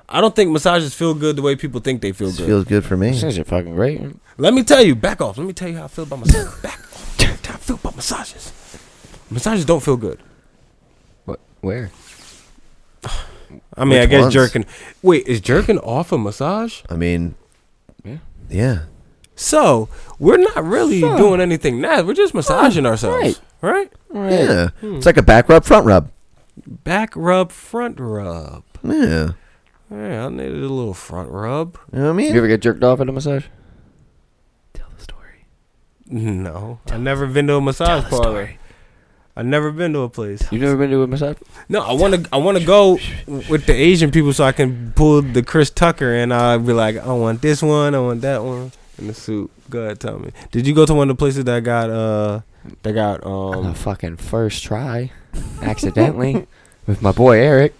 S9: I don't think massages feel good the way people think they feel
S7: this
S9: good.
S7: feels good for me.
S12: Things are fucking great.
S9: Let me tell you, back off. Let me tell you how I feel about massages. back off. Tell me how I feel about massages. Massages don't feel good.
S12: What? Where?
S9: I mean,
S7: Which
S9: I guess
S7: ones?
S9: jerking. Wait, is jerking off a massage?
S7: I mean,
S12: Yeah.
S7: yeah.
S9: So we're not really doing anything now. We're just massaging ourselves, Oh, right?
S7: Yeah. It's like a back rub, front rub.
S9: Back rub, front rub.
S7: Yeah.
S9: Yeah, I needed a little front rub.
S7: You know what I
S12: You
S7: mean?
S12: ever get jerked off at a massage?
S9: No, I've never been to a massage parlor. I've never been to a place.
S12: You've never been to a massage?
S9: No, I want to. I want to go with the Asian people so I can pull the Chris Tucker and I'll be like, I want this one, I want that one, and the suit. Go ahead, tell me. Did you go to one of the places that got uh that got
S12: On
S7: Oh.
S12: the
S9: um?
S12: fucking first try, accidentally, with my boy Eric.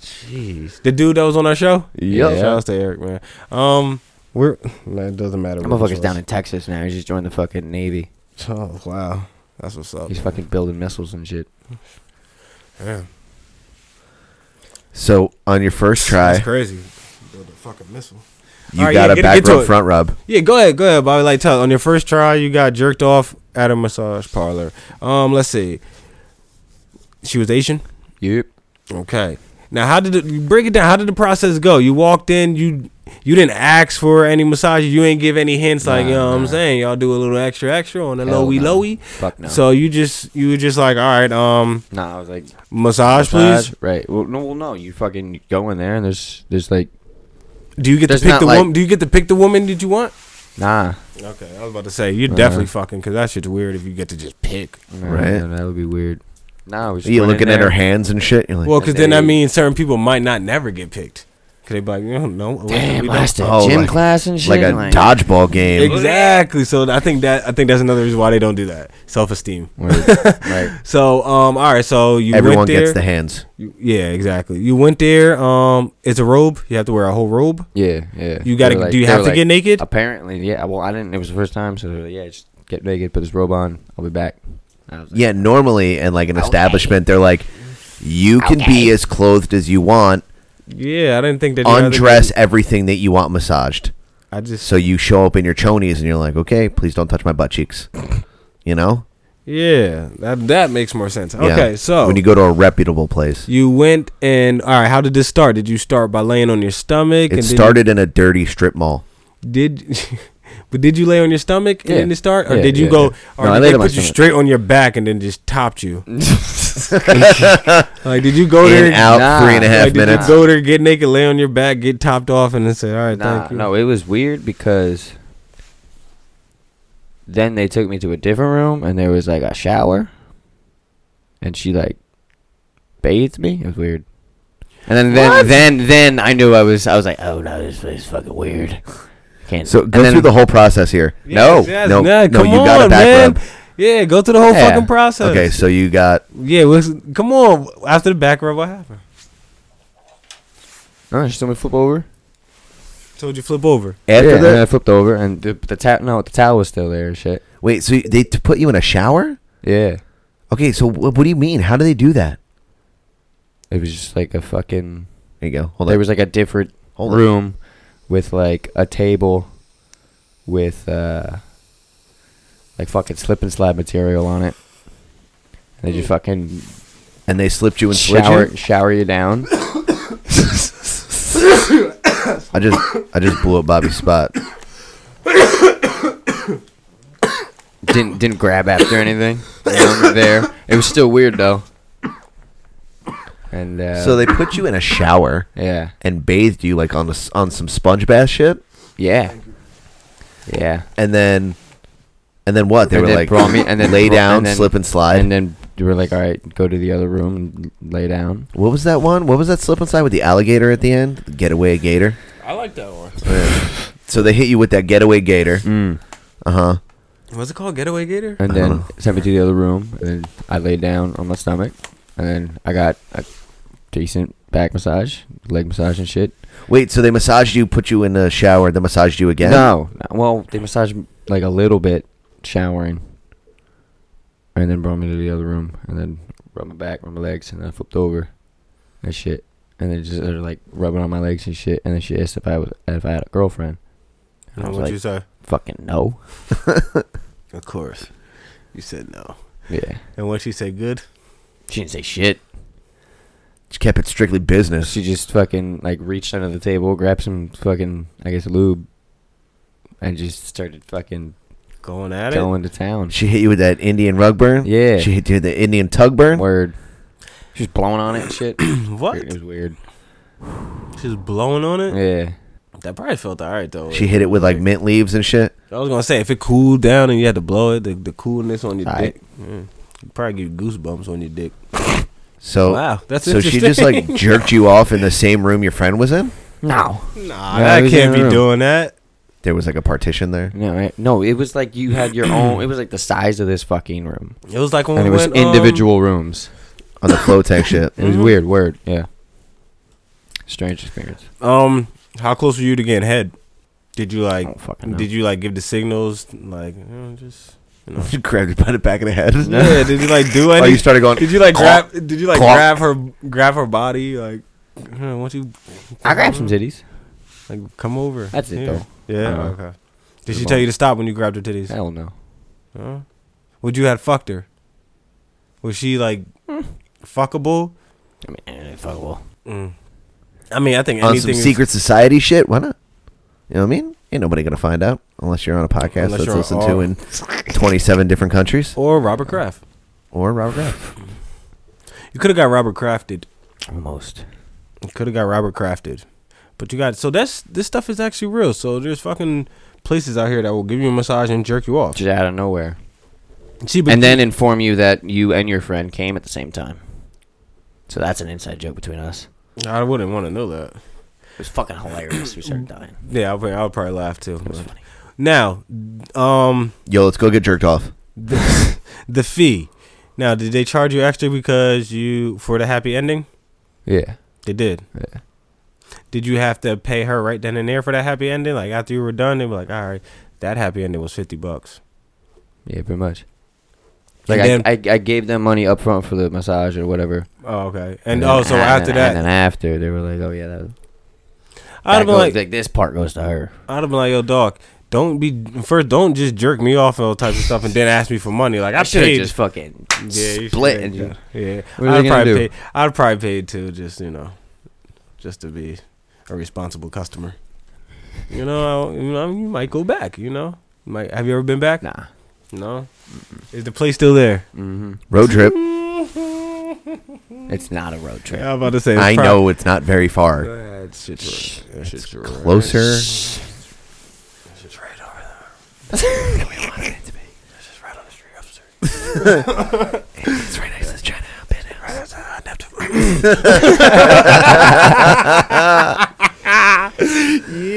S9: Jeez, the dude that was on our show.
S12: Yup.
S9: shout out to Eric, man. Um, we're nah, it doesn't matter.
S12: That
S9: what it
S12: motherfucker's down
S9: was.
S12: in Texas now. He just joined the fucking Navy.
S9: Oh wow, that's what's up.
S12: He's fucking building missiles and shit.
S9: Damn,
S7: So on your first
S9: that's
S7: try,
S9: crazy. Build a fucking missile.
S7: you
S9: Alright,
S7: got
S9: yeah,
S7: a
S9: get-
S7: back
S9: get to
S7: rub,
S9: it.
S7: front rub.
S9: Yeah, go ahead, go ahead, Bobby. Like, tell on your first try, you got jerked off at a massage parlor. Um, let's see. She was Asian.
S12: Yep.
S9: Okay. Now, how did it, you break it down? How did the process go? You walked in. You you didn't ask for any massage. You ain't give any hints. Like, you know what I'm saying? Y'all do a little extra, extra on the
S12: Hell
S9: lowy,
S12: no.
S9: lowy.
S12: Fuck no.
S9: So you just you were just like, all right, um,
S12: Nah, I was like,
S9: massage,
S12: massage?
S9: please.
S12: Right. Well, no, well, no. You fucking go in there and there's, there's like,
S9: Do you get
S12: That's
S9: to pick
S12: not
S9: the
S12: like-
S9: woman? Do you get to pick the woman that you want?
S12: nah.
S9: Okay, I was about to say
S12: Uh-huh.
S9: you're definitely fucking because that shit's weird if you get to just pick.
S12: Nah,
S7: Right.
S12: nah, that would be weird. Nah, we just
S7: You
S12: went in
S7: looking at her
S12: there.
S7: hands and shit. You're like,
S9: Well, because then that
S12: they-
S9: means certain people might not never get picked. Cause they be like, no, no, we-
S12: Damn,
S9: we
S12: I
S9: don't.
S12: used to
S7: Oh,
S12: gym
S7: like-
S12: class and shit.
S7: like a dodgeball game.
S9: Exactly. So I think that I think that's another reason why they don't do that. Self esteem.
S12: right.
S9: So um, all right. So you
S7: Everyone
S9: went there.
S7: gets the hands.
S9: you- yeah, exactly. You went there. Um, it's a robe. You have to wear a whole robe.
S12: Yeah, yeah.
S9: You gotta-
S12: They were
S9: do you
S12: they
S9: have
S12: were
S9: to get naked?
S12: Apparently, yeah. Well, I didn't. It was the first time, so they were like, yeah, just get naked, put this robe on. I'll be back. I was like,
S7: Yeah, normally in like an establishment, they're like, you can be as clothed as you want,
S9: Yeah, I didn't think that. you had to
S7: undress
S9: do-
S7: everything that you want massaged.
S9: I just
S7: So you show up in your chonies and you're like, okay, please don't touch my butt cheeks. You know?
S9: Yeah, that that makes more sense. Okay,
S7: Yeah.
S9: so
S7: when you go to a reputable place,
S9: you went and all right. How did this start? Did you start by laying on your stomach?
S7: it
S9: and then you-
S7: started in a dirty strip mall.
S9: Did but did you lay on your stomach
S7: Yeah.
S9: and then it start, or
S7: Yeah,
S9: did you
S7: yeah,
S9: go?
S7: yeah.
S9: Or
S7: No, I
S9: did
S7: laid
S9: they
S7: on my
S9: put you
S7: stomach.
S9: straight on your back and then just topped you? like, did you go
S7: In,
S9: there
S7: out, Nah. three and a half
S9: Like,
S7: minutes.
S9: Did you go there, get naked, lay on your back, get topped off, and then say, "All right,
S12: Nah,
S9: thank you."
S12: no, it was weird because then they took me to a different room and there was like a shower, and she like bathed me. It was weird. And then then
S7: What?
S12: then then I knew I was I was like, oh no, this place is fucking weird. Can't
S7: So
S12: and
S7: go
S12: then-
S7: through the whole process here.
S12: Yes,
S7: no,
S12: yes,
S7: no,
S9: nah,
S7: no,
S9: come
S7: you got a
S9: on,
S7: back
S9: man.
S7: rub.
S9: Yeah, go through the whole
S7: Yeah.
S9: fucking process.
S7: Okay, so you got
S9: Yeah, well, come on. After the back rub, what happened?
S12: Oh, she told me to flip over.
S9: Told you flip over.
S7: After
S12: After yeah,
S7: that-
S12: and then I flipped over and the, the towel. No, the towel was still there. and Shit.
S7: Wait, so they t- put you in a shower?
S12: Yeah.
S7: Okay, so wh- what do you mean? How do they do that?
S12: It was just like a fucking.
S7: There you go. Hold
S12: there
S7: on.
S12: was like a different
S7: Hold on.
S12: room with like a table with uh like fucking slip and slide material on it. And they
S7: Hmm.
S12: just fucking
S7: And they slipped you in slid
S12: shower
S7: you?
S12: shower you down.
S7: I just I just blew up Bobby's spot.
S12: didn't didn't grab after anything. Down there. It was still weird though. And uh,
S7: So they put you in a shower.
S12: Yeah.
S7: And bathed you like on a s on some sponge bath shit.
S12: Yeah. Yeah.
S7: And then and then what? They
S12: And
S7: were
S12: then
S7: like
S12: brought me- and then
S7: lay
S12: brought-
S7: down,
S12: and then-
S7: slip and slide.
S12: and then you were like, all right, go to the other room and lay down.
S7: what was that one? What was that slip and slide with the alligator at the end? Getaway gator.
S9: I like that one.
S7: So they hit you with that getaway gator.
S12: Mm.
S7: Uh huh.
S9: What's it called? Getaway Gator.
S12: And then sent me to the other room, and then I laid down on my stomach, and then I got a decent back massage, leg massage, and shit.
S7: Wait, so they massaged you, put you in the shower, then massaged you again?
S12: No, no, well, they massaged me, like a little bit, showering, and then brought me to the other room, and then rubbed my back, rubbed my legs, and then I flipped over, and shit, and then just started like rubbing on my legs and shit, and then she asked if I was if I had a girlfriend. And I
S9: And
S12: was
S9: what'd
S12: like,
S9: you say?
S12: Fucking no.
S9: Of course. You said no.
S12: Yeah.
S9: And what she said, good?
S12: She didn't say shit.
S7: She kept it strictly business.
S12: She just fucking like reached under the table, grabbed some fucking I guess lube, and just started fucking
S9: Going at it.
S12: going to town.
S7: She hit you with that Indian rug burn.
S12: Yeah.
S7: She hit you with the Indian tug burn.
S12: Word. She was blowing on it and shit.
S9: What?
S12: It was weird.
S9: She's blowing on it.
S12: Yeah.
S9: That probably felt all right though.
S7: She hit it with like mint leaves and shit.
S9: I was gonna say if it cooled down and you had to blow it, the, the coolness on your
S7: Aight.
S9: dick, mm, it'd probably give you goosebumps on your dick.
S7: So
S9: Wow, that's
S7: so she just like
S9: interesting.
S7: jerked you off in the same room your friend was in.
S12: No.
S9: Nah,
S12: No, it
S9: I
S12: was in
S9: can't
S12: the
S9: be
S12: room.
S9: doing that.
S7: There was like a partition there.
S12: No, I- no, it was like you had your own. It was like the size of this fucking room,
S9: It was like when Mm-hmm. we
S12: and it was
S9: went, um,
S12: individual rooms.
S7: On the flow tank shit.
S12: It was weird. Word. Yeah. Strange experience.
S9: Um, um, how close were you to getting head? Did you like?
S12: don't fucking know.
S9: Did you like give the signals like you know, just? You know.
S7: She grabbed you by the back of the head. Oh,
S9: Yeah, did you like do
S12: Oh,
S9: anything?
S7: you started going,
S9: Did you like
S7: "Clomp,
S9: grab? Did you like
S7: clomp."
S9: grab her? Grab her body? Like, huh, once you
S12: I grabbed some titties.
S9: like come over.
S12: That's it,
S9: here.
S12: though.
S9: Yeah.
S12: Uh,
S9: okay. Did she
S12: Revolve.
S9: tell you to stop when you grabbed her titties?
S12: Hell no.
S9: Huh? Would you had fucked her? Was she like
S12: Hmm.
S9: fuckable?
S12: I mean, eh, fuckable.
S9: Mm. I mean, I think
S7: on
S9: anything
S7: some
S9: is-
S7: secret society shit. Why not? You know what I mean? Ain't nobody gonna find out unless you're on a podcast
S9: Unless
S7: that's
S9: you're
S7: listened
S9: all-
S7: to in 27 different countries
S9: or Robert Kraft.
S7: or Robert Kraft.
S9: You could have got Robert Crafted.
S12: Almost.
S9: You could have got Robert Crafted. But you got so that's this stuff is actually real. So there's fucking places out here that will give you a massage and jerk you off.
S12: Just out of nowhere.
S9: See, but
S12: and then inform you that you and your friend came at the same time. So that's an inside joke between us.
S9: I wouldn't want to know that.
S12: It was fucking hilarious. We started dying.
S9: Yeah, I would, I would probably laugh too.
S12: It was funny.
S9: Now, um,
S7: Yo, let's go get jerked off.
S9: the, the fee. Now, did they charge you extra because you for the happy ending?
S12: Yeah.
S9: They did.
S12: Yeah.
S9: Did you have to pay her right then and there for that happy ending? Like after you were done, they were like, "All right, that happy ending was fifty bucks."
S12: Yeah, pretty much.
S9: And
S12: Like I,
S9: then-
S12: I, I gave them money up front for the massage or whatever.
S9: Oh, okay. And,
S12: then
S9: oh, so
S12: a-
S9: after
S12: and,
S9: that,
S12: and then after they were like, oh yeah,
S9: I'd
S12: that,
S9: have
S12: that
S9: been
S12: goes,
S9: like,
S12: like this part goes to her.
S9: I'd have been like, "Yo, dog, Don't be first. Don't just jerk me off and all types of stuff, and then ask me for money. Like I,
S12: I should've
S9: paid.
S12: just fucking
S9: you
S12: split
S9: should've
S12: and-
S9: done- yeah.
S12: What
S9: I'd
S12: are they gonna
S9: probably
S12: do?
S9: paid. I'd probably paid to just you know, just to be a responsible customer. You know, I, you know, you might go back. You know, might have you ever been back?
S12: Nah.
S9: No. Is the place still there?
S12: Mm-hmm.
S7: Road trip.
S12: It's not a road trip.
S9: Yeah, I was about to say. it's
S7: I
S9: prob-
S7: know it's not very far.
S9: That shit's right. That shit's right.
S7: Closer.
S9: That shit's right over there. That's just right on the street, officer.
S7: it's right next to the China Pit
S9: Right next to, uh, Neptune.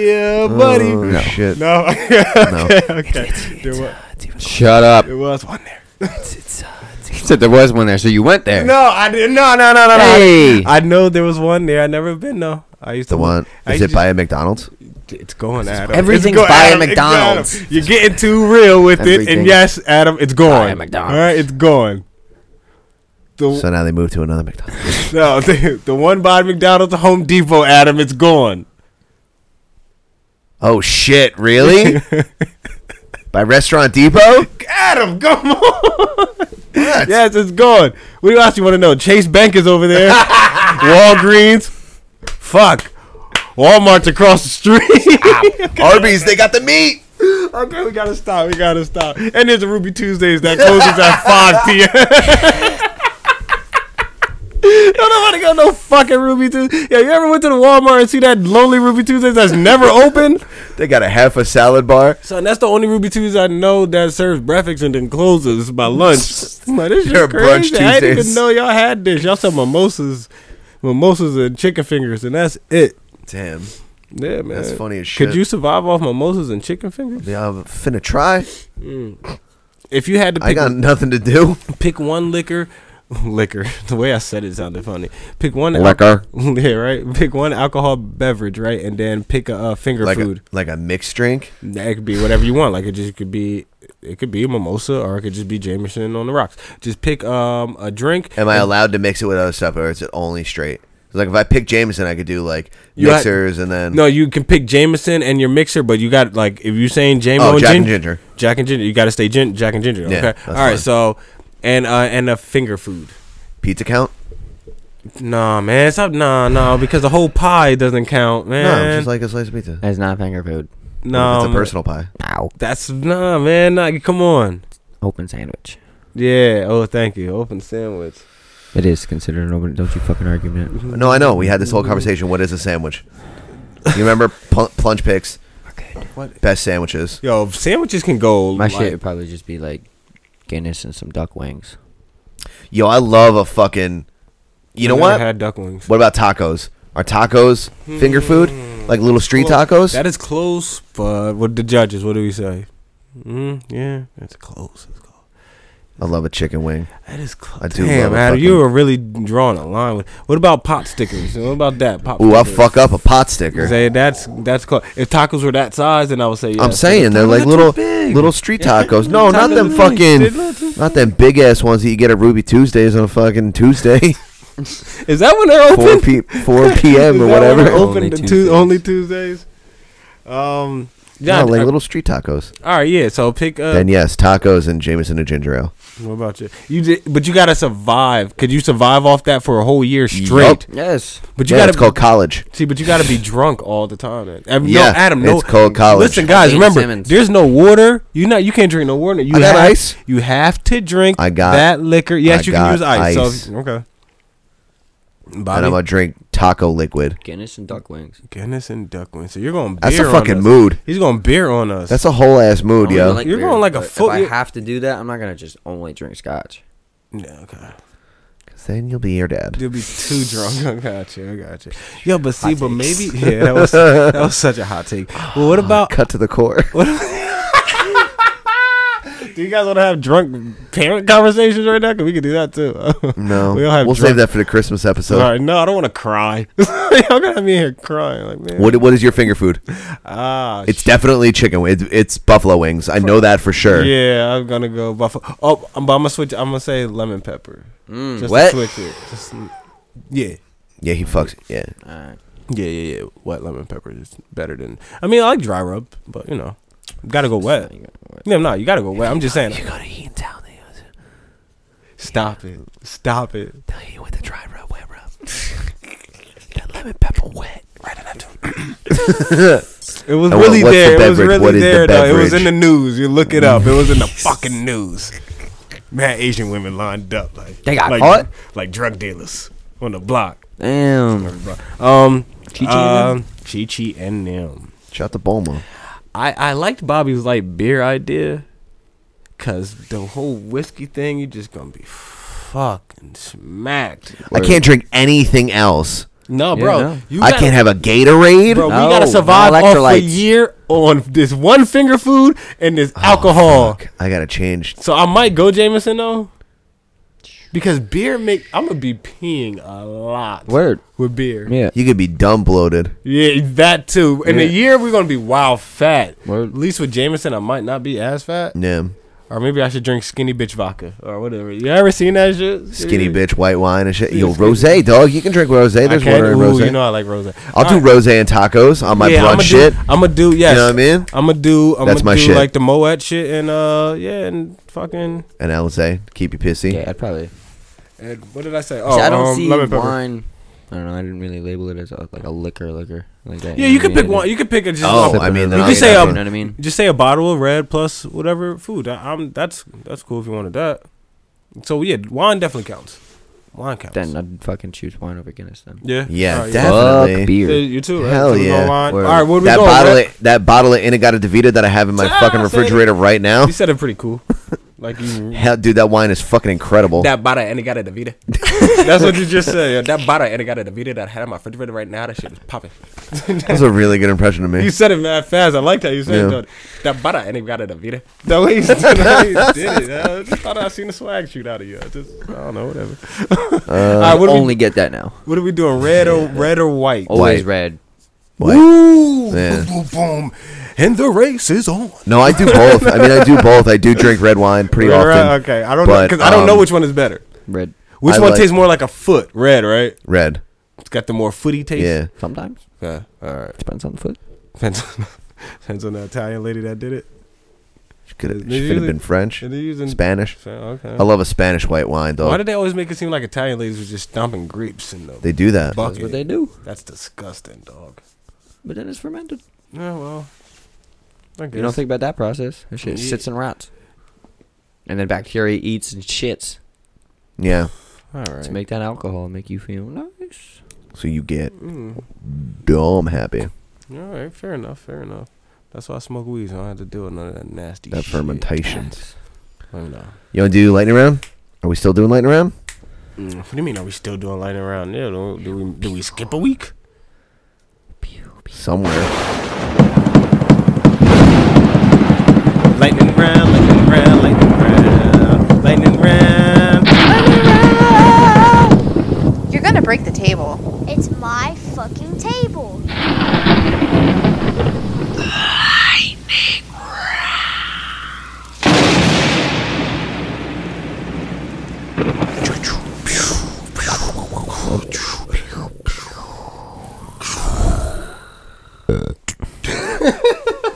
S9: yeah, buddy.
S7: Oh, no. Shit.
S9: No.
S7: No.
S9: okay. Okay. there was,
S12: Shut up.
S9: there was one there.
S12: You said there was one there, so you went there.
S9: No, I didn't. No, no, no, no, no.
S12: Hey.
S9: I know there was one there. I never been though. I used
S7: The
S9: to
S7: one
S9: I
S7: is it
S9: used to-
S7: by a McDonald's?
S9: It's going, Adam. It's
S12: Everything's
S9: going-
S12: by
S9: Adam,
S12: a
S9: it's going.
S12: McDonald's.
S9: You're getting too real with it, and
S7: Everything.
S9: yes, Adam, it's
S12: By a
S9: gone. All
S12: McDonald's.
S9: right, it's gone. The
S7: So now they moved to another McDonald's.
S9: no, the, the one by McDonald's, the Home Depot, Adam, it's gone.
S7: oh shit! Really? by Restaurant Depot?
S9: Adam, come on. yes, it's gone. What else you want to know? Chase Bank is over there. Walgreens. Fuck. Walmart's across the street.
S7: Arby's? They got the meat.
S9: okay, we gotta stop. We gotta stop. And there's a Ruby Tuesdays that closes at 5 p.m. Don't nobody go no fucking Ruby Tuesdays. Yeah, you ever went to the Walmart and see that lonely Ruby Tuesdays that's never open?
S7: They got a half a salad bar.
S9: Son, that's the only Ruby Tuesday I know that serves breakfast and then closes by lunch. I'm like, this
S7: They're
S9: is
S7: brunch
S9: crazy. I didn't even
S7: Tuesdays.
S9: know y'all had this. Y'all sell mimosas, mimosas and chicken fingers, and that's it.
S7: Damn.
S9: Yeah, man.
S7: That's funny as shit.
S9: Could you survive off mimosas and chicken fingers?
S7: Yeah, I'm finna try.
S9: If you had to
S7: I
S9: pick,
S7: got nothing to do.
S9: pick one liquor, liquor. The way I said it sounded funny. Pick one
S7: Liquor.
S9: al- yeah, right. Pick one alcohol beverage, right, and then pick a uh, finger
S7: Like
S9: food.
S7: a, like a mixed drink.
S9: That could be whatever you want. Like it just could be, it could be a mimosa or it could just be Jameson on the rocks. Just pick um a drink.
S7: Am I allowed to mix it with other stuff, or is it only straight? 'Cause, Like if I pick Jameson, I could do like
S9: You had-
S7: mixers, and then
S9: No, you can pick Jameson and your mixer, but you got like if you're saying Jameson,
S7: oh,
S9: and
S7: Jack
S9: gin-
S7: and ginger.
S9: Jack and Ginger, you got to stay gin- Jack and Ginger.
S7: Yeah,
S9: okay,
S7: that's
S9: all right.
S7: fine.
S9: So and uh and a finger food.
S7: Pizza count?
S9: Nah, man, stop. Nah, nah, because the whole pie doesn't count, man.
S7: No, it's just like a slice of pizza.
S12: That's not finger food.
S7: What
S9: no,
S7: if it's a personal pie.
S12: Ow.
S9: that's nah, man. Nah, come on.
S12: Open sandwich.
S9: Yeah. Oh, thank you. Open sandwich.
S12: It is considered an open. Don't you fucking argue with
S9: Mm-hmm.
S12: it.
S7: No, I know. We had this whole conversation. What is a sandwich? You remember pl- plunge picks? Best sandwiches.
S9: Yo, sandwiches can go.
S12: My
S9: like-
S12: shit would probably just be like Guinness and some duck wings.
S7: Yo, I love a fucking. You know
S9: I never
S7: what?
S9: Had duck wings.
S7: What about tacos? Are tacos finger food? Like little street tacos?
S9: That is close, but what the judges? What do we say? Mm, yeah, that's close. That's close.
S7: I love a chicken wing.
S9: That is close.
S7: I do
S9: Damn,
S7: love a
S9: Adam, you
S7: fucking-
S9: were really drawing a line with. What about pop stickers? What about that pop?
S7: Ooh, I'll
S9: stickers?
S7: fuck up a pot sticker.
S9: Say that's that's close. If tacos were that size, then I would say. Yes.
S7: I'm saying they're like little little street tacos. No, not them
S9: Tacos are big. They're not too
S7: fucking not them big ass ones that you get at Ruby Tuesdays on a fucking Tuesday,
S9: Is that when they're open?
S7: four p four p.m. or
S9: Is that when they're
S7: whatever.
S9: Open
S12: Only
S9: only, Tuesdays.
S12: Tuesdays.
S9: only Tuesdays. Um. Yeah.
S7: no, like
S9: I-
S7: little street tacos.
S9: all right. Yeah. So pick. Uh,
S7: Then yes, tacos and Jameson and ginger ale.
S9: What about you? You did, but you gotta survive. Could you survive off that for a whole year straight?
S12: Yes.
S9: But you
S7: Yeah,
S9: gotta
S7: it's called college.
S9: see. But you gotta be drunk all the time. Man. Adam,
S7: Yeah,
S9: no, Adam. No,
S7: it's called college.
S9: Listen, guys,
S12: Dean
S9: remember,
S12: Simmons.
S9: there's no water. You not. You can't drink no water. You
S7: I got
S9: have,
S7: ice.
S9: You have to drink.
S7: I got-
S9: that liquor. Yes,
S7: I
S9: you can
S7: got
S9: use ice.
S7: ice.
S9: So, okay.
S7: And
S9: Bobby
S7: I'm gonna drink taco liquid.
S12: Guinness and duck wings.
S9: Guinness and Duckwin. So you're going. Beer
S7: That's a
S9: on
S7: fucking
S9: us.
S7: mood.
S9: He's going beer on us.
S7: That's a whole ass mood,
S12: I don't
S7: yo.
S12: even like
S9: You're
S12: beer,
S9: going Oh, like a
S12: but
S9: foot-
S12: If I have to do that, I'm not gonna just only drink scotch.
S9: yeah, okay.
S7: 'Cause then you'll be your dad.
S9: You'll be too drunk. I got you. I got you. Yo, but see, but maybe yeah, that was that was such a hot take. Well, what about
S7: Oh, Cut to the core.
S9: Do you guys want to have drunk parent conversations right now? Because we could do that too.
S7: No,
S9: we
S7: we
S9: don't have
S7: will save
S9: drunk-
S7: that for the Christmas episode.
S9: All right, no, I don't want to cry. Y'all gonna have me in here crying like man.
S7: What what is your finger food?
S9: Ah,
S7: It's definitely chicken. wing- It's, it's buffalo wings. I know that for sure.
S9: yeah, I'm gonna go buffalo. Oh, I'm, but I'm gonna switch. I'm gonna say lemon pepper. just
S7: What?
S9: to switch it. Just, yeah.
S7: Yeah, he fucks. Yeah,
S9: Yeah, yeah, yeah. Wet lemon pepper is better than. I mean, I like dry rub, but you know, Gotta go wet. No, no, you gotta go wet. I'm just saying. You go to
S7: Eatontown.
S9: Stop it. Stop it.
S7: you with the dry rub, wet rub. that lemon pepper wet. Right in
S9: it was really there. it was really there, though. It was in the news. You look it up. It was in the fucking news. Mad Asian women lined up like
S7: They got
S9: like,
S7: caught?
S9: like drug dealers on the block.
S7: Damn.
S9: Um,
S7: Chi-Chi and
S9: um, Chi Chi and them.
S7: Shout to Boma.
S9: I I liked Bobby's like beer idea, cause the whole whiskey thing you just gonna be fucking smacked.
S7: I can't drink anything else.
S9: No, bro. You
S7: I
S9: gotta-
S7: can't have a Gatorade.
S9: Bro, we gotta survive off a year on this one finger food and
S7: Oh,
S9: this alcohol.
S7: I gotta change.
S9: So I might go Jameson though, because beer make I'm gonna be peeing a lot.
S7: Word
S9: with beer.
S7: you could be dumb bloated.
S9: Yeah, that too. In
S7: Yeah.
S9: a year, we're gonna be wild fat. At least with Jameson, I might not be as fat.
S7: Yeah,
S9: Or maybe I should drink skinny bitch vodka or whatever. You ever seen that shit?
S7: skinny
S9: Yeah.
S7: bitch, white wine and shit.
S9: Yeah,
S7: Yo,
S9: skinny
S7: rosé, dog. You can drink rosé.
S9: I
S7: There's
S9: can't-
S7: water in
S9: ooh,
S7: rosé.
S9: you know I like rosé.
S7: I'll do rosé and tacos on my
S9: Yeah,
S7: brunch
S9: I'ma do-
S7: shit.
S9: I'ma do- yes.
S7: You know what I mean?
S9: I'm gonna do. I'm
S7: That's
S9: gonna
S7: my
S9: do
S7: shit.
S9: like the Moet shit and uh yeah and fucking
S7: And Alizé, keep you pissy.
S12: Yeah, I'd probably.
S9: and what did I say?
S12: Oh,
S9: Oh,
S12: I don't
S9: um,
S12: see
S9: lemon pepper.
S12: wine. I don't know. I didn't really label it as a, like a liquor, liquor like that.
S9: Yeah,
S12: know
S9: you
S12: what I
S9: could
S12: mean?
S9: pick
S12: I
S9: one.
S12: didn't-
S9: You could pick a just.
S12: Oh,
S9: a-
S12: I mean, then
S9: you
S12: I'll
S9: could
S12: eat
S9: say um,
S12: that
S9: a,
S12: too. You know what I mean?
S9: Just say a bottle of red plus whatever food. I, I'm that's that's cool if you wanted that. So yeah, wine definitely counts. Wine counts.
S12: Then I'd fucking choose wine over Guinness then.
S9: Yeah.
S7: Yeah,
S9: Alright,
S7: definitely.
S12: Fuck beer.
S9: Yeah, you too, right? So
S7: Hell
S9: we
S7: yeah.
S9: go line.
S7: Word.
S9: Alright, where we
S7: that
S9: going,
S7: bottle,
S9: Brett?
S7: of, that bottle of Inagata Davita that I have in my fucking
S9: I said it.
S7: refrigerator right now.
S9: You said it pretty cool. Like you.
S7: Hell, dude, that wine is fucking incredible.
S9: That bottle and it got a Davita. That's what you just said. yeah. That bottle and it got a Davita that I had in my refrigerator right now. That shit is popping.
S7: That was a really good impression of me.
S9: You said it mad fast. I liked how you said
S7: Yeah.
S9: it. though. That bada and it got a Davita. That way you said it, the way you did it. I just thought I seen the swag shoot out of you. I just I don't know, whatever.
S7: Uh,
S9: All right, what are we-
S12: only get that now.
S9: What are we doing? Red or red or white?
S12: Always red.
S7: White.
S9: Ooh,
S7: Yeah.
S9: boom, boom, boom, and the race is on.
S7: No, I do both. I mean, I do both. I do drink red wine pretty
S9: Red,
S7: often.
S9: right, okay, I don't know
S7: but,
S9: because I don't know
S7: um,
S9: which one is better.
S12: Red.
S9: Which
S7: I
S9: one
S7: like-
S9: tastes more like a foot? Red, right?
S7: Red.
S9: It's got the more footy taste.
S7: Yeah.
S12: Sometimes.
S9: Okay. All right.
S12: Depends on the foot.
S9: Depends on, depends on the Italian lady that did it.
S7: Could have,
S9: They're
S7: should have
S9: using-
S7: been French,
S9: they're using-
S7: Spanish.
S9: So, okay.
S7: I love a Spanish white wine, though.
S9: Why did they always make it seem like Italian ladies was just stomping grapes uh, in the
S7: They do that. That's
S9: Bucket?
S12: what they do.
S9: That's disgusting, dog.
S12: But then it's fermented.
S9: Yeah, well, I guess.
S12: You don't think about that process. That shit
S9: Yeah.
S12: sits and rots. And then bacteria eats and shits
S7: yeah.
S9: All right.
S12: to make that alcohol and make you feel nice.
S7: So you get
S9: Mm.
S7: dumb happy.
S9: All right, fair enough, fair enough. That's why I smoke weed. So I don't have to deal with none of that nasty.
S7: That
S9: shit.
S7: fermentations.
S9: I know.
S7: You want to do lightning round? Are we still doing lightning round?
S9: Mm, What do you mean? Are we still doing lightning round? Yeah, do, do we do we skip a week?
S7: Somewhere.
S9: Lightning round, lightning round, lightning round, lightning round.
S10: You're gonna break the table.
S11: It's my fucking table.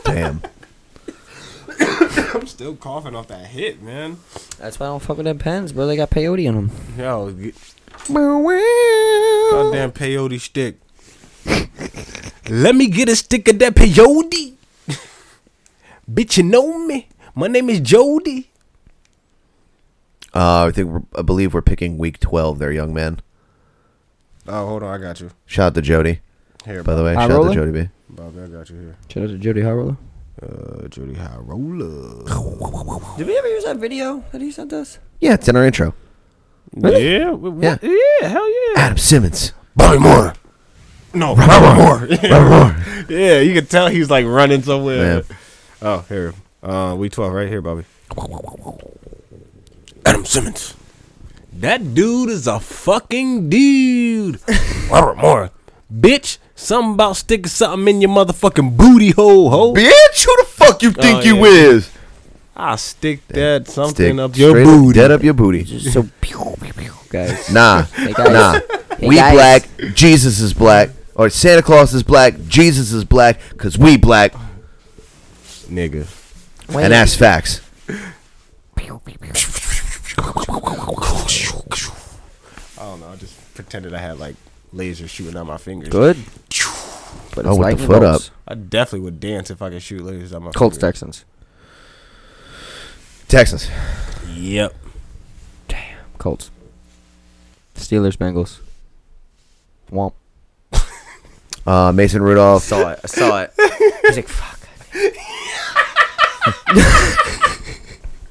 S7: Damn.
S9: I'm still coughing off that hit, man.
S12: That's why I don't fuck with them pens, bro. They got peyote in them.
S9: Yo, get-
S12: Wow.
S9: goddamn peyote stick. Let me get a stick of that peyote. Bitch, you know me. My name is Jody.
S7: Uh, I think we're, I believe we're picking week twelve. There, young man.
S9: Oh, hold on, I got you.
S7: Shout out to Jody.
S9: Here,
S7: by the way,
S12: High
S7: shout out
S12: roller?
S7: to Jody B.
S9: Bobby, I got you here.
S12: Shout out to Jody Harwell.
S9: Uh, Jody High Roller.
S12: Did we ever use that video that he sent us?
S7: Yeah, it's in our intro.
S9: Yeah, w- yeah, yeah, hell yeah.
S7: Adam Simmons.
S9: Bobby Moore. No, Robert Moore. yeah, you could tell he's like running somewhere. Oh, here. Uh, we 12 right here, Bobby. Adam Simmons. That dude is a fucking dude. Robert Moore. Bitch, something about sticking something in your motherfucking booty hole, ho.
S7: Bitch, who the fuck you
S9: think you
S7: is?
S9: I'll stick that something
S7: Stick
S9: up your
S7: straight
S9: booty.
S7: dead up your booty.
S12: So pew pew pew, guys.
S7: Nah,
S12: Hey, guys.
S7: nah.
S12: Hey,
S7: we
S12: guys.
S7: black. Jesus is black. Or Santa Claus is black. Jesus is black. Cause we black.
S9: Nigga.
S7: and ass facts.
S13: I don't know. I just pretended I had like lasers shooting out my fingers.
S12: Good. But it's Oh, with the lightning foot bolts. up.
S13: I definitely would dance if I could shoot lasers out my
S12: Colts
S13: fingers.
S12: Texans.
S7: Texans.
S13: Yep.
S12: Colts. Steelers Bengals. Womp.
S7: Uh, Mason Rudolph.
S12: Saw it. I saw it. I was like, fuck.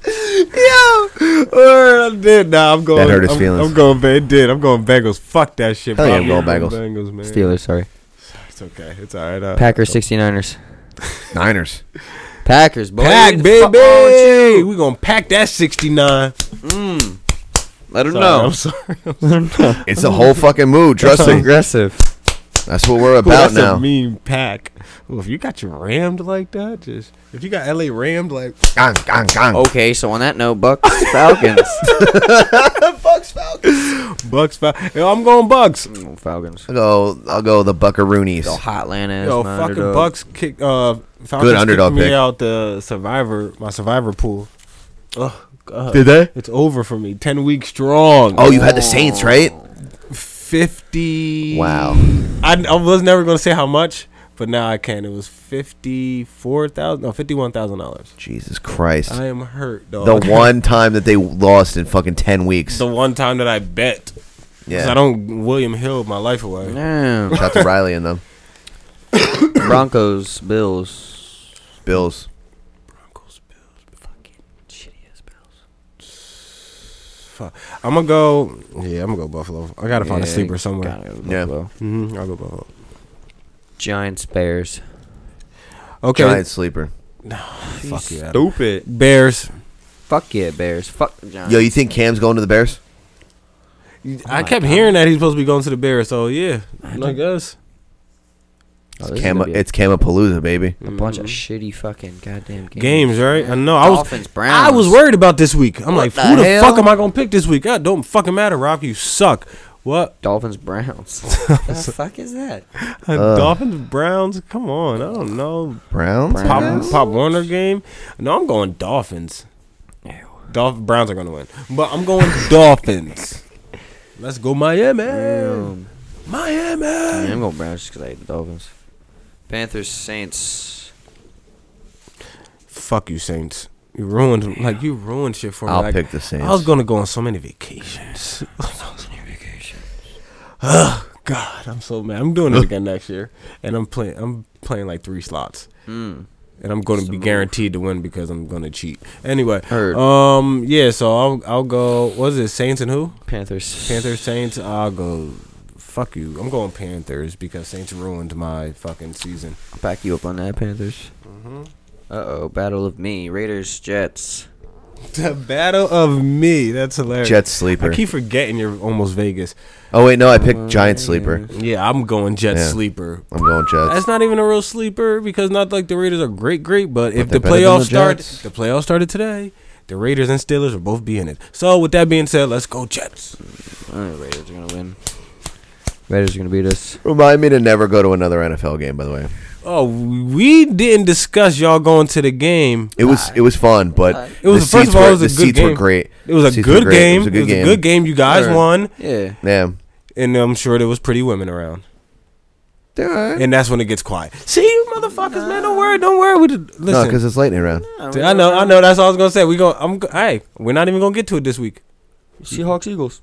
S9: Yeah, or I did. Nah, I'm going.
S7: hurt his
S9: I'm,
S7: feelings.
S9: I'm going. ba- It did. I'm going Bengals. Fuck that shit.
S7: Hell yeah, I'm
S9: bro.
S7: going Bengals.
S9: man.
S12: Steelers, sorry.
S9: It's okay. It's all right. Uh,
S12: Packers 69ers.
S7: Niners.
S12: Packers, boy.
S9: Pack, baby. We gonna pack that 69.
S12: Mm.
S7: Let
S9: Sorry,
S7: them know.
S9: I'm sorry. I'm sorry.
S7: It's a whole fucking mood. Trust me.
S12: Aggressive.
S7: That's what we're
S9: Ooh,
S7: about
S9: that's
S7: now.
S9: A mean pack. Ooh, if you got you rammed like that, just if you got LA rammed like
S7: Gong, gong, gong.
S12: Okay, so on that note, Bucks Falcons.
S9: Bucks, Fal- yo, I'm going Bucks.
S12: Oh, Falcons.
S7: I'll go. I'll go the Buckaroonies.
S12: Go Hotland ass.
S9: Yo,
S12: my
S9: fucking
S12: underdog.
S9: Bucks kick. Uh, Falcons
S7: Good underdog
S9: kicked me
S7: pick.
S9: out the survivor, my survivor pool. Ugh, God.
S7: Did they?
S9: It's over for me. Ten weeks strong.
S7: Oh, you had the Saints, right?
S9: fifty.
S7: Wow.
S9: I, I was never gonna say how much, but now I can. It was fifty four thousand, no, fifty one thousand dollars.
S7: Jesus Christ.
S9: I am hurt, dog.
S7: The one time that they lost in fucking ten weeks.
S9: the one time that I bet. 'Cause
S7: Yeah.
S9: I don't William Hill my life away.
S12: Damn.
S7: Shout to Riley and them.
S12: Broncos, Bills.
S7: Bills.
S9: Fuck. I'm gonna go. Yeah, I'm gonna go Buffalo. I gotta find a
S12: Yeah,
S9: sleeper somewhere.
S12: gotta go
S7: Yeah.
S12: Buffalo.
S9: hmm I'll go Buffalo.
S12: Giants, Bears.
S9: Okay.
S7: Giant sleeper.
S9: Fuck you, Adam.
S12: Stupid.
S9: Bears.
S12: Fuck yeah, Bears. Fuck the Giants.
S7: Yo, you think Cam's going to the Bears? Oh
S9: I kept hearing that he's supposed to be going to the Bears, so yeah, I guess.
S12: Oh,
S7: It's
S12: this is
S7: Cam.
S12: gonna be a-
S7: It's Camapalooza, baby.
S12: a bunch
S9: Mm-hmm.
S12: of shitty fucking goddamn games.
S9: Games, right? I know. I was.
S12: Dolphins,
S9: I was
S12: Browns.
S9: worried about this week. I'm
S12: What
S9: like, who
S12: the
S9: the
S12: hell?
S9: fuck am I gonna pick this week? God, don't fucking matter, Rock. You suck. What?
S12: Dolphins, Browns. the fuck is that?
S9: Uh, Dolphins, Browns. Come on. I don't know.
S7: Browns.
S9: Pop, Pop Warner game. No, I'm going Dolphins. Dolph- Browns are gonna win, but I'm going Dolphins. Let's go Miami.
S12: Damn.
S9: Miami.
S12: Yeah, I'm going Browns just 'cause I hate the Dolphins. Panthers, Saints.
S9: Fuck you, Saints. You ruined like you ruined shit for me.
S7: I'll
S9: Like,
S7: pick the Saints.
S9: I was gonna go on so many vacations. oh God, I'm so mad. I'm doing it again next year, and I'm playing. I'm playing like three slots,
S7: Hmm.
S12: Mm.
S9: and I'm going to
S12: Some
S9: be
S12: move.
S9: guaranteed to win because I'm going to cheat. Anyway,
S12: Heard.
S9: um, yeah. So I'll I'll go. What is it? Saints and who?
S12: Panthers.
S9: Panthers, Saints. I'll go. Fuck you. I'm going Panthers because Saints ruined my fucking season.
S12: I'll back you up on that, Panthers. Uh oh, battle of me. Raiders, Jets.
S9: The battle of me. That's hilarious.
S7: Jets sleeper.
S9: I keep forgetting you're almost Vegas.
S7: Oh wait, no, I picked Giant sleeper.
S9: Yeah, I'm going Jets
S7: Yeah.
S9: sleeper.
S7: I'm going Jets.
S9: That's not even a real sleeper because not like the Raiders are great, great, but if
S7: they're
S9: the
S7: better than
S9: playoffs
S7: the
S9: start,
S7: Jets.
S9: the playoffs started today. The Raiders and Steelers will both be in it. So with that being said, let's go Jets.
S12: Alright, Raiders are going to win. Raiders are going to beat us.
S7: Remind me to never go to another NFL game. By the way,
S9: Oh, we didn't discuss y'all going to the game.
S7: it was it was fun, but
S9: It was
S7: the
S9: first
S7: seats
S9: of all,
S7: were,
S9: it was
S7: the
S9: a good
S7: seats
S9: game.
S7: were great.
S9: It was a
S7: Seats were
S9: good
S7: great.
S9: game.
S7: It was a good game.
S9: You guys
S12: Alright.
S9: won,
S12: Yeah.
S7: Yeah.
S9: and I'm sure there was pretty women around. And that's when it gets quiet. See you, motherfuckers, man. Don't worry, don't worry. We just,
S7: No,
S9: listen.
S7: because it's lightning round.
S9: Dude, I know, I know. That's all I was gonna say. We going I'm. go- Hey, we're not even gonna get to it this week.
S12: Seahawks, Eagles.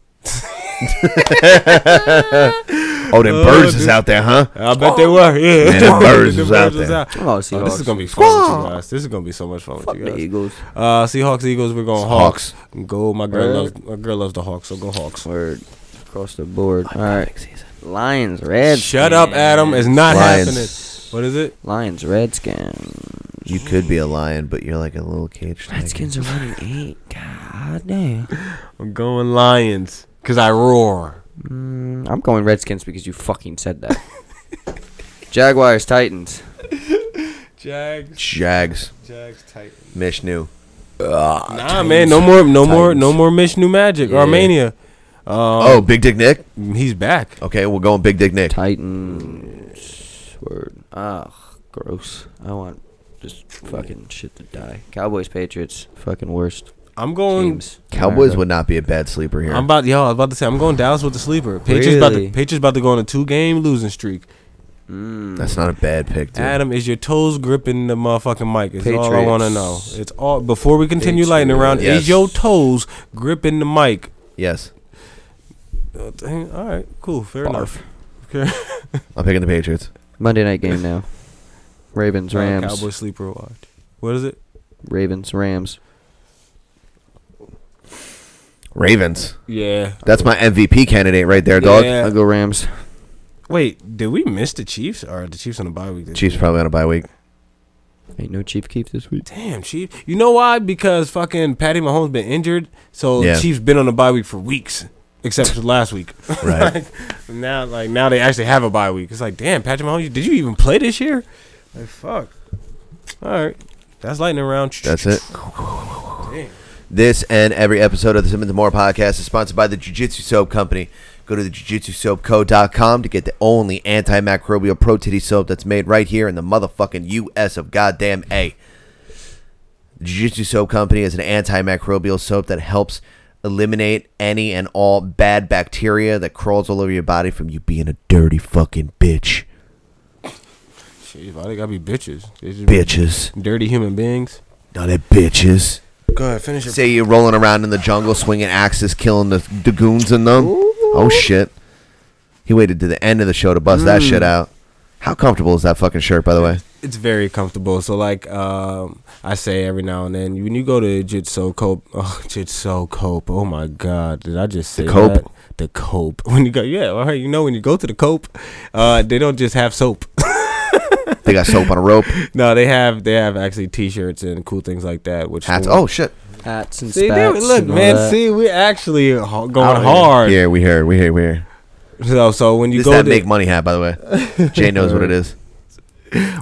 S7: Oh, them birds is out there, huh?
S9: I bet they were. Yeah,
S7: Man, them birds was out there.
S12: I'm going
S9: Oh,
S12: Seahawks.
S9: this is gonna be fun with you guys. This is gonna be so much fun with you
S12: the
S9: guys.
S12: Eagles.
S9: Uh, Seahawks, Eagles. We're going Hawks.
S7: Hawks.
S9: Go, my girl
S12: Word.
S9: loves my girl loves the Hawks. So go Hawks.
S12: Word. Across the board. Alright. Lions, Redskins.
S9: Shut up, Adam. It's not
S7: Lions.
S9: happening. What is it?
S12: Lions, Redskins.
S7: You could be a lion, but you're like a little caged. tiger.
S12: Redskins are running eight. God damn.
S9: I'm going Lions because I roar.
S12: Mm, I'm going Redskins because you fucking said that. Jaguars, Titans.
S9: Jags,
S7: Jags.
S9: Jags, Titans.
S7: Mishnu.
S9: Nah, man. No more, no more, no more. Mish New Magic,
S12: Yeah.
S9: Armenia.
S7: oh, Big Dick Nick.
S9: He's back.
S7: Okay, we're going Big Dick Nick.
S12: Titans. Word. Ugh, gross. I want Just fucking shit to die. Cowboys, Patriots, fucking worst.
S9: I'm going-
S12: teams in
S7: Cowboys
S12: America.
S7: would not be a bad sleeper here.
S9: I'm about yo. I was about to say I'm going Dallas with the sleeper. Patriots about to
S7: Really?
S9: Patriots about to go on a two game losing streak.
S7: That's not a bad pick, dude.
S9: Adam, is your toes gripping the motherfucking mic? It's all I
S7: Patriots.
S9: want to know. It's all before we continue lightning around.
S7: Yes.
S9: Is your toes gripping the mic?
S7: Yes.
S9: Uh, dang, All right, cool, fair enough. Okay.
S7: I'm picking the Patriots.
S12: Monday night game now. Ravens,
S9: Uh,
S12: Rams.
S9: Cowboy sleeper watch. What is it?
S12: Ravens, Rams.
S7: Ravens.
S9: Yeah.
S7: That's my MVP candidate right there, dog.
S9: Yeah.
S12: I'll go Rams.
S9: Wait, did we miss the Chiefs? Or are the Chiefs on the bye week? this
S7: Chiefs
S9: week?
S7: probably on a bye week.
S12: Ain't no Chief Keef this week.
S9: Damn, Chiefs. You know why? Because fucking Patty Mahomes been injured, so
S7: Yeah.
S9: Chiefs been on a bye week for weeks, except for last week.
S7: Right.
S9: Like, now, like now they actually have a bye week. It's like, damn, Patrick Mahomes, did you even play this year? Like, fuck. All right, that's lightning round.
S7: That's it.
S9: Damn.
S7: This and every episode of the Simmons and More podcast is sponsored by the Jiu Jitsu Soap Company. Go to the jujitsusoapco.com to get the only antimicrobial pro titty soap that's made right here in the motherfucking US of goddamn A. The Jiu Jitsu Soap Company is an antimicrobial soap that helps eliminate any and all bad bacteria that crawls all over your body from you being a dirty fucking bitch.
S9: Jeez, why they gotta be bitches? They just-
S7: Bitches.
S9: Dirty human beings.
S7: Not a bitches.
S9: Go ahead, finish your.
S7: Say you're rolling around in the jungle, swinging axes, killing the, the goons in them. Oh shit! He waited to the end of the show to bust that
S9: Mm.
S7: shit out. How comfortable is that fucking shirt, by the way?
S9: It's very comfortable. So like um, I say every now and then, when you go to Jitso Cope, oh, Jitso Cope. Oh my God, did I just say
S7: Cope?
S9: that? The Cope. When you go, yeah, all right. You know, when you go to the Cope, uh, they don't just have soap.
S7: They got soap on a rope,
S9: no, they have they have actually T-shirts and cool things like that. Which
S7: hats.
S9: will-
S7: Oh shit!
S12: Hats and
S9: See, there we-
S12: spats
S9: look,
S12: and all
S9: man.
S12: that.
S9: See, we're actually h-
S7: Out
S9: going
S7: here.
S9: hard.
S7: Yeah, we here, we here, we here.
S9: So, so when you
S7: This
S9: go
S7: that
S9: to-
S7: make money hat, by the way. Jay knows what it is.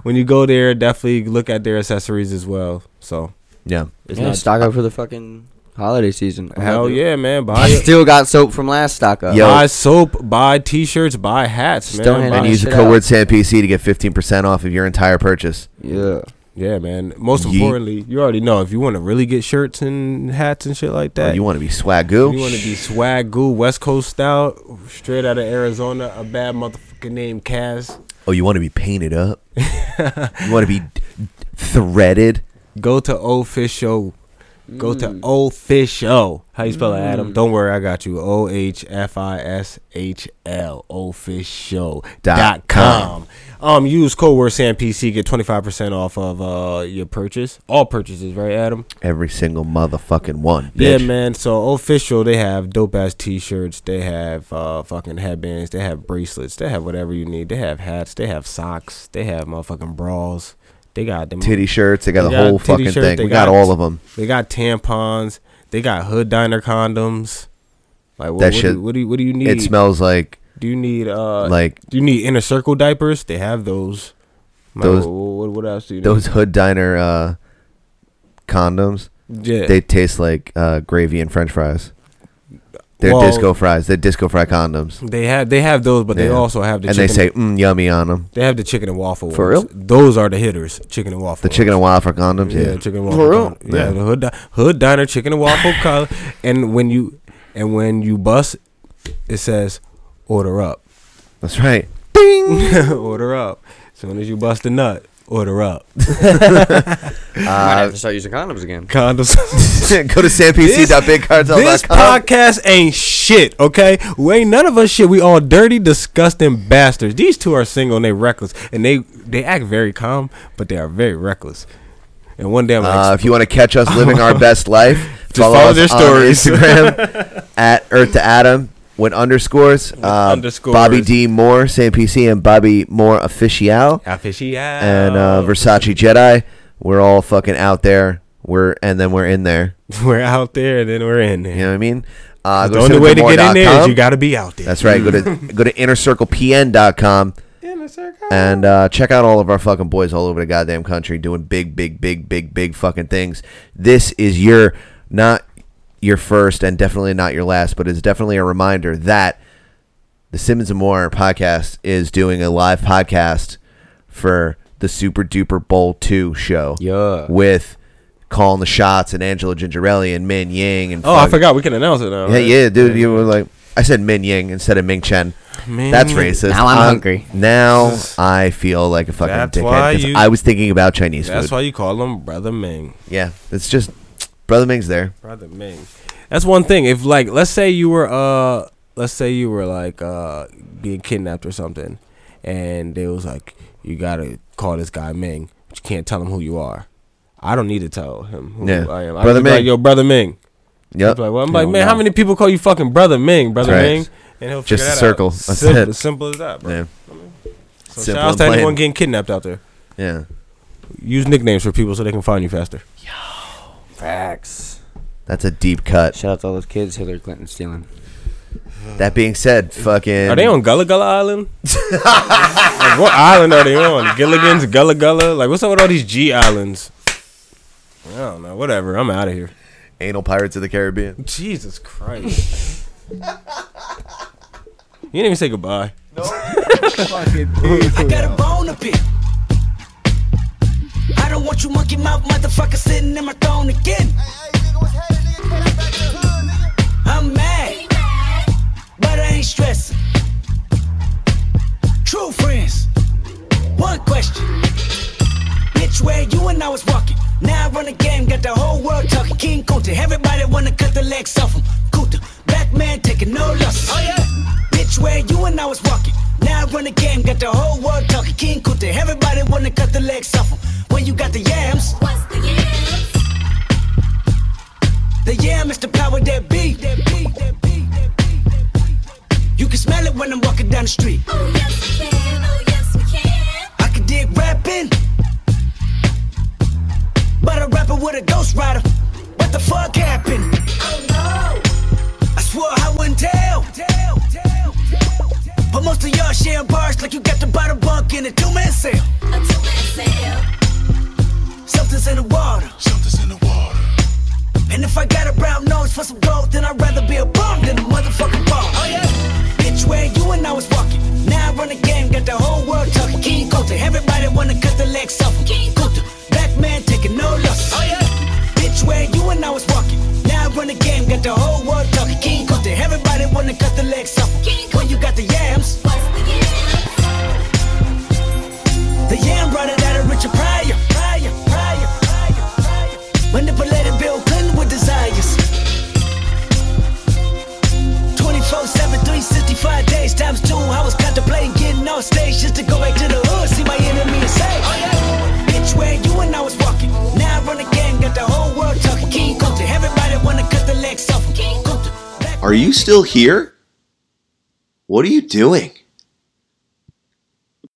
S9: When you go there, definitely look at their accessories as well. So
S7: yeah,
S9: it's
S12: Yeah,
S9: not
S12: stock up for the fucking holiday season. I'm
S9: Hell
S12: happy.
S9: yeah, man. Buy
S12: I
S9: it.
S12: still got soap from last stock up.
S9: Buy soap, buy T-shirts, buy hats, man.
S12: Just don't hand
S9: Buy-
S7: And use the code word SandPC to get fifteen percent off of your entire purchase.
S12: Yeah.
S9: Yeah, man. Most
S7: Yeet.
S9: importantly, you already know if you want to really get shirts and hats and shit like that,
S7: you want to be
S9: You
S7: swagoo?
S9: want to be swag goo, West Coast style, straight out of Arizona. A bad motherfucking name, Kaz.
S7: Oh, you want to be painted up? you want to be d- threaded?
S9: Go to Official. Go to Official. How you spell it, Adam?
S12: Mm.
S9: Don't worry, I got you. O H F I S H L Official
S7: Dot
S9: dot
S7: com.
S9: com. Um, use code word SAMPC get twenty five percent off of uh your purchase. All purchases, right, Adam?
S7: Every single motherfucking one. Bitch.
S9: Yeah, man. So official, they have dope ass T-shirts. They have uh, fucking headbands. They have bracelets. They have whatever you need. They have hats. They have socks. They have motherfucking bras. They got them
S7: Titty shirts, they got the whole
S9: titty
S7: fucking
S9: shirts,
S7: thing.
S9: they
S7: We got all of 'em.
S9: They got tampons. They got hood diner condoms. Like what,
S7: That
S9: what
S7: shit-
S9: Do, what do you, what do you need?
S7: It smells like
S9: Do you need uh
S7: like-
S9: Do you need inner circle diapers? They have those. Like,
S7: Those-
S9: what, what else do you
S7: those
S9: need?
S7: hood diner uh, condoms.
S9: Yeah.
S7: They taste like uh, gravy and French fries. They're
S9: Well-
S7: disco fries. They're disco fry condoms.
S9: They have they have those, but they
S7: Yeah.
S9: also have the
S7: and they
S9: chicken-
S7: say mm, yummy on them.
S9: They have the chicken and waffle.
S7: For
S9: ones.
S7: real?
S9: Those are the hitters. Chicken and waffle.
S7: The chicken and waffle condoms. Yeah,
S9: Yeah, chicken and waffle. con- Yeah, the hood, di- hood diner chicken and waffle color. And when you and when you bust, it says order up.
S7: That's right.
S9: Bing. order up. As soon as you bust a nut, order up.
S12: Might
S14: Uh,
S12: have to start using condoms again.
S9: Condoms.
S7: Go to sampc.bigcartel.com.
S9: This podcast ain't shit, okay? We ain't none of us shit. We all dirty, disgusting bastards. These two are single and they reckless. And they they act very calm, but they are very reckless. And one day I'm like,
S7: Uh, if you want to catch us living our best life,
S9: Just
S7: follow,
S9: follow
S7: us
S9: their
S7: on
S9: stories.
S7: Instagram at Earth to Adam with underscores. uh,
S9: underscores.
S7: Bobby D Moore, Sam PC, and Bobby Moore Official.
S9: Official.
S7: And uh, Versace Jedi. We're all fucking out there. We're and then we're in there.
S9: we're out there and then we're in there.
S7: You know what I mean? Uh,
S9: The only way to get in there is
S7: cinematemore.com.
S9: you gotta be out there.
S7: That's right. Go to go to innercirclepn.com. And uh, check out all of our fucking boys all over the goddamn country doing big, big, big, big, big fucking things. This is your not your first and definitely not your last, but it's definitely a reminder that the Simmons and More podcast is doing a live podcast for the Super Duper Bowl Two show.
S14: Yeah,
S7: with calling the shots and Angela Gingerelli and Min Ying and
S9: Oh, I
S7: fuck-
S9: forgot we can announce it now.
S7: Yeah,
S9: right?
S7: yeah, dude, you were like I said Min Ying instead of Ming Chen.
S9: Min-
S7: That's racist. Uh,
S9: Now I'm hungry.
S7: Now I feel like a fucking
S9: That's why
S7: dickhead because
S9: you-
S7: I was thinking about Chinese
S9: That's
S7: food.
S9: why you call him Brother Ming.
S7: yeah, it's just brother Ming's there.
S9: Brother Ming. That's one thing. If like, let's say you were, uh, let's say you were like, uh, being kidnapped or something, and they was like, you gotta call this guy Ming, but you can't tell him who you are. I don't need to tell him who
S7: Yeah.
S9: I am. I
S7: Brother
S9: can be Like,
S7: Ming.
S9: Yo, brother Ming.
S7: Yep.
S9: He'd be Like, well, I'm
S7: You
S9: like,
S7: don't
S9: man, how
S7: know.
S9: many people call you fucking brother Ming, brother
S7: That's right.
S9: Ming? And he'll figure
S7: Just
S9: that
S7: a circle.
S9: Out.
S7: That's
S9: Simple,
S7: it.
S9: as simple as that, bro.
S7: Yeah.
S9: I mean, so
S7: Simple
S9: shout out
S7: and
S9: to
S7: plain.
S9: anyone getting kidnapped out there.
S7: Yeah.
S9: Use nicknames for people so they can find you faster.
S14: Facts.
S7: That's a deep cut.
S14: Shout out to all those kids Hillary Clinton stealing.
S7: That being said, fucking
S9: Are they on Gullah Gullah Island? like, what island are they on? Gilligan's, Gullah Gullah? Like, what's up with all these G islands? I don't know. Whatever. I'm out of here.
S7: Anal Pirates of the Caribbean.
S9: Jesus Christ. you didn't even say goodbye. No.
S12: I got a bone to pick. I don't want you monkey mouth motherfucker sitting in my throne again. I'm mad, but I ain't stressing. True friends, one question. Bitch, where you and I was walking. Now I run a game, got the whole world talking. King Kunta, everybody wanna cut the legs off him. Kunta, black man taking no losses. Oh yeah. Bitch, where you and I was walking. Now I run the game, got the whole world talking. King Kunta, everybody wanna cut the legs off him. When you got the yams. What's the yams? The yam is the power that be. That be, that be, that be, that be. You can smell it when I'm walking down the street. Oh yes we can, oh yes we can. I can dig rapping. But a rapper with a ghost rider. What the fuck happened? Oh no! I swore I wouldn't tell. tell, tell, tell. But most of y'all sharing bars like you got the bottle bunk in a two man sale. A two man sale. Something's in the water. Something's in the water. And if I got a brown nose for some gold, then I'd rather be a bum than a motherfucking bum. Oh yeah. Bitch, where you and I was walking. Now I run the game, got the whole world talking. King Kunta, everybody wanna cut the legs off him. King Kunta, black man taking no losses. Oh yeah. Bitch, where you and I was walking. Now I run the game, got the whole world talking. King Kunta, everybody wanna cut the legs off him. King When you got the yams. What's the yams? The yam brought it out of Richard Pryor. Pryor, Pryor, Pryor, Pryor. Manipulated Bill Clinton with desires. 24 7, 365 days times two. I was contemplating getting on stage just to go back to the hood, see my enemy and say, Oh yeah, bitch, where you and I was walking. Now I run a game, got the whole world talking. King Kunta, everybody wanna cut the legs off. him. King Kunta.
S2: Are you still here? What are you doing?